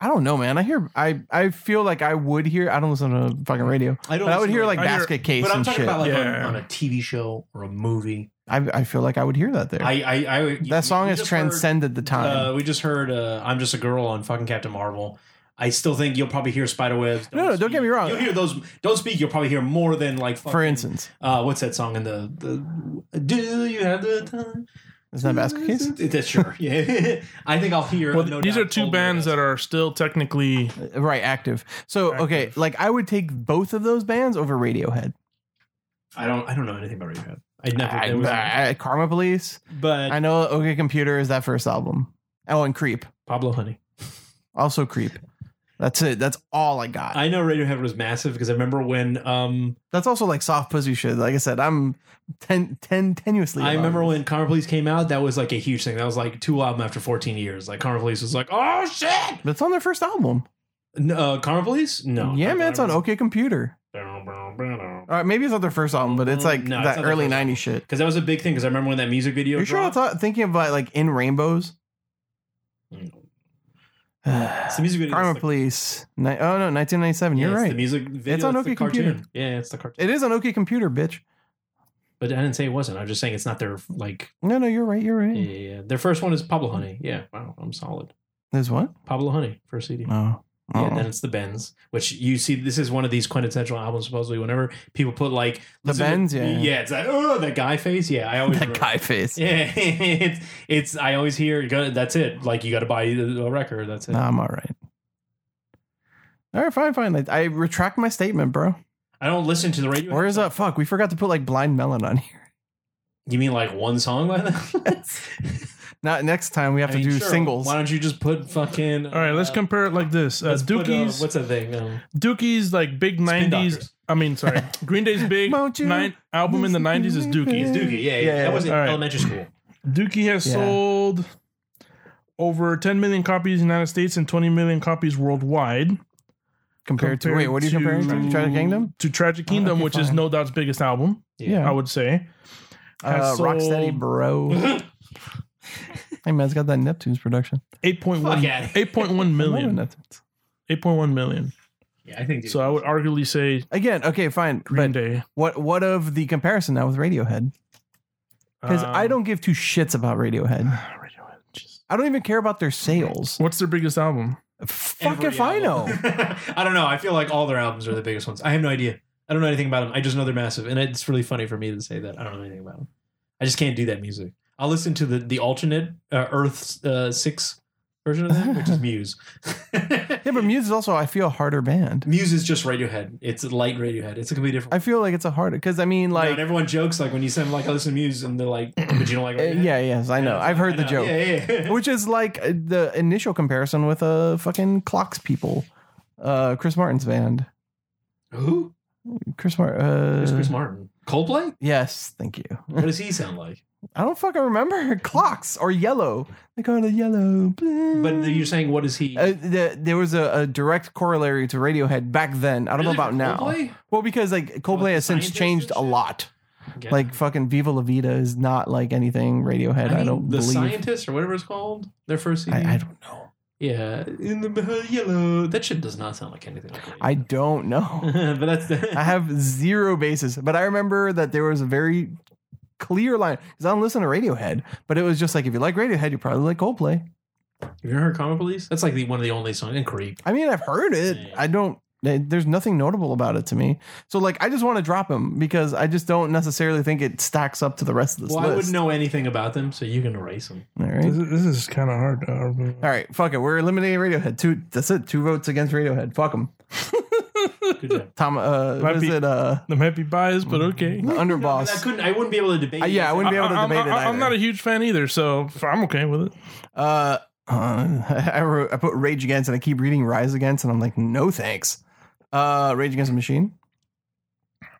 Speaker 1: I don't know, man. I hear. I I feel like I would hear. I don't listen to fucking radio,
Speaker 2: I don't.
Speaker 1: but I would hear like
Speaker 3: I hear-
Speaker 1: Basket Case
Speaker 2: But I'm
Speaker 1: and
Speaker 2: talking
Speaker 1: shit.
Speaker 2: about like on,
Speaker 3: Yeah.
Speaker 2: on a TV show or a movie.
Speaker 1: I I feel like I would hear that there.
Speaker 2: I I, I you-
Speaker 1: that song
Speaker 2: we
Speaker 1: has
Speaker 2: just heard,
Speaker 1: transcended the time.
Speaker 2: Uh, we just heard uh, "I'm Just a Girl" on fucking Captain Marvel. I still think you'll probably hear Spiderwebs.
Speaker 1: No, no, don't
Speaker 2: Speak.
Speaker 1: get me wrong.
Speaker 2: You'll hear those. Don't speak. You'll probably hear more than like
Speaker 1: For
Speaker 2: fucking-
Speaker 1: instance,
Speaker 2: uh, what's that song in the, the Do you have the time?
Speaker 1: isn't that Basket Case?
Speaker 2: That's sure. Yeah, I think I'll hear.
Speaker 3: Well,
Speaker 2: No
Speaker 3: these
Speaker 2: Doubt
Speaker 3: are two
Speaker 2: Told Me
Speaker 3: bands
Speaker 2: That.
Speaker 3: that are still technically
Speaker 1: Right, active. So okay,
Speaker 3: Active.
Speaker 1: like I would take both of those bands over Radiohead.
Speaker 2: I don't. I don't know anything about Radiohead. I never.
Speaker 1: I,
Speaker 2: it was-
Speaker 1: I- Karma Police.
Speaker 2: but
Speaker 1: I know OK Computer is that first album. Oh, and Creep.
Speaker 2: Pablo Honey.
Speaker 1: Also Creep. That's it. That's all I got.
Speaker 2: I know Radiohead was massive because I remember when. Um,
Speaker 1: That's also like soft pussy shit. Like I said, I'm ten, ten tenuously.
Speaker 2: I
Speaker 1: about
Speaker 2: remember
Speaker 1: it.
Speaker 2: when Karma Police came out. That was like a huge thing. That was like two album after 14 years. Like Karma Police was like, oh shit.
Speaker 1: But it's on their first album.
Speaker 2: N- Uh, Karma Police? No.
Speaker 1: yeah, man, it's on OK Computer.
Speaker 2: Because
Speaker 1: All right, maybe it's not their first album, but it's like
Speaker 2: Mm, No, it's
Speaker 1: that
Speaker 2: not their
Speaker 1: early
Speaker 2: first album.
Speaker 1: '90s shit.
Speaker 2: that was a big thing. Because I remember when that music video.
Speaker 1: Are you sure I'm
Speaker 2: dropped.
Speaker 1: not thinking about like in rainbows?
Speaker 2: It's
Speaker 1: Karma
Speaker 2: the music video. that's the-
Speaker 1: Police. Ni- oh no, 1997.
Speaker 2: yeah,
Speaker 1: You're
Speaker 2: it's The
Speaker 1: right.
Speaker 2: music video.
Speaker 1: It's on
Speaker 2: the
Speaker 1: OK
Speaker 2: cartoon.
Speaker 1: Computer.
Speaker 2: Yeah, it's the cartoon.
Speaker 1: It is on OK Computer, bitch.
Speaker 2: But I didn't say it wasn't. I'm just saying it's not their like.
Speaker 1: No, no, you're right. You're right.
Speaker 2: Yeah, yeah, yeah. Their first one is Pablo Honey. Yeah, wow, I'm solid.
Speaker 1: There's what?
Speaker 2: Pablo Honey first CD.
Speaker 1: Oh.
Speaker 2: Yeah,
Speaker 1: Oh.
Speaker 2: then it's the Bends, which you see. This is one of these quintessential albums. Supposedly, whenever people put like
Speaker 1: The
Speaker 2: listen to-
Speaker 1: Bends, yeah.
Speaker 2: yeah, it's like oh that guy face. Yeah, I always
Speaker 1: that
Speaker 2: remember.
Speaker 1: guy face.
Speaker 2: Yeah, it's it's. I always hear you gotta, that's it. Like you got to buy a record. That's it.
Speaker 1: Nah, I'm all right. All right, fine, fine. I, I retract my statement, bro.
Speaker 2: I don't listen to the radio.
Speaker 1: Where is that? Fuck, we forgot to put like Blind Melon on here.
Speaker 2: You mean like one song by them?
Speaker 1: Not next time we have
Speaker 2: I
Speaker 1: to
Speaker 2: mean,
Speaker 1: do
Speaker 2: sure,
Speaker 1: singles.
Speaker 2: Why don't you just put fucking?
Speaker 3: all right. Let's compare it like this: uh,
Speaker 2: put, uh,
Speaker 3: Dookie's,
Speaker 2: what's that thing? Um,
Speaker 3: Dookie's like big
Speaker 2: Spin
Speaker 3: '90s.
Speaker 2: Doctors.
Speaker 3: I mean, sorry, Green Day's big
Speaker 1: Won't you
Speaker 3: nine album in the '90s is
Speaker 1: listen
Speaker 3: Dookie.
Speaker 1: to me?
Speaker 2: Dookie. Yeah, yeah.
Speaker 1: Yeah, yeah,
Speaker 2: that was in
Speaker 3: all right.
Speaker 2: elementary school.
Speaker 3: Dookie has
Speaker 1: Yeah.
Speaker 3: sold over 10 million copies in the United States and 20 million copies worldwide.
Speaker 1: compared, to wait, what are you comparing? To Tragic Kingdom?
Speaker 3: To Tragic Kingdom,
Speaker 1: okay,
Speaker 3: which is
Speaker 1: fine.
Speaker 3: No Doubt's biggest album,
Speaker 1: Yeah.
Speaker 3: I
Speaker 2: Oh,
Speaker 3: would say.
Speaker 1: Uh,
Speaker 3: Has
Speaker 1: Rocksteady,
Speaker 3: sold
Speaker 1: bro. hey man, it's got that Neptune's production.
Speaker 3: 8.1
Speaker 2: Fuck yeah.
Speaker 3: 8.1
Speaker 1: I love
Speaker 3: million.
Speaker 1: Neptunes.
Speaker 3: 8.1 million.
Speaker 2: Yeah, I think.
Speaker 3: So I would arguably say
Speaker 1: Again, okay, fine.
Speaker 3: Green
Speaker 1: but
Speaker 3: Day.
Speaker 1: what what of the comparison now with Radiohead? Because I
Speaker 3: Um,
Speaker 1: don't give two shits about Radiohead.
Speaker 3: Radiohead, jeez.
Speaker 1: I don't even care about their sales.
Speaker 3: What's their biggest album?
Speaker 1: Fuck
Speaker 2: Every
Speaker 1: if I know.
Speaker 2: album. I don't know. I feel like all their albums are the biggest ones. I have no idea. I don't know anything about them. I just know they're massive, and it's really funny for me to say that I don't know anything about them. I just can't do that music. I'll listen to the the alternate uh, Earth uh, Six version of that, which is Muse.
Speaker 1: Yeah, but Muse is also I feel a harder band.
Speaker 2: Muse is just Radiohead. It's light Radiohead. It's a completely different.
Speaker 1: I feel like it's a harder because I mean
Speaker 2: No,
Speaker 1: like
Speaker 2: and everyone jokes like when you say like I listen to Muse, and they're like, but you don't like
Speaker 1: uh,
Speaker 2: Radiohead.
Speaker 1: yeah, yes, I
Speaker 2: And
Speaker 1: know.
Speaker 2: it's
Speaker 1: I've
Speaker 2: like,
Speaker 1: heard
Speaker 2: I
Speaker 1: the
Speaker 2: know.
Speaker 1: joke.
Speaker 2: Yeah, yeah.
Speaker 1: which is like uh, the initial comparison with uh fucking clocks people uh chris martin's band
Speaker 2: Who?
Speaker 1: chris martin uh
Speaker 2: Who's Chris Martin? Coldplay?
Speaker 1: yes thank you
Speaker 2: What does he sound like?
Speaker 1: i don't fucking remember clocks or yellow they call it yellow
Speaker 2: But you're saying what is he?
Speaker 1: uh, the, there was a, a direct corollary to radiohead back then i don't know
Speaker 2: Really?
Speaker 1: about now
Speaker 2: Coldplay?
Speaker 1: well because like coldplay
Speaker 2: the
Speaker 1: has since
Speaker 2: scientists
Speaker 1: changed
Speaker 2: and
Speaker 1: a
Speaker 2: shit?
Speaker 1: lot
Speaker 2: Okay.
Speaker 1: like fucking viva la vida is not like anything radiohead i,
Speaker 2: mean,
Speaker 1: don't
Speaker 2: the
Speaker 1: believe
Speaker 2: scientists or whatever it's called. Their first CD.
Speaker 1: I, I don't know
Speaker 2: yeah, in the behind yellow. That shit does not sound like anything. Like that.
Speaker 1: i don't know
Speaker 2: but that's the,
Speaker 1: I have zero basis, but I remember that there was a very clear line because I don't listen to Radiohead, but it was just like if you like Radiohead, you probably like Coldplay.
Speaker 2: Have you ever heard Common Police? That's like the one of the only songs in Creep.
Speaker 1: I mean, I've heard it.
Speaker 2: Yeah.
Speaker 1: I don't. They- There's nothing notable about it to me. So like, I just want to drop him because I just don't necessarily think it stacks up to the rest of this
Speaker 2: Well, I
Speaker 1: list.
Speaker 2: wouldn't know anything about them, so you can erase them.
Speaker 1: All right.
Speaker 3: This, is- this is kind of hard. Uh,
Speaker 1: All right, fuck it. We're eliminating Radiohead. Two. That's it. Two votes against Radiohead. Fuck them.
Speaker 2: Good job.
Speaker 1: Tom. Uh,
Speaker 3: Might
Speaker 1: what is
Speaker 3: be-
Speaker 1: it? Uh,
Speaker 3: I might be biased, but
Speaker 1: the
Speaker 3: okay.
Speaker 2: I, mean, I
Speaker 1: underboss.
Speaker 2: couldn't. I wouldn't be able to debate.
Speaker 1: Uh, yeah, I
Speaker 2: this.
Speaker 1: wouldn't Mm-hmm. be able to
Speaker 3: I- I-
Speaker 1: debate it
Speaker 3: I- I'm
Speaker 1: either.
Speaker 3: not a huge fan either, so I'm okay with it.
Speaker 1: Uh, uh, I wrote. I put Rage Against, and I keep reading Rise Against, and I'm like, no thanks. Uh, Rage Against the Machine.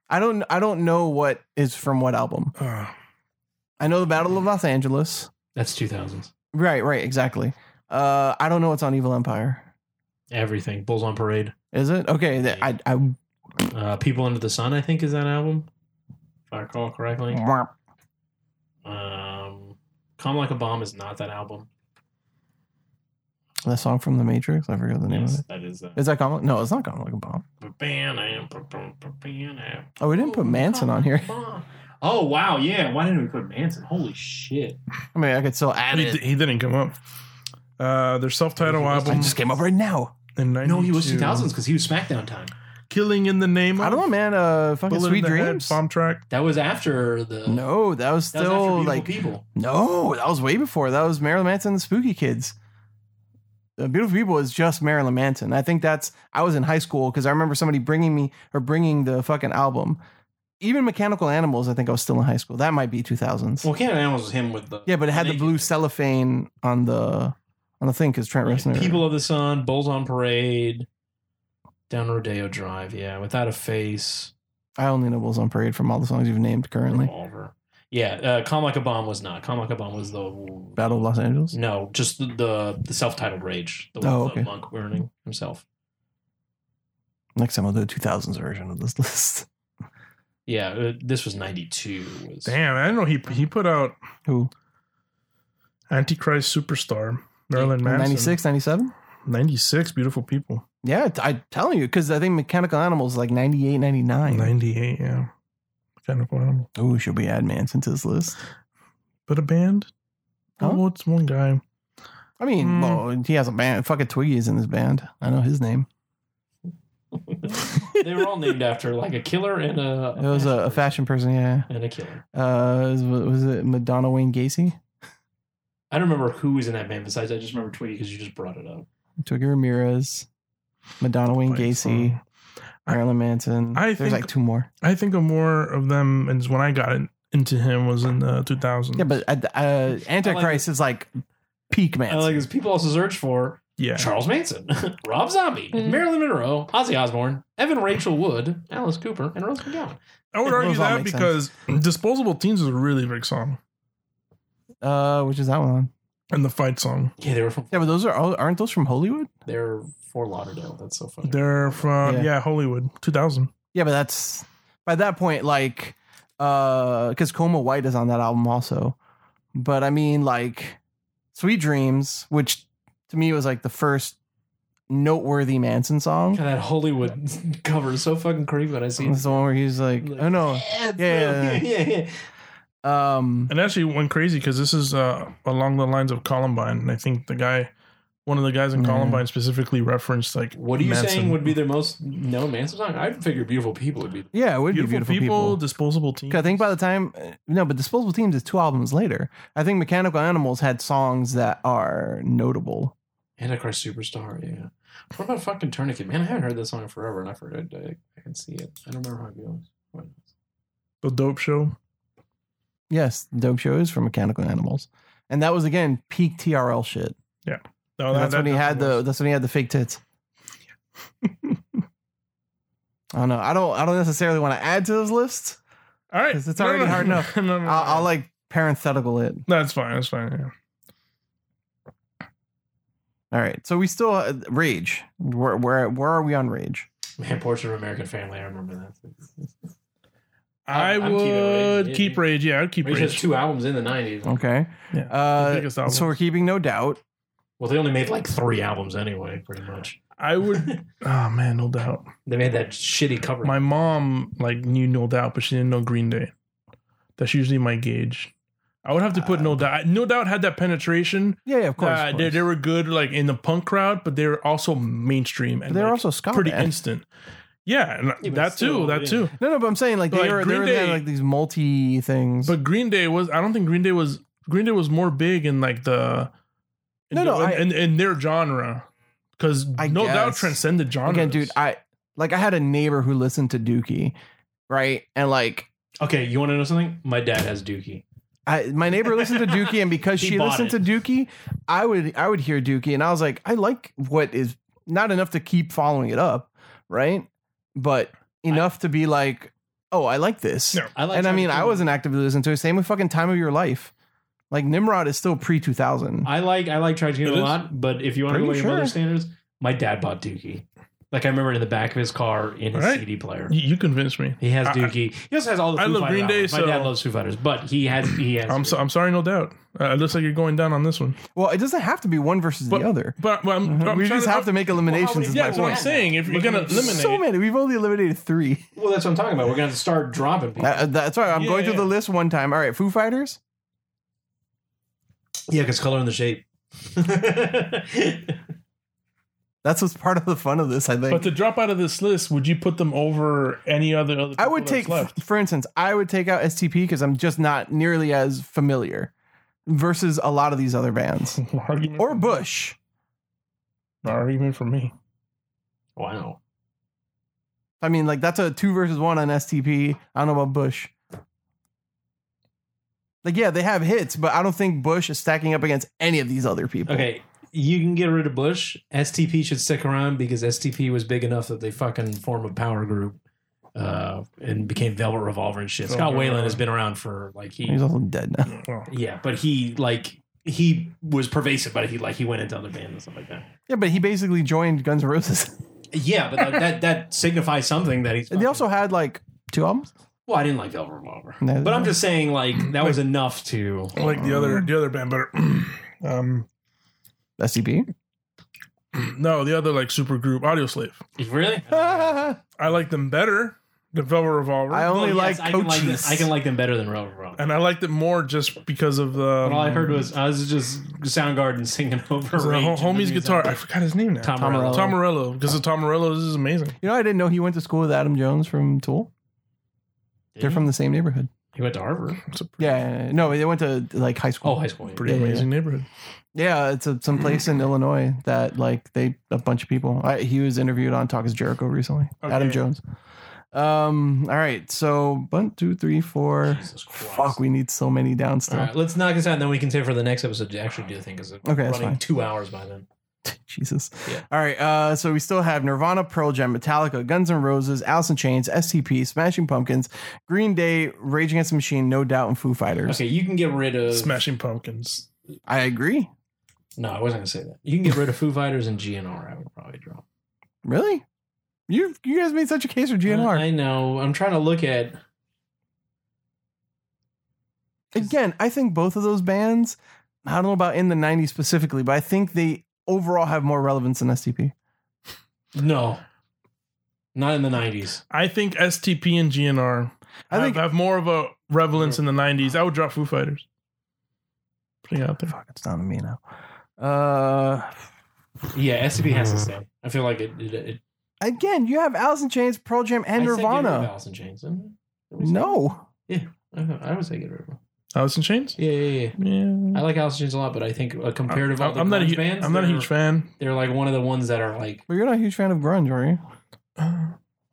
Speaker 1: I don't. I don't know what is from what album.
Speaker 3: Uh,
Speaker 1: I know the Battle of Los Angeles.
Speaker 2: That's two thousands.
Speaker 1: Right. Right. Exactly. Uh, I don't know what's on Evil Empire.
Speaker 2: Everything. Bulls on Parade.
Speaker 1: Is it okay? th- I. I.
Speaker 2: Uh, People Under the Sun. I think is that album. If I recall correctly. Um, Come Like a Bomb is not that album.
Speaker 1: That song from The Matrix. I forget the name
Speaker 2: Yes,
Speaker 1: of
Speaker 2: that is. Uh,
Speaker 1: it. Is that common? No, it's not common like a bomb.
Speaker 2: We
Speaker 1: Oh, we didn't put Manson on here.
Speaker 2: Oh wow, yeah. Why didn't we put Manson? Holy shit!
Speaker 1: I mean, I could still add
Speaker 3: he,
Speaker 1: it.
Speaker 3: he didn't come up. Uh, their self-titled
Speaker 2: I
Speaker 3: album
Speaker 1: I just came up right now.
Speaker 3: in
Speaker 2: No, he was
Speaker 3: 92.
Speaker 2: 2000s because he was SmackDown time.
Speaker 3: Killing in the name.
Speaker 1: I
Speaker 3: of
Speaker 1: don't know, man. Uh, fucking
Speaker 3: Bullet in
Speaker 1: Sweet
Speaker 3: the Head,
Speaker 1: Dreams.
Speaker 3: bomb track.
Speaker 2: That was after the
Speaker 1: No, that was
Speaker 2: that was after
Speaker 1: still
Speaker 2: Beautiful
Speaker 1: like
Speaker 2: people.
Speaker 1: no, that was way before. That was Marilyn Manson and the Spooky Kids. The Beautiful People is just Marilyn Manson. I think that's I was in high school because I remember somebody bringing me or bringing the fucking album. Even Mechanical Animals, I think I was still in high school. That might be two thousands.
Speaker 2: Well, Canada Animals was him with the
Speaker 1: yeah, but it had the
Speaker 2: naked-
Speaker 1: blue cellophane on the on the thing because Trent Reznor.
Speaker 2: People of the Sun, Bulls on Parade, Down Rodeo Drive. Yeah, without a face,
Speaker 1: I only know Bulls on Parade from all the songs you've named currently.
Speaker 2: revolver. Yeah, uh, Calm Like a Bomb was not. Calm Like a Bomb was the
Speaker 1: Battle of Los Angeles.
Speaker 2: No, just the the, the self titled Rage. The one
Speaker 1: Oh,
Speaker 2: with the
Speaker 1: okay.
Speaker 2: monk wearing himself.
Speaker 1: Next time I'll do a 2000s version of this list.
Speaker 2: Yeah, uh, this was '92. Was
Speaker 3: Damn, I didn't know he he put out
Speaker 1: Who?
Speaker 3: Antichrist Superstar. Marilyn Manson.
Speaker 1: 96, 97?
Speaker 3: 96, Beautiful People.
Speaker 1: Yeah, t- I'm telling you, because I think Mechanical Animals is like 98, 99.
Speaker 3: 98, yeah. Kind of wild.
Speaker 1: Oh, should we add Manson to this list?
Speaker 3: But a band?
Speaker 1: Huh?
Speaker 3: Oh, it's one guy.
Speaker 1: I mean,
Speaker 3: Hmm.
Speaker 1: well, he has a band. Fucking Twiggy is in his band. I know his name.
Speaker 2: they were all named after like a killer and a.
Speaker 1: It was a, a fashion person, yeah.
Speaker 2: and a killer.
Speaker 1: Uh, was, was it Madonna Wayne Gacy?
Speaker 2: I don't remember who was in that band besides I just remember Twiggy because you just brought it up.
Speaker 1: Twiggy Ramirez, Madonna Wayne
Speaker 3: Like,
Speaker 1: Gacy,
Speaker 3: um,
Speaker 1: Marilyn Manson.
Speaker 3: I
Speaker 1: There's
Speaker 3: think-
Speaker 1: like two more.
Speaker 3: I think of more of them and when I got in, into him was in the 2000.
Speaker 1: Yeah, but uh, uh, Antichrist is like peak
Speaker 2: I
Speaker 1: Manson.
Speaker 2: like because people also search for
Speaker 3: yeah.
Speaker 2: Charles Manson, Rob Zombie, Marilyn Monroe, Ozzy Osbourne, Evan Rachel Wood, Alice Cooper, and Rose McGowan.
Speaker 3: I would
Speaker 1: Those
Speaker 3: argue
Speaker 1: all Mm.
Speaker 3: that
Speaker 1: make
Speaker 3: because Disposable Teens is a really big song
Speaker 1: uh, which is that one on?
Speaker 3: and the fight song.
Speaker 2: Yeah, they were from
Speaker 1: Yeah, but those are all aren't those from Hollywood?
Speaker 2: they're Fort Lauderdale. That's so funny.
Speaker 3: They're from,
Speaker 1: Yeah.
Speaker 3: yeah, Hollywood, 2000.
Speaker 1: Yeah, but that's by that point, like, uh, because Coma White is on that album also. But I mean, like, Sweet Dreams, which to me was like the first noteworthy Manson song.
Speaker 2: God, that Hollywood cover is so fucking creepy when I see it.
Speaker 1: That's the one where he's like, oh no, yeah, yeah,
Speaker 2: yeah, yeah.
Speaker 1: um,
Speaker 3: And actually went crazy because this is uh, along the lines of Columbine. And I think the guy, one of the guys in
Speaker 1: Yeah.
Speaker 3: Columbine specifically referenced like
Speaker 2: What are you
Speaker 3: Manson.
Speaker 2: saying would be their most known Manson song? I figure Beautiful People would be.
Speaker 1: yeah, it would
Speaker 3: beautiful,
Speaker 1: be beautiful
Speaker 3: people,
Speaker 1: people.
Speaker 3: disposable team.
Speaker 1: 'Cause I think by the time uh, no, but Disposable Teams is two albums later. I think Mechanical Animals had songs that are notable.
Speaker 2: Antichrist Superstar, yeah. What about fucking Tourniquet? Man, I haven't heard that song in forever and I forgot I, I can see it. I don't remember how it goes. What?
Speaker 3: the dope show.
Speaker 1: Yes, Dope Show is from Mechanical Animals, and that was again peak TRL shit.
Speaker 3: No,
Speaker 1: that's
Speaker 3: Oh, that
Speaker 1: when he had the.
Speaker 3: definitely
Speaker 1: That's when he had the fake tits. I don't know. I don't. I don't necessarily want to add to this list.
Speaker 3: was. All right,
Speaker 1: 'Cause it's already hard enough.
Speaker 3: No, no, no,
Speaker 1: I'll, I'll like parenthetical it.
Speaker 3: That's fine. That's fine. Yeah.
Speaker 1: All right. So we still uh, rage. Where where where are we on rage?
Speaker 2: Man, Portrait of an American Family, I remember that.
Speaker 3: I
Speaker 2: I'm- I'm keeping
Speaker 3: would
Speaker 2: Rage.
Speaker 3: keep rage. Yeah, I'd keep
Speaker 2: Rage
Speaker 3: rage.
Speaker 2: has two albums in the 90s.
Speaker 1: Okay.
Speaker 3: Yeah.
Speaker 1: Uh,
Speaker 3: Biggest album.
Speaker 1: so we're keeping no doubt.
Speaker 2: Well, they only made like three albums anyway, pretty much.
Speaker 3: I would. oh man, no doubt.
Speaker 2: They made that shitty cover.
Speaker 3: My mom like knew no doubt, but she didn't know Green Day. That's usually my gauge. I would have to
Speaker 1: Ah,
Speaker 3: put No Doubt. No Doubt had that penetration.
Speaker 1: Yeah, yeah, of course.
Speaker 3: Uh,
Speaker 1: of
Speaker 3: They,
Speaker 1: course.
Speaker 3: they were good like in the punk crowd, but they were also mainstream and
Speaker 1: But they're
Speaker 3: like,
Speaker 1: also ska
Speaker 3: pretty
Speaker 1: band.
Speaker 3: instant. Yeah, and
Speaker 2: but
Speaker 3: that
Speaker 2: still,
Speaker 3: too. That
Speaker 2: yeah.
Speaker 3: too.
Speaker 1: no, no, but I'm saying like they
Speaker 3: Like,
Speaker 1: are
Speaker 3: Green
Speaker 1: they're they
Speaker 3: Day-
Speaker 1: like these multi things.
Speaker 3: But Green Day was. I don't think Green Day was. Green Day was more big in like the. in
Speaker 1: No,
Speaker 3: the-
Speaker 1: no,
Speaker 3: in,
Speaker 1: I-
Speaker 3: in, in their genre, because
Speaker 1: I
Speaker 3: No Doubt
Speaker 1: guess.
Speaker 3: transcended genre.
Speaker 1: again, dude, I like I had a neighbor who listened to Dookie, right? And like
Speaker 2: Okay, you want to know something? My dad has Dookie.
Speaker 1: I, my neighbor listened to Dookie, and because
Speaker 2: He
Speaker 1: she
Speaker 2: bought
Speaker 1: listened
Speaker 2: it.
Speaker 1: to Dookie, I would I would hear Dookie, and I was like, I like what is not enough to keep following it up, right? But enough to be like, oh, I like this,
Speaker 3: Yeah.
Speaker 2: I like
Speaker 1: and I
Speaker 2: Traffic
Speaker 1: mean, I
Speaker 2: Jam.
Speaker 1: wasn't actively listening to it. Same with fucking Time of Your Life, like Nimrod is still pre two thousand.
Speaker 2: I like I like Tragedy
Speaker 3: It
Speaker 2: a
Speaker 3: is.
Speaker 2: lot, but if you want to go by
Speaker 1: Pretty
Speaker 2: your mother's
Speaker 1: sure.
Speaker 2: standards, my dad bought Dookie. Like I remember it in the back of his car in his
Speaker 3: Alright.
Speaker 2: CD player.
Speaker 3: you, you convinced me.
Speaker 2: He has
Speaker 3: I-
Speaker 2: Dookie. He also has all the. Foo
Speaker 3: I love
Speaker 2: Fighter
Speaker 3: Green Day,
Speaker 2: albums. My
Speaker 3: so-
Speaker 2: dad loves Foo Fighters, but he has he has.
Speaker 3: I'm so, I'm sorry, No Doubt. Uh, it looks like you're going down on this one.
Speaker 1: Well, it doesn't have to be one versus
Speaker 3: But-
Speaker 1: the other. Uh-huh.
Speaker 3: But, but I'm, I'm
Speaker 1: Mm-hmm. we
Speaker 3: trying
Speaker 1: just have to make eliminations.
Speaker 2: many-
Speaker 1: is
Speaker 3: Yeah,
Speaker 1: my
Speaker 3: that's what I'm
Speaker 1: point.
Speaker 3: saying. If you're
Speaker 2: Look at
Speaker 3: gonna
Speaker 2: me.
Speaker 3: eliminate,
Speaker 1: So many. We've only eliminated three.
Speaker 2: well, that's what I'm talking about. We're gonna have to start dropping people.
Speaker 1: That- uh, that's why I'm
Speaker 3: Yeah,
Speaker 1: going through
Speaker 3: yeah.
Speaker 1: the list one time. All right, Foo Fighters.
Speaker 2: yeah, because color and the shape.
Speaker 1: That's what's part of the fun of this, I think.
Speaker 3: but to drop out of this list, would you put them over any other? other
Speaker 1: I would
Speaker 3: people that's
Speaker 1: take, f- for instance, I would take out STP because I'm just not nearly as familiar versus a lot of these other bands
Speaker 3: argument
Speaker 1: or Bush.
Speaker 3: argument for me.
Speaker 2: wow.
Speaker 1: I mean, like that's a two versus one on STP. I don't know about Bush. Like, yeah, they have hits, but I don't think Bush is stacking up against any of these other people.
Speaker 2: Okay, you can get rid of Bush. STP should stick around because STP was big enough that they fucking form a power group uh, and became Velvet Revolver and shit. Scott Whalen has been around for like he,
Speaker 1: he's also dead now.
Speaker 3: Well,
Speaker 2: yeah, but he like he was pervasive, but he like he went into other bands and stuff like that.
Speaker 1: Yeah, but he basically joined Guns N' Roses.
Speaker 2: Yeah, but that that, that signifies something that he's.
Speaker 1: And they also had like two albums.
Speaker 2: well, I didn't like Velvet Revolver,
Speaker 1: No,
Speaker 2: but I'm
Speaker 1: no.
Speaker 2: just saying like that was enough to.
Speaker 3: I like the other the other band better. um,
Speaker 1: STP.
Speaker 3: no, the other like super group, Audio Slave.
Speaker 2: Really?
Speaker 1: I
Speaker 3: I like them better. The Velvet Revolver,
Speaker 1: only
Speaker 2: Well,
Speaker 1: like
Speaker 2: yes, I can like, them,
Speaker 1: coaches.
Speaker 2: I can like them better than Velvet Revolver.
Speaker 3: and I liked it more just because of um, the.
Speaker 2: But all I heard was I was just Soundgarden singing over
Speaker 3: the
Speaker 2: Rage
Speaker 3: ho-
Speaker 2: and
Speaker 3: homie's
Speaker 2: the music.
Speaker 3: guitar. I forgot his name now.
Speaker 2: Tom,
Speaker 1: Tom
Speaker 2: Morello.
Speaker 1: Morello.
Speaker 3: Tom Morello, because of Tom Morello, this is amazing.
Speaker 1: You know, I didn't know he went to school with Adam Jones from Tool. They're from the same neighborhood.
Speaker 2: He went to Harvard.
Speaker 3: It's a pretty,
Speaker 1: Yeah, yeah, yeah. no, they went to like high school.
Speaker 2: Oh, high school. yeah.
Speaker 3: pretty
Speaker 1: Yeah, yeah,
Speaker 3: amazing neighborhood.
Speaker 1: Yeah, it's a, some place in Illinois that like they a bunch of people. I, he was interviewed on Talk is Jericho recently. Adam
Speaker 3: Okay.
Speaker 1: Jones. Um. All right. So one, two, three, four.
Speaker 2: Jesus Christ.
Speaker 1: Fuck. We need so many down still.
Speaker 2: All right, let's knock this out, and then we can save for the next episode to actually do the thing because it's
Speaker 1: Okay, that's
Speaker 2: running
Speaker 1: fine.
Speaker 2: two hours by then.
Speaker 1: Jesus.
Speaker 2: Yeah.
Speaker 1: All right. Uh, so we still have Nirvana, Pearl Jam, Metallica, Guns N' Roses, Alice in Chains, STP, Smashing Pumpkins, Green Day, Rage Against the Machine, No Doubt, and Foo Fighters.
Speaker 2: Okay, you can get rid of.
Speaker 3: Smashing Pumpkins.
Speaker 1: I agree.
Speaker 2: No, I wasn't gonna say that. You can get rid of Foo Fighters and GNR. I would probably drop.
Speaker 1: Really? You you guys made such a case for GNR.
Speaker 2: I know. I'm trying to look at.
Speaker 1: Again, I think both of those bands, I don't know about in the 90s specifically, but I think they overall have more relevance than STP.
Speaker 2: No, not in the '90s.
Speaker 3: I think STP and GNR
Speaker 1: I
Speaker 3: I
Speaker 1: think-
Speaker 3: think have more of a relevance in the '90s. I would drop Foo Fighters. Putting it out there.
Speaker 1: Fuck, it's not on me now. Uh,
Speaker 2: Yeah, SCP has to
Speaker 1: Hmm.
Speaker 2: stay. I feel like it. it, it
Speaker 1: again, you have Alice in Chains, Pearl Jam, and
Speaker 2: I said get rid of
Speaker 1: Nirvana.
Speaker 2: Alice in Chains, didn't I?
Speaker 1: No.
Speaker 2: I don't know. uh-huh, I would say get rid of them.
Speaker 3: Alice in Chains.
Speaker 2: Yeah, yeah, yeah.
Speaker 3: Yeah.
Speaker 2: I like Alice in Chains a lot, but I think uh, compared to all the
Speaker 3: I'm not a
Speaker 2: grunge
Speaker 3: huge.
Speaker 2: bands,
Speaker 3: I'm not a
Speaker 2: they're-
Speaker 3: huge fan.
Speaker 2: They're like one of the ones that are like.
Speaker 1: But you're not a huge fan of grunge, are you?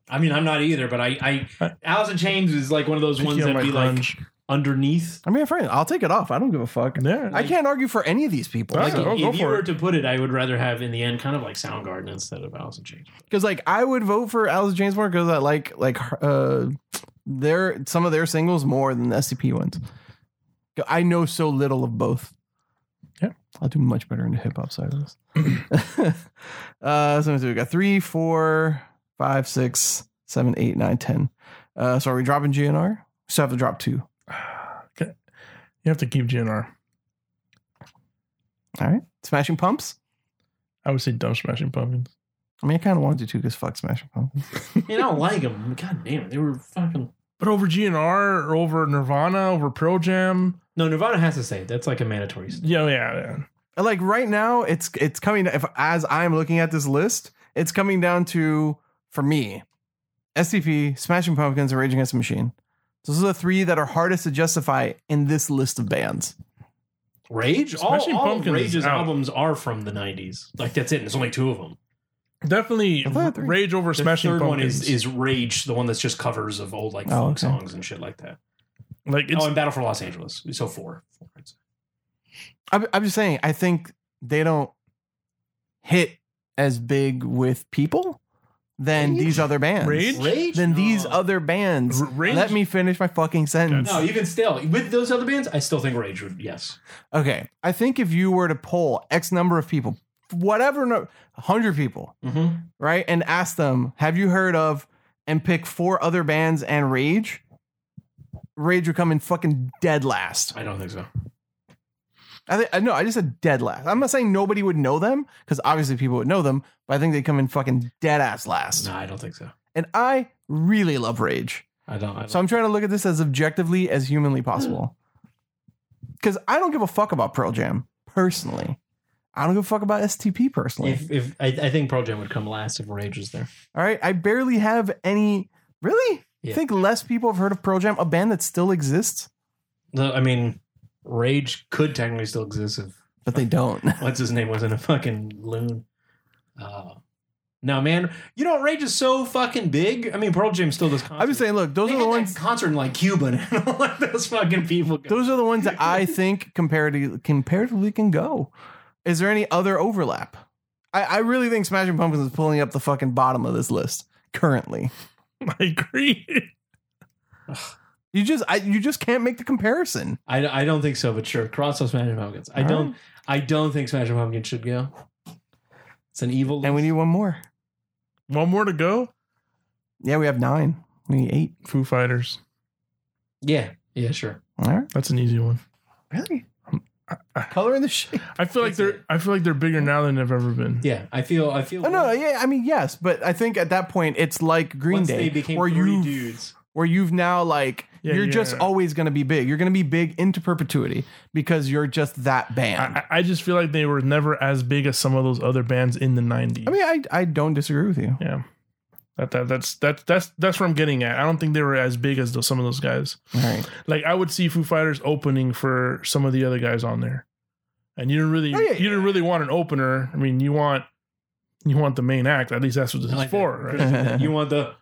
Speaker 2: I mean, I'm not either, but I, I Alice in Chains is like one of those ones
Speaker 3: Picky on
Speaker 2: that be
Speaker 3: my
Speaker 2: like
Speaker 3: grunge.
Speaker 2: underneath.
Speaker 1: I mean, frankly, I'll take it off. I don't give a fuck.
Speaker 3: yeah.
Speaker 1: I can't argue for any of these people.
Speaker 3: All
Speaker 2: Like
Speaker 3: right, I'll go
Speaker 2: if you
Speaker 3: for
Speaker 2: were
Speaker 3: it.
Speaker 2: to put it, I would rather have in the end kind of like Soundgarden instead of Alice in Chains.
Speaker 1: Because like I would vote for Alice in Chains more because I like like uh their some of their singles more than the SCP ones. I know so little of both.
Speaker 3: Yeah.
Speaker 1: I'll do much better in the hip hop side of this. uh so let's see, we got three, four, five, six, seven, eight, nine, ten. Uh so are we dropping GNR? Still have to drop two.
Speaker 3: You have to keep GNR.
Speaker 1: All right. Smashing pumps?
Speaker 3: I would say dumb Smashing Pumpkins.
Speaker 1: I mean I kinda wanted to because fuck smashing pumps.
Speaker 2: You know, I don't like them. God damn it, they were fucking.
Speaker 3: But over GNR or over Nirvana, over Pearl Jam,
Speaker 2: No, Nirvana has to save. That's like a mandatory. st-
Speaker 3: Yeah, oh, yeah, yeah.
Speaker 1: like right now it's it's coming if as i'm looking at this list it's coming down to for me scp smashing pumpkins and rage against the machine those are the three that are hardest to justify in this list of bands
Speaker 2: Rage. All,
Speaker 3: Smashing
Speaker 2: all of
Speaker 3: Pumpkins is
Speaker 2: Rage's
Speaker 3: out.
Speaker 2: albums are from the '90s. Like that's it. And there's only two of them.
Speaker 3: Definitely
Speaker 1: I thought three-
Speaker 3: rage over
Speaker 2: The
Speaker 3: smashing
Speaker 2: third
Speaker 3: pumpkins.
Speaker 2: one is, is Rage, the one that's just covers of old like
Speaker 1: Oh,
Speaker 2: folk
Speaker 1: okay.
Speaker 2: songs and shit like that.
Speaker 3: like it's
Speaker 2: oh, and Battle for Los Angeles. So four. Four.
Speaker 1: i'm, I'm just saying i think they don't hit as big with people than
Speaker 2: Rage?
Speaker 1: these other bands
Speaker 3: Rage?
Speaker 2: Rage.
Speaker 1: than these
Speaker 2: No.
Speaker 1: other bands
Speaker 3: R- Rage?
Speaker 1: let me finish my fucking sentence
Speaker 2: No, even still, with those other bands, I still think Rage would. Yes.
Speaker 1: okay i think if you were to poll x number of people whatever no, 100 people
Speaker 2: Mm-hmm.
Speaker 1: right? And ask them, have you heard of and pick four other bands and Rage? Rage would come in fucking dead last.
Speaker 2: I don't think so.
Speaker 1: I think I no, I just said dead last. I'm not saying nobody would know them, because obviously people would know them, but I think they come in fucking dead ass last.
Speaker 2: No, I don't think so.
Speaker 1: And I really love Rage.
Speaker 2: I don't. I don't.
Speaker 1: So I'm trying to look at this as objectively as humanly possible. Cause I don't give a fuck about Pearl Jam personally. I don't give a fuck about STP personally.
Speaker 2: if, if I, I think Pearl Jam would come last if Rage was there.
Speaker 1: All right. I barely have any. Really?
Speaker 2: Yeah.
Speaker 1: I think less people have heard of Pearl Jam, a band that still exists,
Speaker 2: No, I mean, Rage could technically still exist if
Speaker 1: but they don't.
Speaker 2: what's his name wasn't a fucking loon. Uh, no, man, you know Rage is so fucking big. I mean, Pearl Jam still does. Concerts.
Speaker 1: I'm just saying, look, those
Speaker 2: They
Speaker 1: are the
Speaker 2: had that
Speaker 1: ones.
Speaker 2: concert in like Cuba and all like those fucking people. go-
Speaker 1: Those are the ones that I think comparatively comparatively can go. Is there any other overlap? I, I really think Smashing Pumpkins is pulling up the fucking bottom of this list currently.
Speaker 3: I agree.
Speaker 1: You just I, you just can't make the comparison.
Speaker 2: I, I don't think so, but sure, cross off Smashing Pumpkins. I
Speaker 1: All
Speaker 2: don't
Speaker 1: right.
Speaker 2: I don't think Smashing Pumpkins should go. It's an evil.
Speaker 1: And we
Speaker 2: list.
Speaker 1: need one more.
Speaker 3: One more to go.
Speaker 1: Yeah, we have nine. We need eight.
Speaker 3: Foo Fighters.
Speaker 2: yeah yeah sure.
Speaker 1: All right.
Speaker 3: That's an easy one.
Speaker 1: Really? Color in the shade.
Speaker 3: I feel like
Speaker 2: It's
Speaker 3: they're.
Speaker 2: a-
Speaker 3: I feel like they're bigger now than they've ever been.
Speaker 2: Yeah, I feel I feel.
Speaker 1: Oh no, yeah, I mean yes, but I think at that point it's like Green
Speaker 2: once
Speaker 1: Day,
Speaker 2: they became
Speaker 1: where
Speaker 2: three
Speaker 1: you
Speaker 2: dudes.
Speaker 1: where you've now like
Speaker 3: Yeah,
Speaker 1: you're just
Speaker 3: yeah.
Speaker 1: always going to be big. You're going to be big into perpetuity because you're just that band. I,
Speaker 3: I, I- I just feel like they were never as big as some of those other bands in the '90s.
Speaker 1: mean, I I don't disagree with you.
Speaker 3: yeah, that, that that's that's that's that's where I'm getting at. I don't think they were as big as those, some of those guys.
Speaker 1: All right.
Speaker 3: Like I would see Foo Fighters opening for some of the other guys on there, and you didn't really
Speaker 1: Oh, yeah,
Speaker 3: you didn't really want an opener. I mean, you want you want the main act. At least that's what this
Speaker 2: I
Speaker 3: is
Speaker 2: like
Speaker 3: for.
Speaker 2: that.
Speaker 3: Right?
Speaker 2: you want the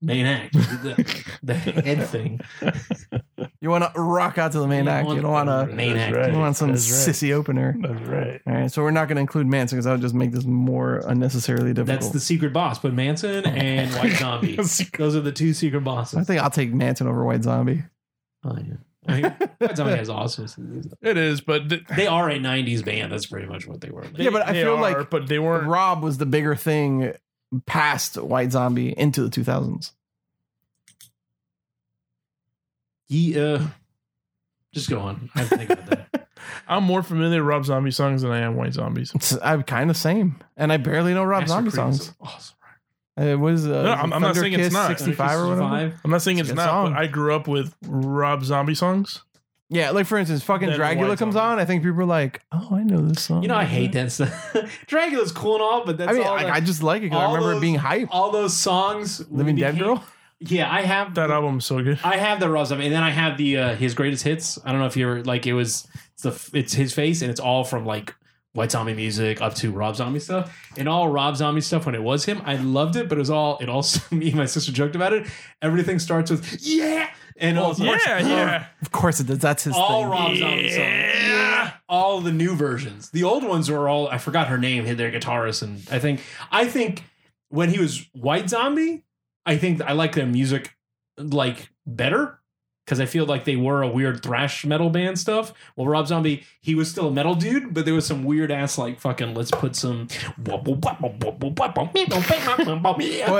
Speaker 2: main act, the, the head thing.
Speaker 1: You want to rock out to the main act. You don't want
Speaker 2: the
Speaker 1: to.
Speaker 2: main
Speaker 3: That's
Speaker 2: act.
Speaker 1: You
Speaker 3: right.
Speaker 1: don't want some
Speaker 3: That's right.
Speaker 1: sissy opener.
Speaker 3: That's right.
Speaker 1: All right, so we're not going to include Manson because that would just make this more unnecessarily
Speaker 2: That's
Speaker 1: difficult. Oh
Speaker 2: the secret boss. But Manson and White Zombie, those are the two secret bosses.
Speaker 1: I think I'll take Manson over White Zombie.
Speaker 2: oh, yeah. I mean, White Zombie has awesome.
Speaker 3: It is, but th-
Speaker 2: They are a '90s band. That's pretty much what they were.
Speaker 1: Yeah, but I
Speaker 3: they
Speaker 1: feel
Speaker 3: are,
Speaker 1: like
Speaker 3: but they weren't.
Speaker 1: Rob was the bigger thing past White Zombie into the 2000s.
Speaker 2: He, uh, just go on. I have to think about that.
Speaker 3: I'm more familiar with Rob Zombie songs than I am White Zombies.
Speaker 1: It's- I'm kind of same, and I barely know Rob
Speaker 2: Master
Speaker 1: Zombie
Speaker 2: Creed
Speaker 1: songs.
Speaker 2: is Awesome.
Speaker 1: It was uh,
Speaker 3: No, I'm- I'm not
Speaker 1: Thunder
Speaker 3: saying it's
Speaker 1: Kiss
Speaker 3: not.
Speaker 1: 65 or whatever.
Speaker 2: 65.
Speaker 3: I'm not saying
Speaker 1: It's
Speaker 3: it's,
Speaker 1: a good
Speaker 3: not,
Speaker 1: song.
Speaker 3: but I grew up with Rob Zombie songs.
Speaker 1: Yeah, like for instance, fucking
Speaker 3: Then
Speaker 1: Dracula
Speaker 3: White
Speaker 1: comes
Speaker 3: Zombie.
Speaker 1: on. I think people are like, "Oh, I know this song."
Speaker 2: You know, I hate that stuff. Dracula's cool and all, but that's
Speaker 1: I mean,
Speaker 2: all.
Speaker 1: I,
Speaker 2: the-
Speaker 1: I just like it because I
Speaker 2: all
Speaker 1: remember it
Speaker 2: those-
Speaker 1: being hype.
Speaker 2: all those songs.
Speaker 1: Living Dead
Speaker 2: became-
Speaker 1: Girl.
Speaker 2: Yeah, I have
Speaker 3: That album's so good.
Speaker 2: I have the Rob Zombie, and then I have the uh, his greatest hits. I don't know if you're like it was it's the it's his face, and it's all from like White Zombie music up to Rob Zombie stuff, and all Rob Zombie stuff when it was him, I loved it. But it was all it also me and my sister joked about it. Everything starts with yeah, and uh, all,
Speaker 3: yeah, yeah.
Speaker 1: Of course it does. That's his
Speaker 2: all
Speaker 1: thing.
Speaker 2: Rob Zombie songs,
Speaker 3: Yeah.
Speaker 2: all the new versions. The old ones were all I forgot her name. Hit their guitarist, and I think I think when he was White Zombie, I think I like their music like better because I feel like they were a weird thrash metal band stuff. Well, Rob Zombie, he was still a metal dude, but there was some weird ass like fucking let's put some.
Speaker 1: Well, it,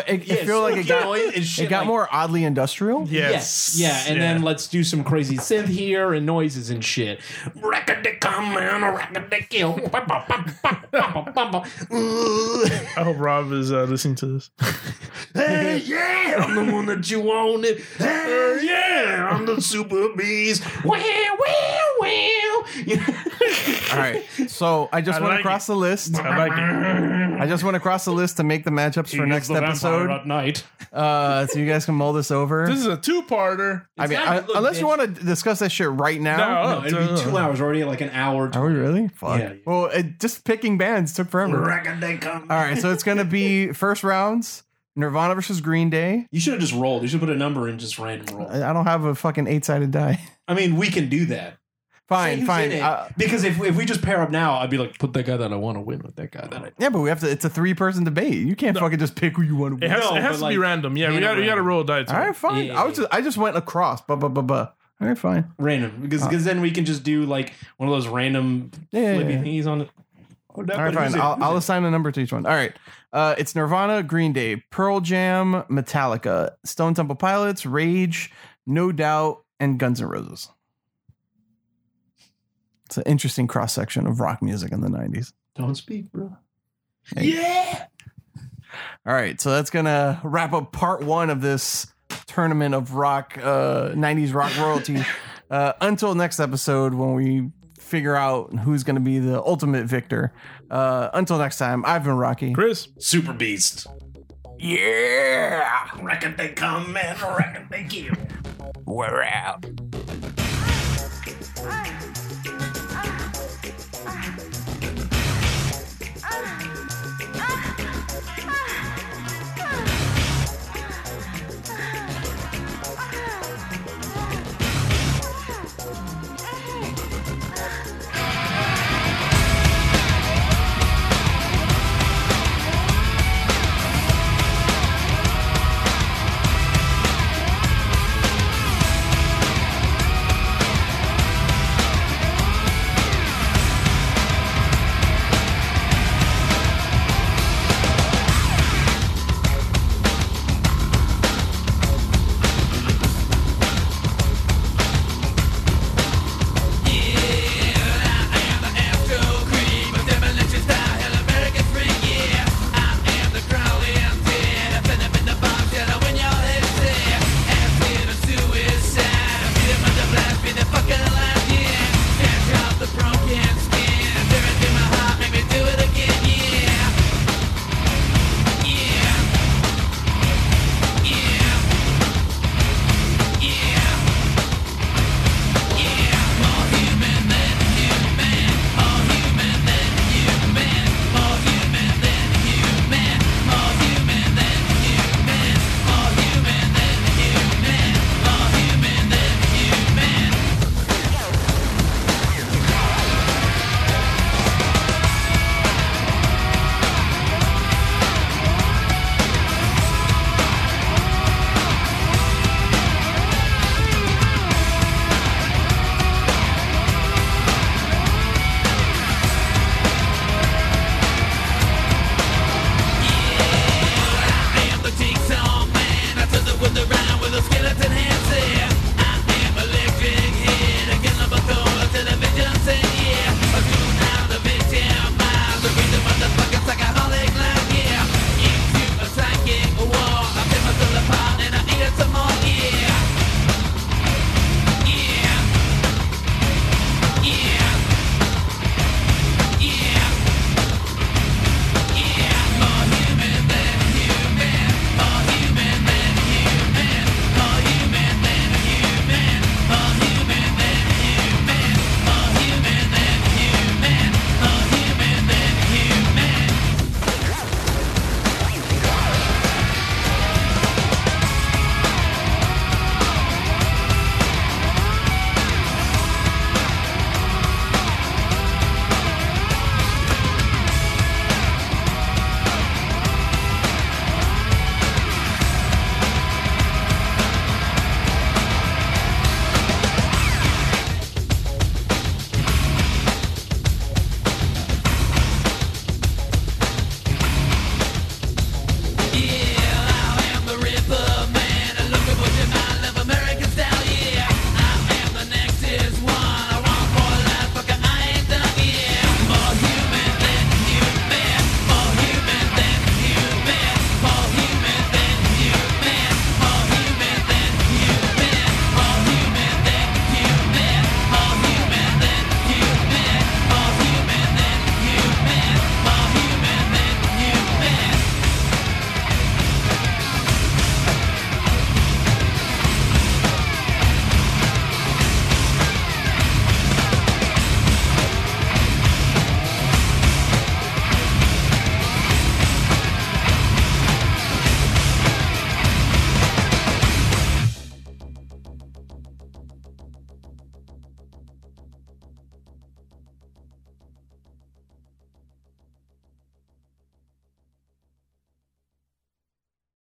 Speaker 1: it
Speaker 2: Yes,
Speaker 1: feel like it
Speaker 2: you
Speaker 1: got
Speaker 2: know, and
Speaker 1: it
Speaker 2: shit
Speaker 1: got
Speaker 2: like-
Speaker 1: more oddly industrial.
Speaker 3: Yes.
Speaker 2: Yeah, and then let's do some crazy synth here and noises and shit. Hey,
Speaker 3: I hope Rob is uh, listening to this.
Speaker 2: yeah, I'm the Uh, one that you wanted. Hey, yeah, I'm the super beast. Wow, wow,
Speaker 1: All right. So I just
Speaker 3: I
Speaker 1: went
Speaker 3: like
Speaker 1: across the list.
Speaker 3: I like
Speaker 1: I just went across the list to make the matchups for next episode.
Speaker 2: at night.
Speaker 1: Uh, so you guys can mull this over.
Speaker 3: it. This is a two-parter.
Speaker 1: I mean,
Speaker 2: It's not-
Speaker 1: I-
Speaker 2: look,
Speaker 1: unless you
Speaker 2: bitch.
Speaker 1: want to discuss that shit right now.
Speaker 2: No, it'd be
Speaker 1: uh,
Speaker 2: two hours already, like an hour.
Speaker 1: Are we really? Fuck.
Speaker 2: Yeah.
Speaker 1: Well, it, just picking bands took forever. All right. So it's going to be first rounds Nirvana versus Green Day.
Speaker 2: You should have just rolled. You should put a number in, just random roll.
Speaker 1: I I don't have a fucking eight sided die.
Speaker 2: I mean, we can do that. Say
Speaker 1: Fine,
Speaker 2: who's
Speaker 1: fine.
Speaker 2: in it.
Speaker 1: Uh,
Speaker 2: because if, if we just pair up now, I'd be like, put that guy that I want to win with that guy that I.
Speaker 1: yeah, but we have to. It's a three person debate. You can't fucking just pick who you want to.
Speaker 3: It
Speaker 1: Win.
Speaker 3: has,
Speaker 2: No,
Speaker 3: it has to
Speaker 2: but
Speaker 3: be
Speaker 2: like,
Speaker 3: random. Yeah, we
Speaker 2: random,
Speaker 3: got we got to
Speaker 2: random.
Speaker 3: roll a die.
Speaker 1: All right, fine.
Speaker 2: Yeah,
Speaker 1: I was
Speaker 2: yeah,
Speaker 1: just, I just went across. Buh, buh, buh, buh. All right, fine.
Speaker 2: Random, because
Speaker 1: Uh,
Speaker 2: because then we can just do like one of those random
Speaker 1: Yeah, yeah,
Speaker 2: flippy
Speaker 1: yeah.
Speaker 2: thingies on it. Oh, that,
Speaker 1: All right,
Speaker 2: but who's
Speaker 1: fine.
Speaker 2: it?
Speaker 1: I'll,
Speaker 2: Who's
Speaker 1: I'll
Speaker 2: it?
Speaker 1: assign a number to each one. All right. Uh, it's Nirvana, Green Day, Pearl Jam, Metallica, Stone Temple Pilots, Rage, No Doubt, and Guns N' Roses. It's an interesting cross section of rock music in the 90s.
Speaker 2: Don't speak, bro.
Speaker 1: Hey.
Speaker 2: Yeah.
Speaker 1: All right. So that's going to wrap up part one of this tournament of rock, uh, 90s rock royalty. uh, until next episode when we figure out who's going to be the ultimate victor. Uh, until next time, I've been Rocky.
Speaker 3: Chris.
Speaker 2: Super beast. Yeah. Reckon they come and reckon they give.
Speaker 1: We're out.
Speaker 4: Hey!